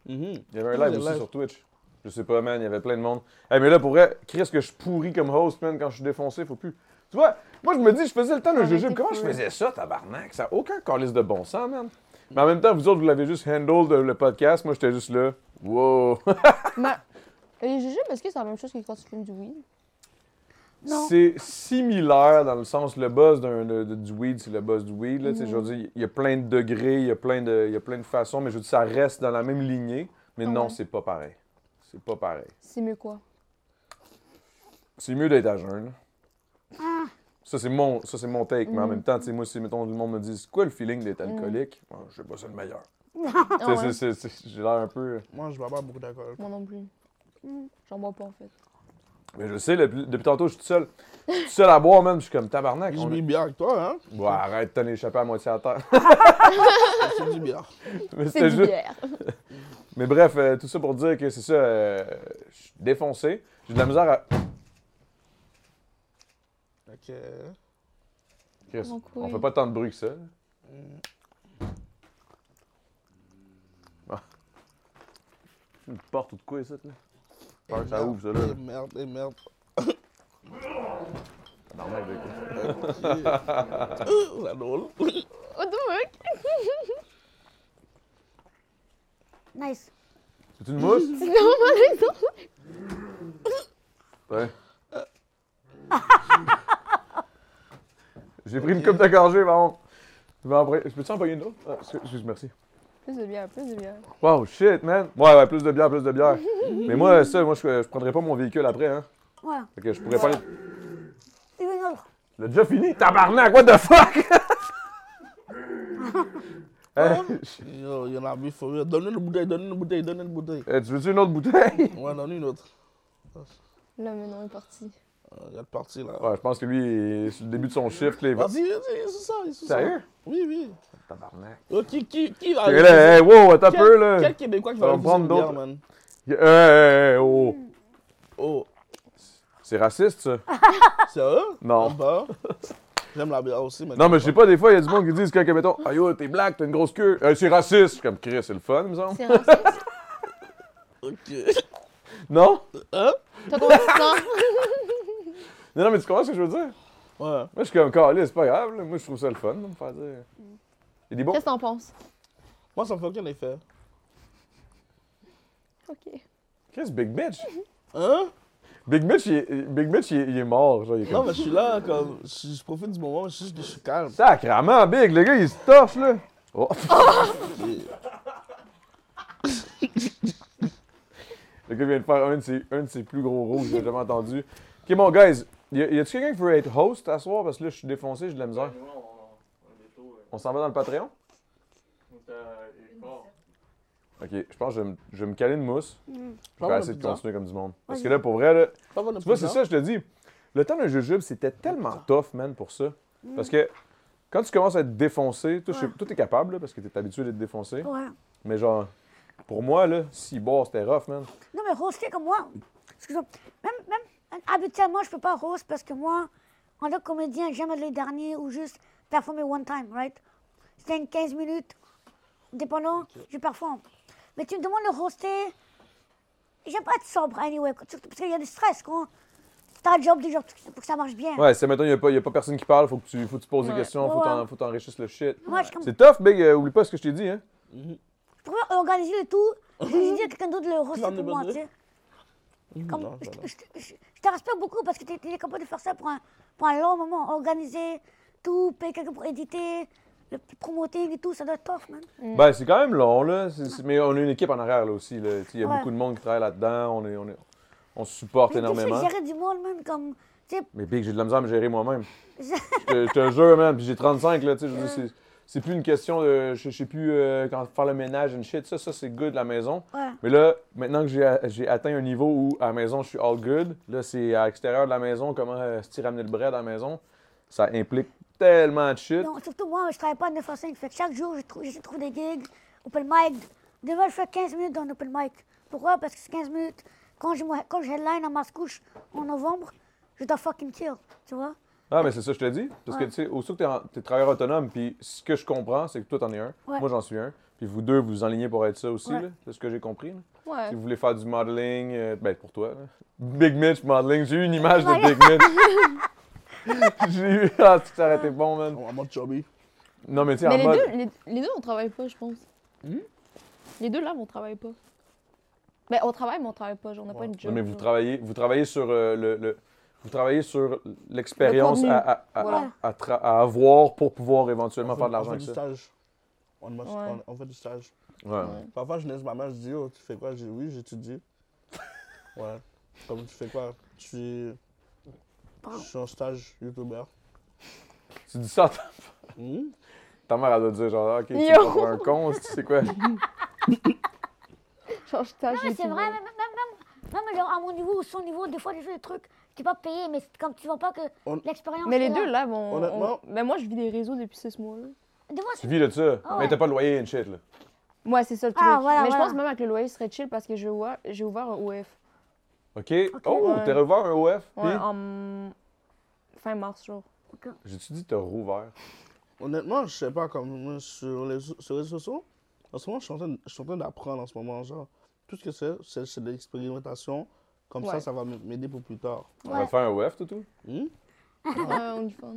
Mhm.
Il y avait un
Oui,
live
le
aussi
live.
sur Twitch. Je sais pas, man, il y avait plein de monde. Hey, mais là, pour vrai, Chris, que je pourris comme host, man, quand je suis défoncé, faut plus. Tu vois, moi, je me dis, je faisais le temps de
Arrêtez
jujube. Comment
de
je
courir.
faisais ça, tabarnak? Ça n'a aucun calice de bon sens, man. Mais en même temps, vous autres, vous l'avez juste handled euh, le podcast. Moi, j'étais juste là. Wow!
Mais les jujubes, est-ce que c'est la même chose que quand tu fumes du weed?
Non.
C'est similaire dans le sens, le buzz d'un- de- de- du weed, c'est le buzz du weed. Là, tu
Mhm.
sais, Je veux dire, il y a plein de degrés, il y, a plein de- il y a plein de façons, mais je veux dire, ça reste dans la même lignée. Mais
Ah
non,
ouais.
c'est pas pareil. C'est pas pareil.
C'est mieux quoi?
C'est mieux d'être à jeun. là.
Ah.
Ça, c'est mon, ça, c'est mon take. Mais en
Mhm.
même temps, tu sais, moi, si mettons, le monde me dit, c'est quoi le feeling d'être alcoolique? Moi, je sais pas, c'est le meilleur.
Mm. Ah
Tu sais,
ouais,
c'est- c'est- c'est- J'ai l'air un peu.
Moi, je bois pas beaucoup d'alcool.
moi non plus.
Mm.
J'en bois pas en fait.
Mais je sais, le- depuis tantôt, je suis tout seul. Je suis tout seul à boire, même. Je suis comme tabarnak.
Je
on-
dis bien avec toi, hein
Ouais, arrête, t'en as échappé à moitié à terre.
C'est du bien.
Mais
C'est
c'était
du
juste-
bière.
Mais bref, euh, tout ça pour dire que c'est ça, euh, je suis défoncé. J'ai de la misère à.
Ok.
Chris,
Mon couille.
on fait pas tant de bruit que ça. Ah. Une porte ou de quoi, ça, là? Peur que Ah, ça ouvre, ça, là.
Eh merde, eh merde.
Normal, ben, écoute.
Euh, C'est drôle.
Oh, d'où, mec?
Nice.
C'est une mousse?
C'est normal, les autres.
Ouais. J'ai pris une coupe de gorgée, par Je vais en prendre- Je peux-tu en payer une autre? Ah, excuse- excuse, merci.
Plus de bière, plus de bière.
Wow, shit, man! Ouais, ouais, plus de bière, plus de bière. Mais moi, ça, moi, je, je prendrais pas mon véhicule après, hein.
Ouais.
Fait que je pourrais pas aller-
Et une autre.
L'a déjà fini, tabarnak, what the fuck? Hey,
Yo, il y en a mis, faut rire. Donne-lui une bouteille, donne-lui une bouteille, donne-lui une bouteille.
euh, tu veux-tu une autre bouteille?
Ouais, donne-lui une autre.
Là, maintenant, il est parti.
Euh, Il y a le parti, là.
Ouais, je pense que lui, il est sur le début de son shift, là, il va.
Vas-y, vas-y, c'est ça, c'est ça.
Sérieux?
Oui, oui.
Tabarnak.
Yo, qui, qui, qui va
Fait que là, hey, wow, attends un
Quel-
peu, là.
Quel Québécois qui
Ça
va
va
aller
prendre
une bière,
d'autres.
man
Hey, hey, hey, oh.
Oh,
C'est raciste, ça?
sérieux
Non.
Ah bah. J'aime la bière aussi, mais.
Non, mais je sais pas, des fois, il y a du monde qui disent quand, que, mettons, ah yo, t'es black, t'as une grosse queue. Euh, c'est raciste. Je suis comme, Chris, c'est le fun, me semble.
C'est raciste.
Ok.
Non?
Hein
T'as combien de temps?
Non, non, mais tu comprends ce que je veux dire?
Ouais.
Moi, je suis comme, calé, c'est pas grave, là. Moi, je trouve ça le fun, de me faire dire. Il est bon?
Qu'est-ce que t'en penses?
Moi, ça me fait aucun effet.
Ok.
Chris, Big Bitch?
Hein
Big Mitch, il est, Big Mitch, il est, il est mort. Genre, il est
Non,
comme...
mais je suis là, comme. Je, je profite du moment, je suis, je suis calme.
Sacrement, Big, le gars, il se torche, là. Oh. le gars vient de faire un de ses, un de ses plus gros rouges que j'ai jamais entendu. OK, bon, guys, y, a- y a-tu quelqu'un qui veut être host à soir? Parce que là, je suis défoncé, j'ai de la misère.
Nous, on, on est tôt. euh,
On s'en va dans le Patreon?
On est à euh, une heure.
OK, je pense que je vais me- je vais me caler une mousse. Je vais
Pas mal de
essayer de
pizza.
continuer comme du monde. Parce
Vas-y.
que là, pour vrai, là,
Pas bon,
Tu vois, c'est ça, je te dis. Le temps d'un jujube, c'était tellement tough, man, pour ça.
Mm.
Parce que quand tu commences à être défoncé, toi, je sais- toi, t'es capable, là, parce que t'es habitué d'être défoncé.
Ouais.
Mais genre, pour moi, là, si boire, c'était rough, man.
Non, mais roaster comme moi. Excuse-moi. Même, même habituellement, je peux pas roast parce que moi, en tant que comédien, j'aime être le dernier ou juste performer one time, right? C'était une 15 minutes. Dépendant, je performe. Mais tu me demandes de roaster. J'aime pas être sobre, anyway. surtout Parce qu'il y a du stress quand t'as le job du job pour que ça marche bien.
Ouais, c'est maintenant, il n'y a, pas personne qui parle, faut que tu, faut que tu poses des
Ouais.
questions, faut
Ouais,
t'en-
ouais. Mm.
faut que t'enrichisses le shit.
Moi, je, suis comme,
C'est tough, big, euh, oublie pas ce que je t'ai dit, hein.
je préfère organiser le tout. Je vais dire à quelqu'un d'autre de le
J'en
roaster
ai
pour moi,
besoin.
tu sais. Comme- je, je- je- je te respecte beaucoup parce que tu es capable de faire ça pour un, pour un long moment. Organiser tout, payer quelqu'un pour éditer, le promoting et tout, ça doit être tough, man.
Ben, c'est quand même long, là. c'est- c'est- mais on a une équipe en arrière, là aussi. là. Tu sais, Il y a
Ouais.
beaucoup de monde qui travaille là-dedans, on, est, on, est- on se supporte
Mais tu sais,
énormément.
gérer du monde, man, comme. Tu sais,
Mais big, j'ai de la misère à me gérer moi-même.
je-
Je te- je te jure, man. Puis j'ai 35, là, tu sais, je veux dire, c'est- c'est plus une question de. Je je sais plus euh, quand faire le ménage and shit. Ça, ça, c'est good, la maison.
Ouais.
Mais là, maintenant que j'ai a- j'ai atteint un niveau où à la maison, je suis all good, là, c'est à l'extérieur de la maison, comment euh, se ramener le bread à la maison. Ça implique tellement de shit.
non, surtout moi, je travaille pas de 9 à 5. Fait que chaque jour, je trou- j'essaie de trouver des gigs, open mic. Demain, je fais 15 minutes dans l'open mic. Pourquoi Parce que c'est 15 minutes. Quand je, moi- quand je headline à Mascouche en novembre, je dois fucking kill, tu vois
Ah, mais c'est ça, que je te dis. Parce
Ouais.
que, tu sais, aussitôt que t'es en- t'es travailleur autonome, puis ce que je comprends, c'est que toi, t'en es un.
Ouais.
Moi, j'en suis un. Puis vous deux, vous vous enlignez pour être ça aussi,
Ouais.
là. C'est ce que j'ai compris. là.
Ouais.
Si vous voulez faire du modeling, euh, ben pour toi, là. Big Mitch modeling. J'ai eu une image de Big Mitch. j'ai eu. Ah, tu ça aurait été bon, man.
On va mode chubby.
Non, mais tu sais,
Mais
en
les
mode.
deux, les, les deux, on travaille pas, je pense.
Hmm?
Les deux là, on travaille pas. Ben, on travaille, mais on travaille pas. genre, On n'a pas
Ouais.
une
Non,
job.
mais vous
genre.
travaillez, vous travaillez sur euh, le, le- Vous travaillez sur l'expérience
Le contenu.
à, à- à-
Voilà.
à tra- à avoir pour pouvoir éventuellement
On
faire
fait-
de l'argent
On
avec
fait du
ça.
stage. On, m'a-
Ouais.
on- on fait du stage.
Ouais.
Parfois, je laisse ma mère, je dis, oh, tu fais quoi? Je dis, oui, j'étudie. ouais. Comme tu fais quoi? Je suis. Je suis en stage youtubeur.
Tu dis ça, ta,
Hmm?
ta mère, elle doit dire genre, ok, tu
Yo.
es un con, tu sais quoi.
Genre, je tâche,
Ouais,
j'ai
c'est
tout,
vrai,
euh,
ouais.
même, même, même, même genre à mon niveau ou son niveau, des fois, je fais des trucs, tu pas payé, mais c'est comme tu vois pas que
On-
l'expérience.
Mais les
est là.
deux là, bon, on-
Honnêtement-
ben, moi, je vis des réseaux depuis six mois. Là.
Des fois,
tu
c'est.
vis de ça.
Ah ouais.
Mais t'as pas de loyer et une shit, là.
Ouais, c'est ça le
Ah,
truc.
voilà,
mais je
voilà.
pense même avec le loyer, ce serait chill parce que j'ai ouvert, j'ai ouvert un OF.
OK? Oh,
Ouais.
t'as rouvert un OF?
Ouais,
puis-
en fin mars, genre.
J'ai-tu dit t'as rouvert?
Honnêtement, je sais pas, comme moi, sur les, sur les réseaux sociaux, en ce moment, je suis en train, je suis en train d'apprendre en ce moment. Genre, tout ce que c'est, c'est, c'est de l'expérimentation. Comme ça,
Ouais.
ça va m- m'aider pour plus tard.
On va faire un OF, tout, tout?
Hmm?
Ouais, OnlyFans.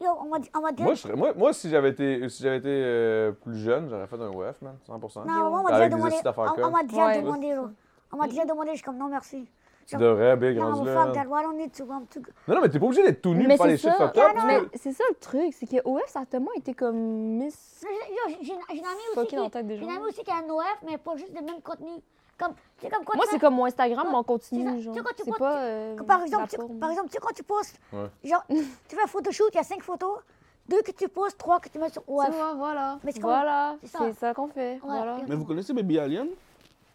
Yo, on m'a dit. On m'a dit
Moi, je serais- moi, moi, si j'avais été, si j'avais été euh, plus jeune, j'aurais fait un OF, man, 100%.
non, moi, on m'a
Avec
déjà
des
demandé.
astuces
On,
d'affaires
on
comme.
m'a déjà
Ouais.
demandé, genre. On m'a déjà demandé, je suis comme non, merci.
Tu devrais, big,
Non,
rendu
mais
là.
fuck that,
man.
why don't need to, I'm too-
Non, non, mais t'es pas obligé d'être tout nu
Mais
pour faire
c'est ça.
les chiffres up
Ah,
top.
Mais c'est ça le truc, c'est que OF, ça a tellement été comme miss.
Yo, j'ai- j'ai une j'ai une amie aussi.
Fucké dans la
qui-
tête des
J'ai une
gens.
amie aussi qui a un OF, mais pas juste le même contenu. Comme, c'est comme quand
Moi,
tu
c'est
fais-
comme mon Instagram, mais en
C'est
continu,
ça.
genre.
Tu sais, quand tu
C'est
postes-
pas. euh,
Comme Par exemple,
la
tu,
forme.
par exemple, tu sais quand tu postes,
Ouais.
genre, tu fais un photoshoot, il y a cinq photos, deux que tu postes, trois que tu mets sur
C'est
OF.
moi, voilà.
Mais c'est comme-
Voilà,
c'est ça.
c'est ça qu'on fait. Voilà.
Ouais.
Mais vous connaissez Baby Alien?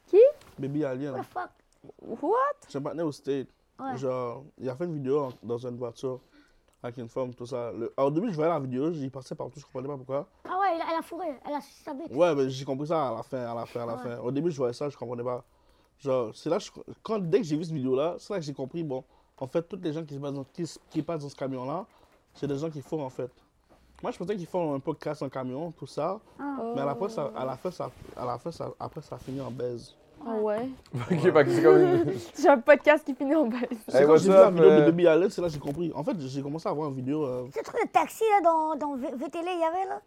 Qui?
Baby Alien.
What the fuck?
What?
C'est un partenaire au State.
Ouais.
Genre, il a fait une vidéo en- dans une voiture avec une femme, tout ça. Le- Alors, au début, je voyais la vidéo, j'y passais partout, je comprenais pas pourquoi.
Ah ouais, elle, elle a fourré, elle a sucé sa bite.
Ouais, mais j'ai compris ça à la fin, à la fin, à la
Ouais.
fin. Au début, je voyais ça, je comprenais pas. Genre, c'est là, que je- quand, dès que j'ai vu cette vidéo-là, c'est là que j'ai compris, bon, en fait, toutes les gens qui, se passent dans, qui, se- qui passent dans ce camion-là, c'est des gens qui font, en fait. Moi, je pensais qu'ils font un podcast en camion, tout ça,
Ah.
mais à la, fin, ça, à la fin, ça, à la fin ça, après, ça finit en baise.
Ah ouais.
OK, fait que c'est comme une-
J'ai un podcast qui finit en baisse.
C'est
Hey,
quand
what's
j'ai vu la
up,
vidéo de
euh?
Baby Allen, c'est là que j'ai compris. En fait, j'ai commencé à voir une vidéo... euh,
Ce truc de taxi là, dans, dans V- VTL, il y avait là.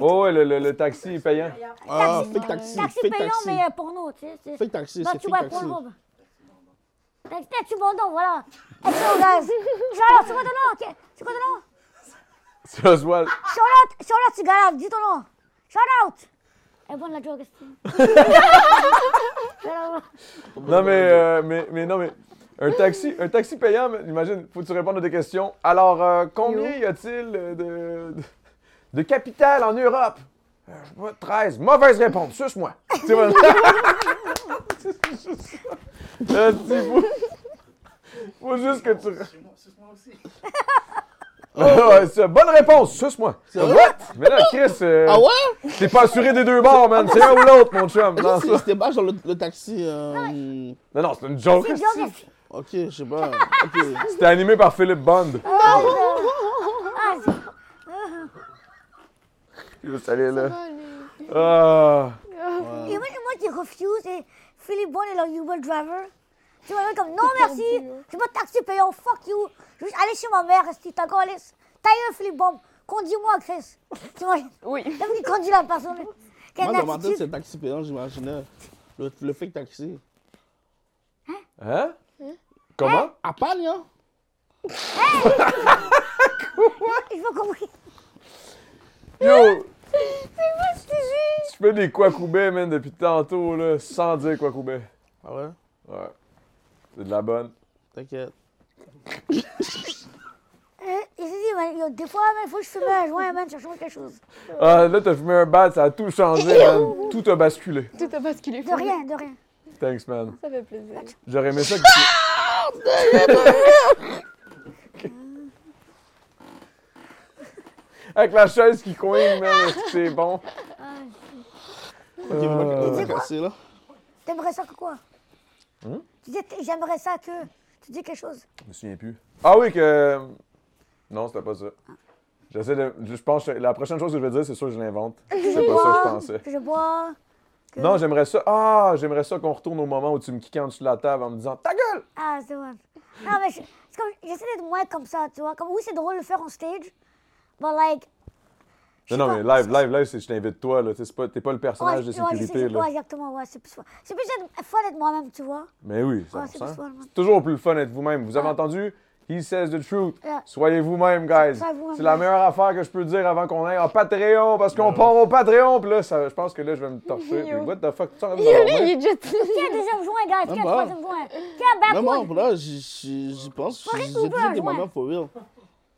Oh, ouais, le, le- le taxi est payant.
Ah,
Taxi.
fake taxi,
Taxi
fake
payant,
taxi.
mais euh, porno, tu sais. c'est-
Fake taxi,
Bah,
c'est
tu vois,
fake taxi.
Pornhub. Taxi, taxi bandant, voilà. Eh, Excellent, guys. Charlotte, c'est quoi ton nom? ok? C'est quoi ton nom?
C'est Oswald.
Charlotte, Charlotte, tu galères, dis ton nom. Charlotte. Elle est bonne la joke, est-ce que-
Non, mais, euh, mais, mais non, mais un taxi, un taxi payant, mais imagine, faut que tu répondes à des questions. Alors, euh, combien y a-t-il euh, de, de, de capital en Europe? Euh, je sais pas, 13. Mauvaise réponse, suce-moi. Tu sais, voilà. Euh, tu sais, faut, faut juste que tu...
moi, moi aussi.
Ah ouais, c'est- bonne réponse, suce-moi. What? Mais là, Chris, euh,
Ah ouais?
t'es pas assuré des deux bords, man. C'est un ou l'autre, mon chum. Non,
C'est-
ça-
C'était bas genre le, le taxi. euh,
non, non, c'est une joke.
C'est une joke, est-ce que-
Ok, je sais pas. Ok.
C'était animé par Philippe Bond.
Ah, c'est-
Juste aller là. Ah.
Et moi, et moi qui refuse, et Philippe Bond et leur Uber driver. Tu m'as comme non merci, je veux taxi payant, fuck you. Je veux juste aller chez ma mère, si t'as encore allé. Ta gueule, Philippe Bond, conduis-moi, Chris. Tu vois,
Oui.
t'as vu qu'il conduit la personne. Quelle
Moi, dans ma tête,
attitude.
c'est taxi payant, j'imaginais. Le, le fake taxi.
Hein? Comment?
À Pagne, hein?
Je veux compris.
Yo! Tu fais des Kwakubé, man, depuis tantôt, là, sans dire Kwakubé.
Ah ouais?
Ouais. C'est de la bonne.
T'inquiète.
Euh, Et j'ai dit, man, yo, des fois, il faut que je fume un joint, man, cherchons quelque chose.
Ah, là, t'as fumé un bat, ça a tout changé, man. Tout a basculé.
Tout a basculé.
De rien, Bah, de rien.
Thanks, man.
Ça fait plaisir.
J'aurais aimé ça que tu... Avec la chaise qui coigne, man, est-ce que c'est bon?
Ok, je vois que le taxi, là.
T'aimerais ça que quoi Tu dis, t- j'aimerais ça que. Tu dis quelque chose.
Je me souviens plus. Ah oui, que Non, c'était pas ça. J'essaie de. Je pense que la prochaine chose que je vais dire, c'est sûr que je l'invente.
Que
C'est pas ça
je
que je
bois,
pensais.
que je bois. que-
Non, j'aimerais ça. Ah, j'aimerais ça qu'on retourne au moment où tu me kicks en dessous de la table en me disant Ta gueule!
Ah, c'est vrai. Non, mais je- c'est comme, j'essaie d'être moins comme ça, tu vois. Comme, oui, c'est drôle de le faire en stage, but like.
Non,
je sais
non,
pas,
mais
c'est-
live, live, live, c'est je t'invite toi, là. Tu sais, c'est pas- T'es pas le
Ouais,
personnage de
ouais, je sais,
sécurité,
c'est-
là.
ouais, exactement, ouais. C'est plus, fun. c'est plus être- fun d'être moi-même, tu vois.
Mais oui,
Ouais,
100%.
c'est plus fun.
C'est toujours plus le fun d'être vous-même. Vous avez
Ouais.
entendu? He says the truth.
Yeah.
Soyez vous-même, guys.
Soyez vous-même,
C'est la
guys.
meilleure affaire que je peux dire avant qu'on aille en Patreon, parce qu'on part au Patreon. Puis là, ça- je pense que là, je vais me torcher. Puis
Yo.
what the fuck? Tu sors de
Il
la
lui,
main?
il est juste.
Tiens, deuxième joint, guys. Tiens,
Ah bah.
troisième joint. Tiens, ben,
Non,
backward.
non, voilà, j'y- j'y j'y pense. J'ai
Faudrait
dit
Ah, Uber,
de
ouais.
ma mère, for real.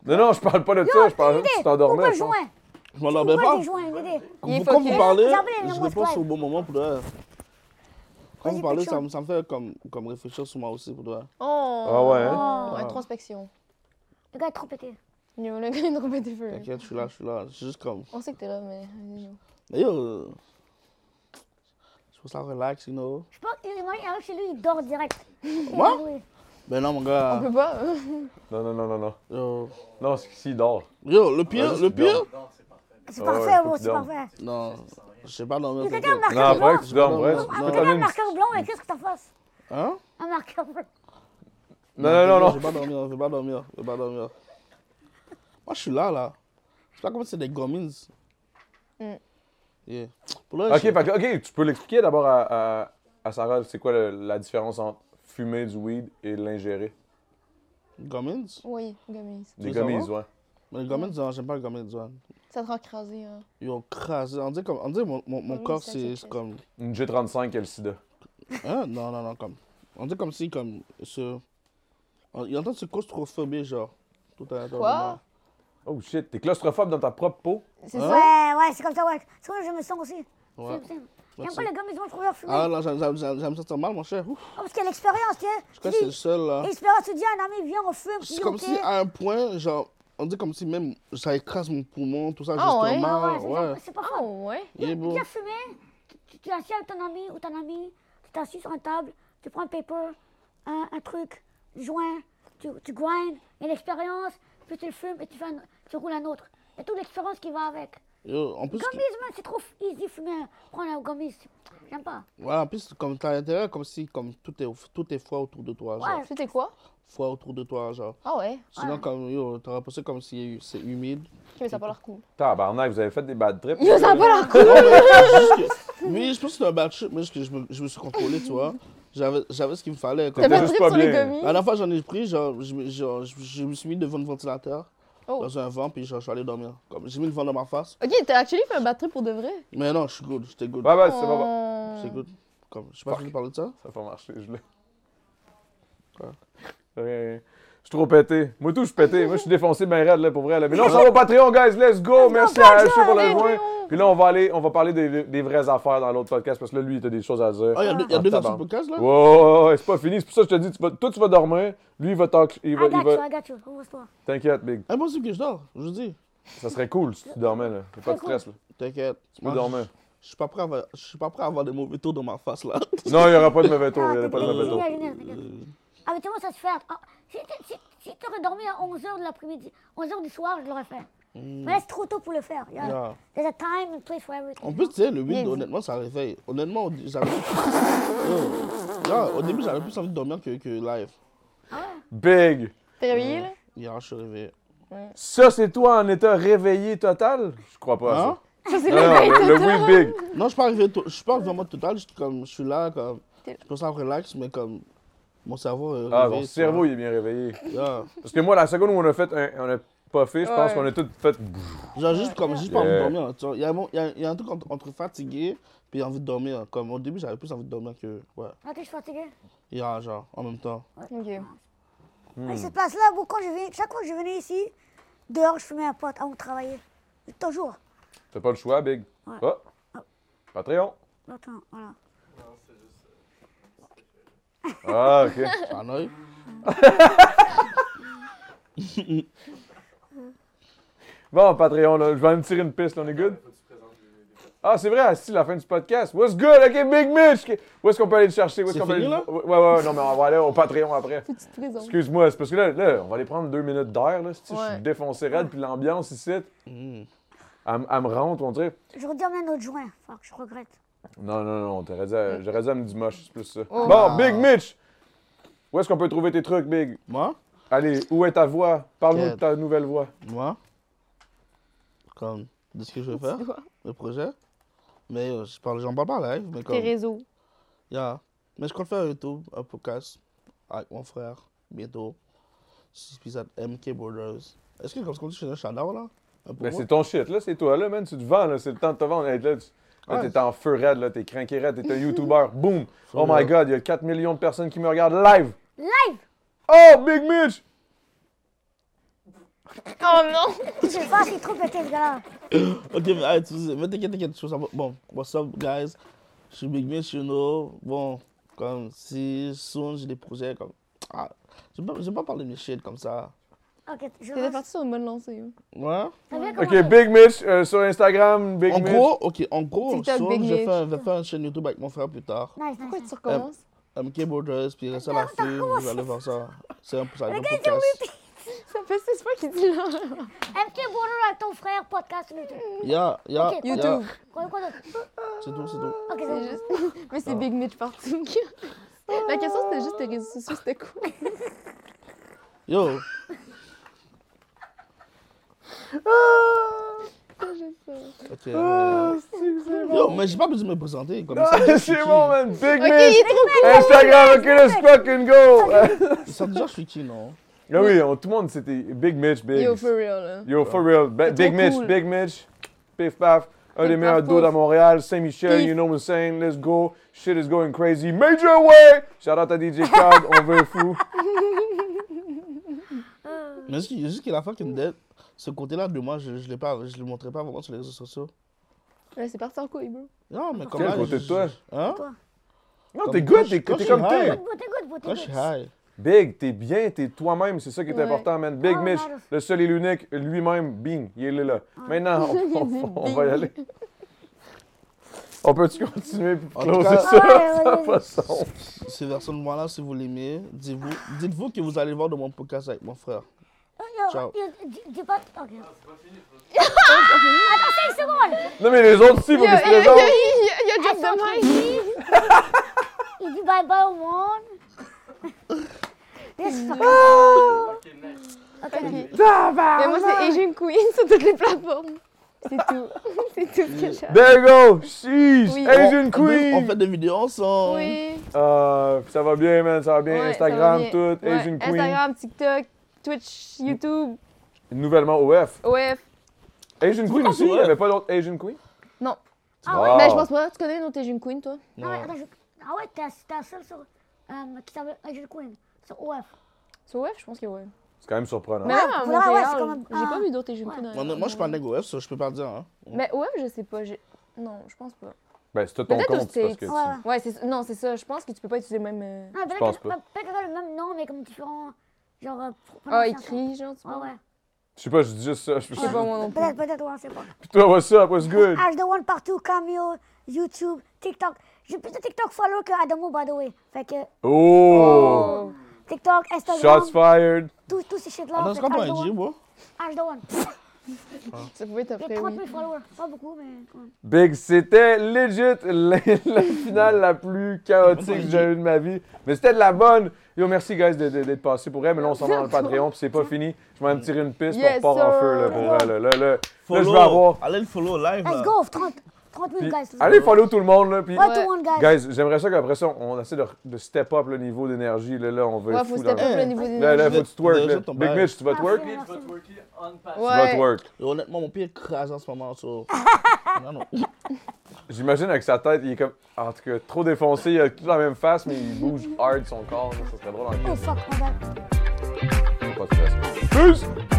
Non, non, je parle pas de ça. Je parle juste que tu t'endormais.
Pourquoi
je
joint
pense.
Je m'endormais
Pourquoi
pas.
des joints, une idée
Vous-
Il est
quand vous
fucké.
parlez,
J'ai appelé les
je
Amos
réponds
Live.
au bon moment pour toi. Quand
Vas-y,
vous parlez, ça,
Pachon.
me- ça me fait comme, comme réfléchir sur moi aussi pour toi.
Oh.
Ah ouais,
hein?
Introspection.
Le gars est trop pété.
Yo, le gars, il nous remet des feux.
T'inquiète, je suis là, je suis là. Je suis juste comme.
On sait que t'es là, mais.
D'ailleurs, euh, je trouve ça relax, you know.
Je pense qu'il il arrive chez lui, il dort direct.
Moi
Oui.
Ben non, mon
On
gars.
peut pas. hein?
Non, non, non, non, non.
Yo,
Non, c'est qu'ici, il dort.
Yo, le pire,
Vas-y,
le
tu dors.
pire.
C'est
Ah Ouais, ouais,
parfait,
faut
bon,
qu'il
c'est
dorme.
parfait.
Non, je sais pas
Il
dormir.
y a
t'inquiète.
quelqu'un de
Non,
marqueur
après
blanc.
que tu dormes, après, tu
Non,
peux
Après,
t'en
il y a Ah, un
donner une-
marqueur blanc, mais qu'est-ce que t'en fasses
Hein
Un marqueur blanc.
Non, non, non,
Je vais
non.
pas dormir, je vais pas dormir, je vais pas dormir. Moi, je suis là, là. Je sais pas comment c'est des gommins.
Mm.
Yeah. Pour le
Ok, fait que- ok, tu peux l'expliquer d'abord à, à, à Sarah, c'est quoi le- la différence entre fumer du weed et l'ingérer?
Gommins
Oui, gummies.
Des
veux savoir?
gummies, ouais.
Mais les gommins, genre, j'aime pas les gommins, genre.
Ça te rend crasé, hein.
Ils ont crasé. On dirait, comme, on dirait mon, mon, mon
Gommins,
corps,
ça,
c'est
c'est
c'est comme.
Une G35 et le sida.
Hein Non, non, non, comme. On dirait comme si, comme. Ce... on- Ils entendent se claustrophobier, genre. Tout à l'heure.
Quoi
Oh shit, t'es claustrophobe dans ta propre peau?
C'est
Hein?
ça.
Ouais, ouais, c'est comme ça, ouais. C'est comme ça que je me sens aussi.
de moi. Ouais.
C'est- c'est- J'aime
Merci.
pas les gars, mais ils ont trouvé leur fumée.
Ah, là, j'aime- j'aime j'aime- j'aime ça sentir mal, mon cher. Ouf,
Oh, parce qu'il y a l'expérience, tu sais.
je
Tu
crois que c'est le
dis-
seul, là.
L'expérience, tu dis à un ami, viens, on fume. Tu
C'est
dis,
comme
ok.
si ah, à un point, genre, on dit comme si même ça écrase mon poumon, tout ça,
Ah
juste
ouais?
en
Ah ouais,
mal.
c'est
Ouais,
ça, c'est pas
Ah
fun.
ouais.
il est
Tu
beau.
viens fumer, tu- tu es assis avec ton ami ou ton ami, tu t'assis sur une table, tu prends un paper, un, un truc, du joint, tu, tu grindes, il y a l'expérience, puis tu le fumes et tu, fais un- tu roules un autre. Il y a toute l'expérience qui va avec.
Yo, euh, en plus, que-
Gummies, man, c'est trop f- easy fumer. Prendre un gummies, j'aime pas.
voilà, en plus, comme t'as l'intérieur, comme si comme tout est, tout est froid autour de toi, genre.
Ouais.
C'était quoi?
Froid autour de toi, genre.
Ah ouais.
Sinon,
Ouais.
comme, yo, t'aurais pensé comme si c'est humide.
Ok, mais ça a pas l'air cool.
Tabarnak, vous avez fait des bad trips.
Yo, ça a pas l'air cool.
Non, mais juste que- oui, je pense que c'est un bad trip, mais juste que je me, je me suis contrôlé, tu vois. J'avais j'avais ce qu'il me fallait. Comme,
T'as
T'étais
pas
juste
trip
pas
sur les
bien.
gummies?
la dernière fois, j'en ai pris, genre, je, me- genre, je, je me suis mis devant le ventilateur,
Oh.
dans un vent, puis genre, je suis allé dormir. Comme, J'ai mis le vent dans ma face.
Ok, t'as actually fait un batterie pour de vrai. Euh,
Mais non, je suis good, j'étais good.
Ouais, ouais, Ah, bah, c'est pas bon.
C'est good. Comme, je sais pas si vous parlez de ça.
Ça va pas marcher, je l'ai.
Quoi?
Rien. Je suis trop pété. Moi, tout, je suis pété. Moi, je suis défoncé ben raide, là, pour vrai. Là. Mais là, on s'en va au Patreon, guys. Let's go. Merci à HC pour le joint. Puis là, on va aller, on va parler des, des vraies affaires dans l'autre podcast parce que là, lui, il a des choses à dire.
Ah, il y a deux- il y a
Ah,
deux versions
tabarnak.
de podcast là
Ouais, ouais, ouais, c'est pas fini. C'est pour ça que je te dis, tu vas- toi, tu vas dormir. Lui, il va talk. Il va,
I
il
got you,
va...
I got you, repose-toi.
T'inquiète, Big.
Impossible que je dors, je vous dis.
Ça serait cool si tu dormais, là. Fais pas de stress, là.
T'inquiète.
Tu
Moi,
peux dormir.
Je je suis pas prêt à avoir- je suis pas prêt à avoir des mauvais tours dans ma face là.
Non, il y aura pas de mauvais tour. Il y
Ah,
aura
t'es
pas de mauvais tour.
génial, génial, t'inquiète. Habituellement, ça se fait. Ah, si t'es- si- si t'aurais dormi à 11h de l'après-midi, 11h du soir, je l'aurais fait. Mais là, c'est trop tôt pour le faire. Il y a-
Ah.
Yeah.
There's a time and place for everything.
Ah. En plus, tu sais, le
Bien
weed,
dit.
honnêtement, ça réveille. Honnêtement, au- j'avais. Yo. Yeah, au début, j'avais plus envie de dormir que, que live.
Big.
T'es réveillé, là?
Hier, je suis réveillé.
Ça, c'est toi en état réveillé total? Je crois pas à ça.
Hein?
Ça, c'est
Non,
le
non,
réveil
le, le
total.
oui big.
Non, je suis pas arrivé. tôt- Je suis pas arrivé en mode total. Je suis comme, je suis là, comme.
T'es-
Je pense à relax, mais comme. Mon cerveau. Est
Ah,
réveillé,
mon
tu
cerveau, il est bien réveillé.
vois. Yeah.
Parce que moi, la seconde où on a fait un, on a puffé, je pense
Ouais.
qu'on a tous fait.
Genre juste comme juste pas envie de
Yeah.
dormir, tu vois. Il y a, un mo- il y a- il y a un truc entre, entre fatigué puis envie de dormir. Comme au début j'avais plus envie de dormir que ouais.
Ah, t'es- je suis fatiguée.
Il y a genre en même temps.
Ok.
Et cette place-là, bon, quand je venais- chaque fois que je venais ici, dehors, je fumais un pote avant de travailler. Toujours.
T'as pas le choix, big.
Ouais.
Oh. Patreon.
Attends, voilà.
Ah, ok.
C'est un oeil.
Bon, Patreon, là, je vais aller me tirer une piste, on est good? Ah, c'est vrai, c'est la fin du podcast. What's good? OK, Big Mitch! OK. Où est-ce qu'on peut aller le chercher? Où est-ce
C'est
qu'on peut
fini,
aller-
là?
Ouais, ouais, ouais, non, mais on va aller au Patreon après.
Petite prison.
Excuse-moi, c'est parce que là, là, on va aller prendre deux minutes d'air. là. Si Je
Ouais.
suis défoncé raide, puis l'ambiance ici, elle,
Mm.
m- elle me rentre, on dirait.
Aujourd'hui, on a notre joint. Fuck, je regrette.
Non, non, non, t'aurais dit, à- j'aurais dit à me dire moche, c'est plus ça.
Oh.
Bon, Big Mitch! Où est-ce qu'on peut trouver tes trucs, Big?
Moi,
Allez, où est ta voix? Parle-nous
Quelle-
de ta nouvelle voix.
moi, comme, de ce que je veux faire,
Tu vois,
le projet. Mais euh, je parle, j'en parle pas en live, mais
Tes
comme.
réseaux.
Yeah. Mais je compte faire un YouTube, un podcast avec mon frère, bientôt. Si puis ça MK Borders. Est-ce que comme ce qu'on dit, je fais un shout-out là Un
Ben,
promo?
c'est ton shit, là, c'est toi, là, man. Tu te vends, là. C'est le temps de te vendre. Hey, Là, tu- là,
Ouais.
t'es en feu raide, là. T'es cranky raide. T'es un YouTuber. Boom!
Faut
Oh
le-
my God, il y a 4 millions de personnes qui me regardent live.
Live!
Oh, Big Mitch!
Oh non!
Je sais pas, c'est trop pété, ce gars-là.
Ok, mais arrête, tu- mais t'inquiète, t'inquiète, je sens- Bon, what's up, guys? Je suis Big Mitch, you know. Bon, comme si soon j'ai des projets comme. Ah, je vais pas, je vais pas parler de mes shit comme ça.
Ok, je
T'étais
regrette.
parti sur une bonne lancée. hein.
Ouais?
T'as bien
Ok,
commencé.
Big Mitch euh, sur Instagram. Big
en
Mitch.
gros, ok, en gros,
TikTok,
soon,
Big
je vais
Mitch.
faire, un- je vais faire une chaîne YouTube avec mon frère plus tard.
Nice, nice,
Pourquoi
nice.
tu recommences?
MK Borders, puis reste à la fille, vous allez voir ça. C'est un, ça va être un
gars, il dit
podcast.
Ça fait six fois qu'il dit là.
MK Bonheur avec ton frère, podcast, YouTube.
Yeah, yeah,
Ok,
yeah.
YouTube.
Quoi quoi d'autre?
C'est tout, c'est tout.
Ok,
C'est
c'est bon.
juste. Mais c'est Big Mitch partout. La question c'était juste tes réseaux sociaux, c'était quoi?
Yo, ok. euh, Yo, mais j'ai pas besoin de me présenter comme ça.
Ah, c'est bon, man. Big
Ok,
Mitch.
il est trop
Instagram, ok, let's fucking go.
Ils savent déjà, je suis qui, non?
Là, oui, on- tout le monde, c'était Big Mitch, Big.
Yo, for real, là.
Yo, for real. Ba-
C'est
Big
trop
Mitch,
cool.
Big Mitch. Piff paf. Un des
Piff,
meilleurs
paf,
dos à
pouf.
Montréal. Saint-Michel,
Piff.
you know what I'm saying? Let's go. Shit is going crazy. Major way! Shout out à DJ Card, on veut un fou.
Mais c'est juste qu'il a fucking dead. Ce côté-là de moi, je, je l'ai pas, je le montrais pas vraiment sur les réseaux sociaux.
Ouais, c'est parti en couille, bro.
Non, mais comme
Quel
là,
côté
je-
de toi?
je- Hein?
Non,
Comme
t'es
quand
good,
je-
t'es
quand
t'es
je
comme
suis
t'es.
high.
Beauté good, beauté
Quand je suis
good.
high.
Big, t'es bien, t'es toi-même, c'est ça qui est
Ouais. Oh,
important, man. Big
Ah,
Mitch,
ouais.
le seul et l'unique, lui-même, bing, il est là. Maintenant, on,
Ah. Il dit
on- on va y
bing.
aller. On peut-tu continuer pour
En tout
closer
cas-
ça?
Ouais,
Ça
ouais,
va son.
Ces versions de moi-là, si vous l'aimez, dites-vous dites -vous que vous allez voir de mon podcast avec mon frère. Ciao.
Yo, yo, euh, dis- dis pas. Ok.
Non, mais les autres aussi, faut
Yo, yo,
qu'ils se
yo, yo, yo, yo, drop
présentent.
Ils sont
the mic.
tranquilles. Il dit bye bye au monde. Yes, fuck.
Ok, next.
Ok. Mais moi, c'est Asian Queen sur toutes les plateformes. C'est tout. c'est tout ce que j'ai.
There you go! Sheesh!
Oui.
Asian
On-
Queen!
On fait des vidéos ensemble.
Oui.
Euh, ça va bien, man, ça va bien.
Ouais, ça va
Instagram,
bien.
tout,
Ouais,
Asian Queen.
Instagram, TikTok, Twitch, YouTube,
Nouvellement OF.
OF.
Asian Queen aussi, il n'y
OF?
avait pas d'autres Asian Queen?
Non.
Ah
Wow.
Ben, je pense pas. Tu connais notre Asian Queen, toi?
Ah ouais, attends, je... ah ouais, t'es t'es la seule sur. euh, qui s'appelle Agile Queen. Sur OF.
Sur OF, je pense que ouais.
C'est quand même surprenant.
Mais
Ouais,
là, à
faudra- ouais, c'est
Montréal,
quand même-
j'ai
ah.
pas vu d'autres Asian Queen. dans la-
Moi, moi, je suis pas un OF, ça, je peux pas dire. Hein.
Mais OF, je sais pas. j'ai- Non, je pense pas.
Ben, c'est tout ton
Peut-être aux
compte, c'est parce que
States.
tu-
Ouais, ouais.
Ouais, c'est non, c'est ça. Je pense que tu peux pas utiliser le même. euh,
Non, mais
pense pas.
peut-être peut-être le même nom, mais comme différents. Genre. euh, pro-
Ah,
prononciations.
écrit, genre, tu
Ouais,
parles.
ouais.
Je sais pas, je dis juste ça. Je
Je sais pas moi Ah. non plus.
Peut-être, peut-être, ouais, c'est pas. Ah,
Puis toi, what's up? What's good?
HD One partout, Cameo, YouTube, TikTok. J'ai plus de TikTok follow que Adamo, by the way. Fait que
Oh!
Oh.
TikTok, Instagram,
Shots Ah fired!
tout, tout ces shit-là.
Attends,
fait ah,
c'est
que
quoi pour
HD
un G,
One-
bro?
HD One.
Ça pouvait
J'ai
t'offrir,
30
oui.
000 followers. Pas beaucoup, mais quand même.
Big, c'était legit la, la finale la plus chaotique que j'ai eue de ma vie. Mais c'était de la bonne. Yo, merci, guys, de- de- d'être passé pour elle. Mais là, on s'en va dans le Patreon, puis c'est pas fini. Je vais me tirer une piste
Yes,
pour repart en feu, là,
sir.
pour vrai, là, là, là. Là, je vais avoir.
Allez le follow live.
Let's
Là.
go, 30, 30 000
Puis,
guys. let's
allez,
go.
follow tout le monde, là. Puis,
One to one, guys.
guys, j'aimerais ça qu'après ça, on essaie de, de step up le niveau d'énergie. Là, là, on veut
Ouais,
être
faut
fou
se
dans
taper
le...
le-
le niveau
Là, là,
d'énergie.
faut que tu twerk,
Déjà,
là.
ton
Big
bail.
Mitch, tu vas twerk?
Merci,
Tu
Il va
merci.
twerker on passe.
vas
Ouais.
twerk.
Et honnêtement, mon pied est crasé en ce moment. So... non, non.
J'imagine avec sa tête, il est comme, en tout cas, trop défoncé, il a tout la même face, mais il bouge hard son corps. là. Ça serait drôle en
Oh fuck, my bad.
cas. Pas de stress. Peace!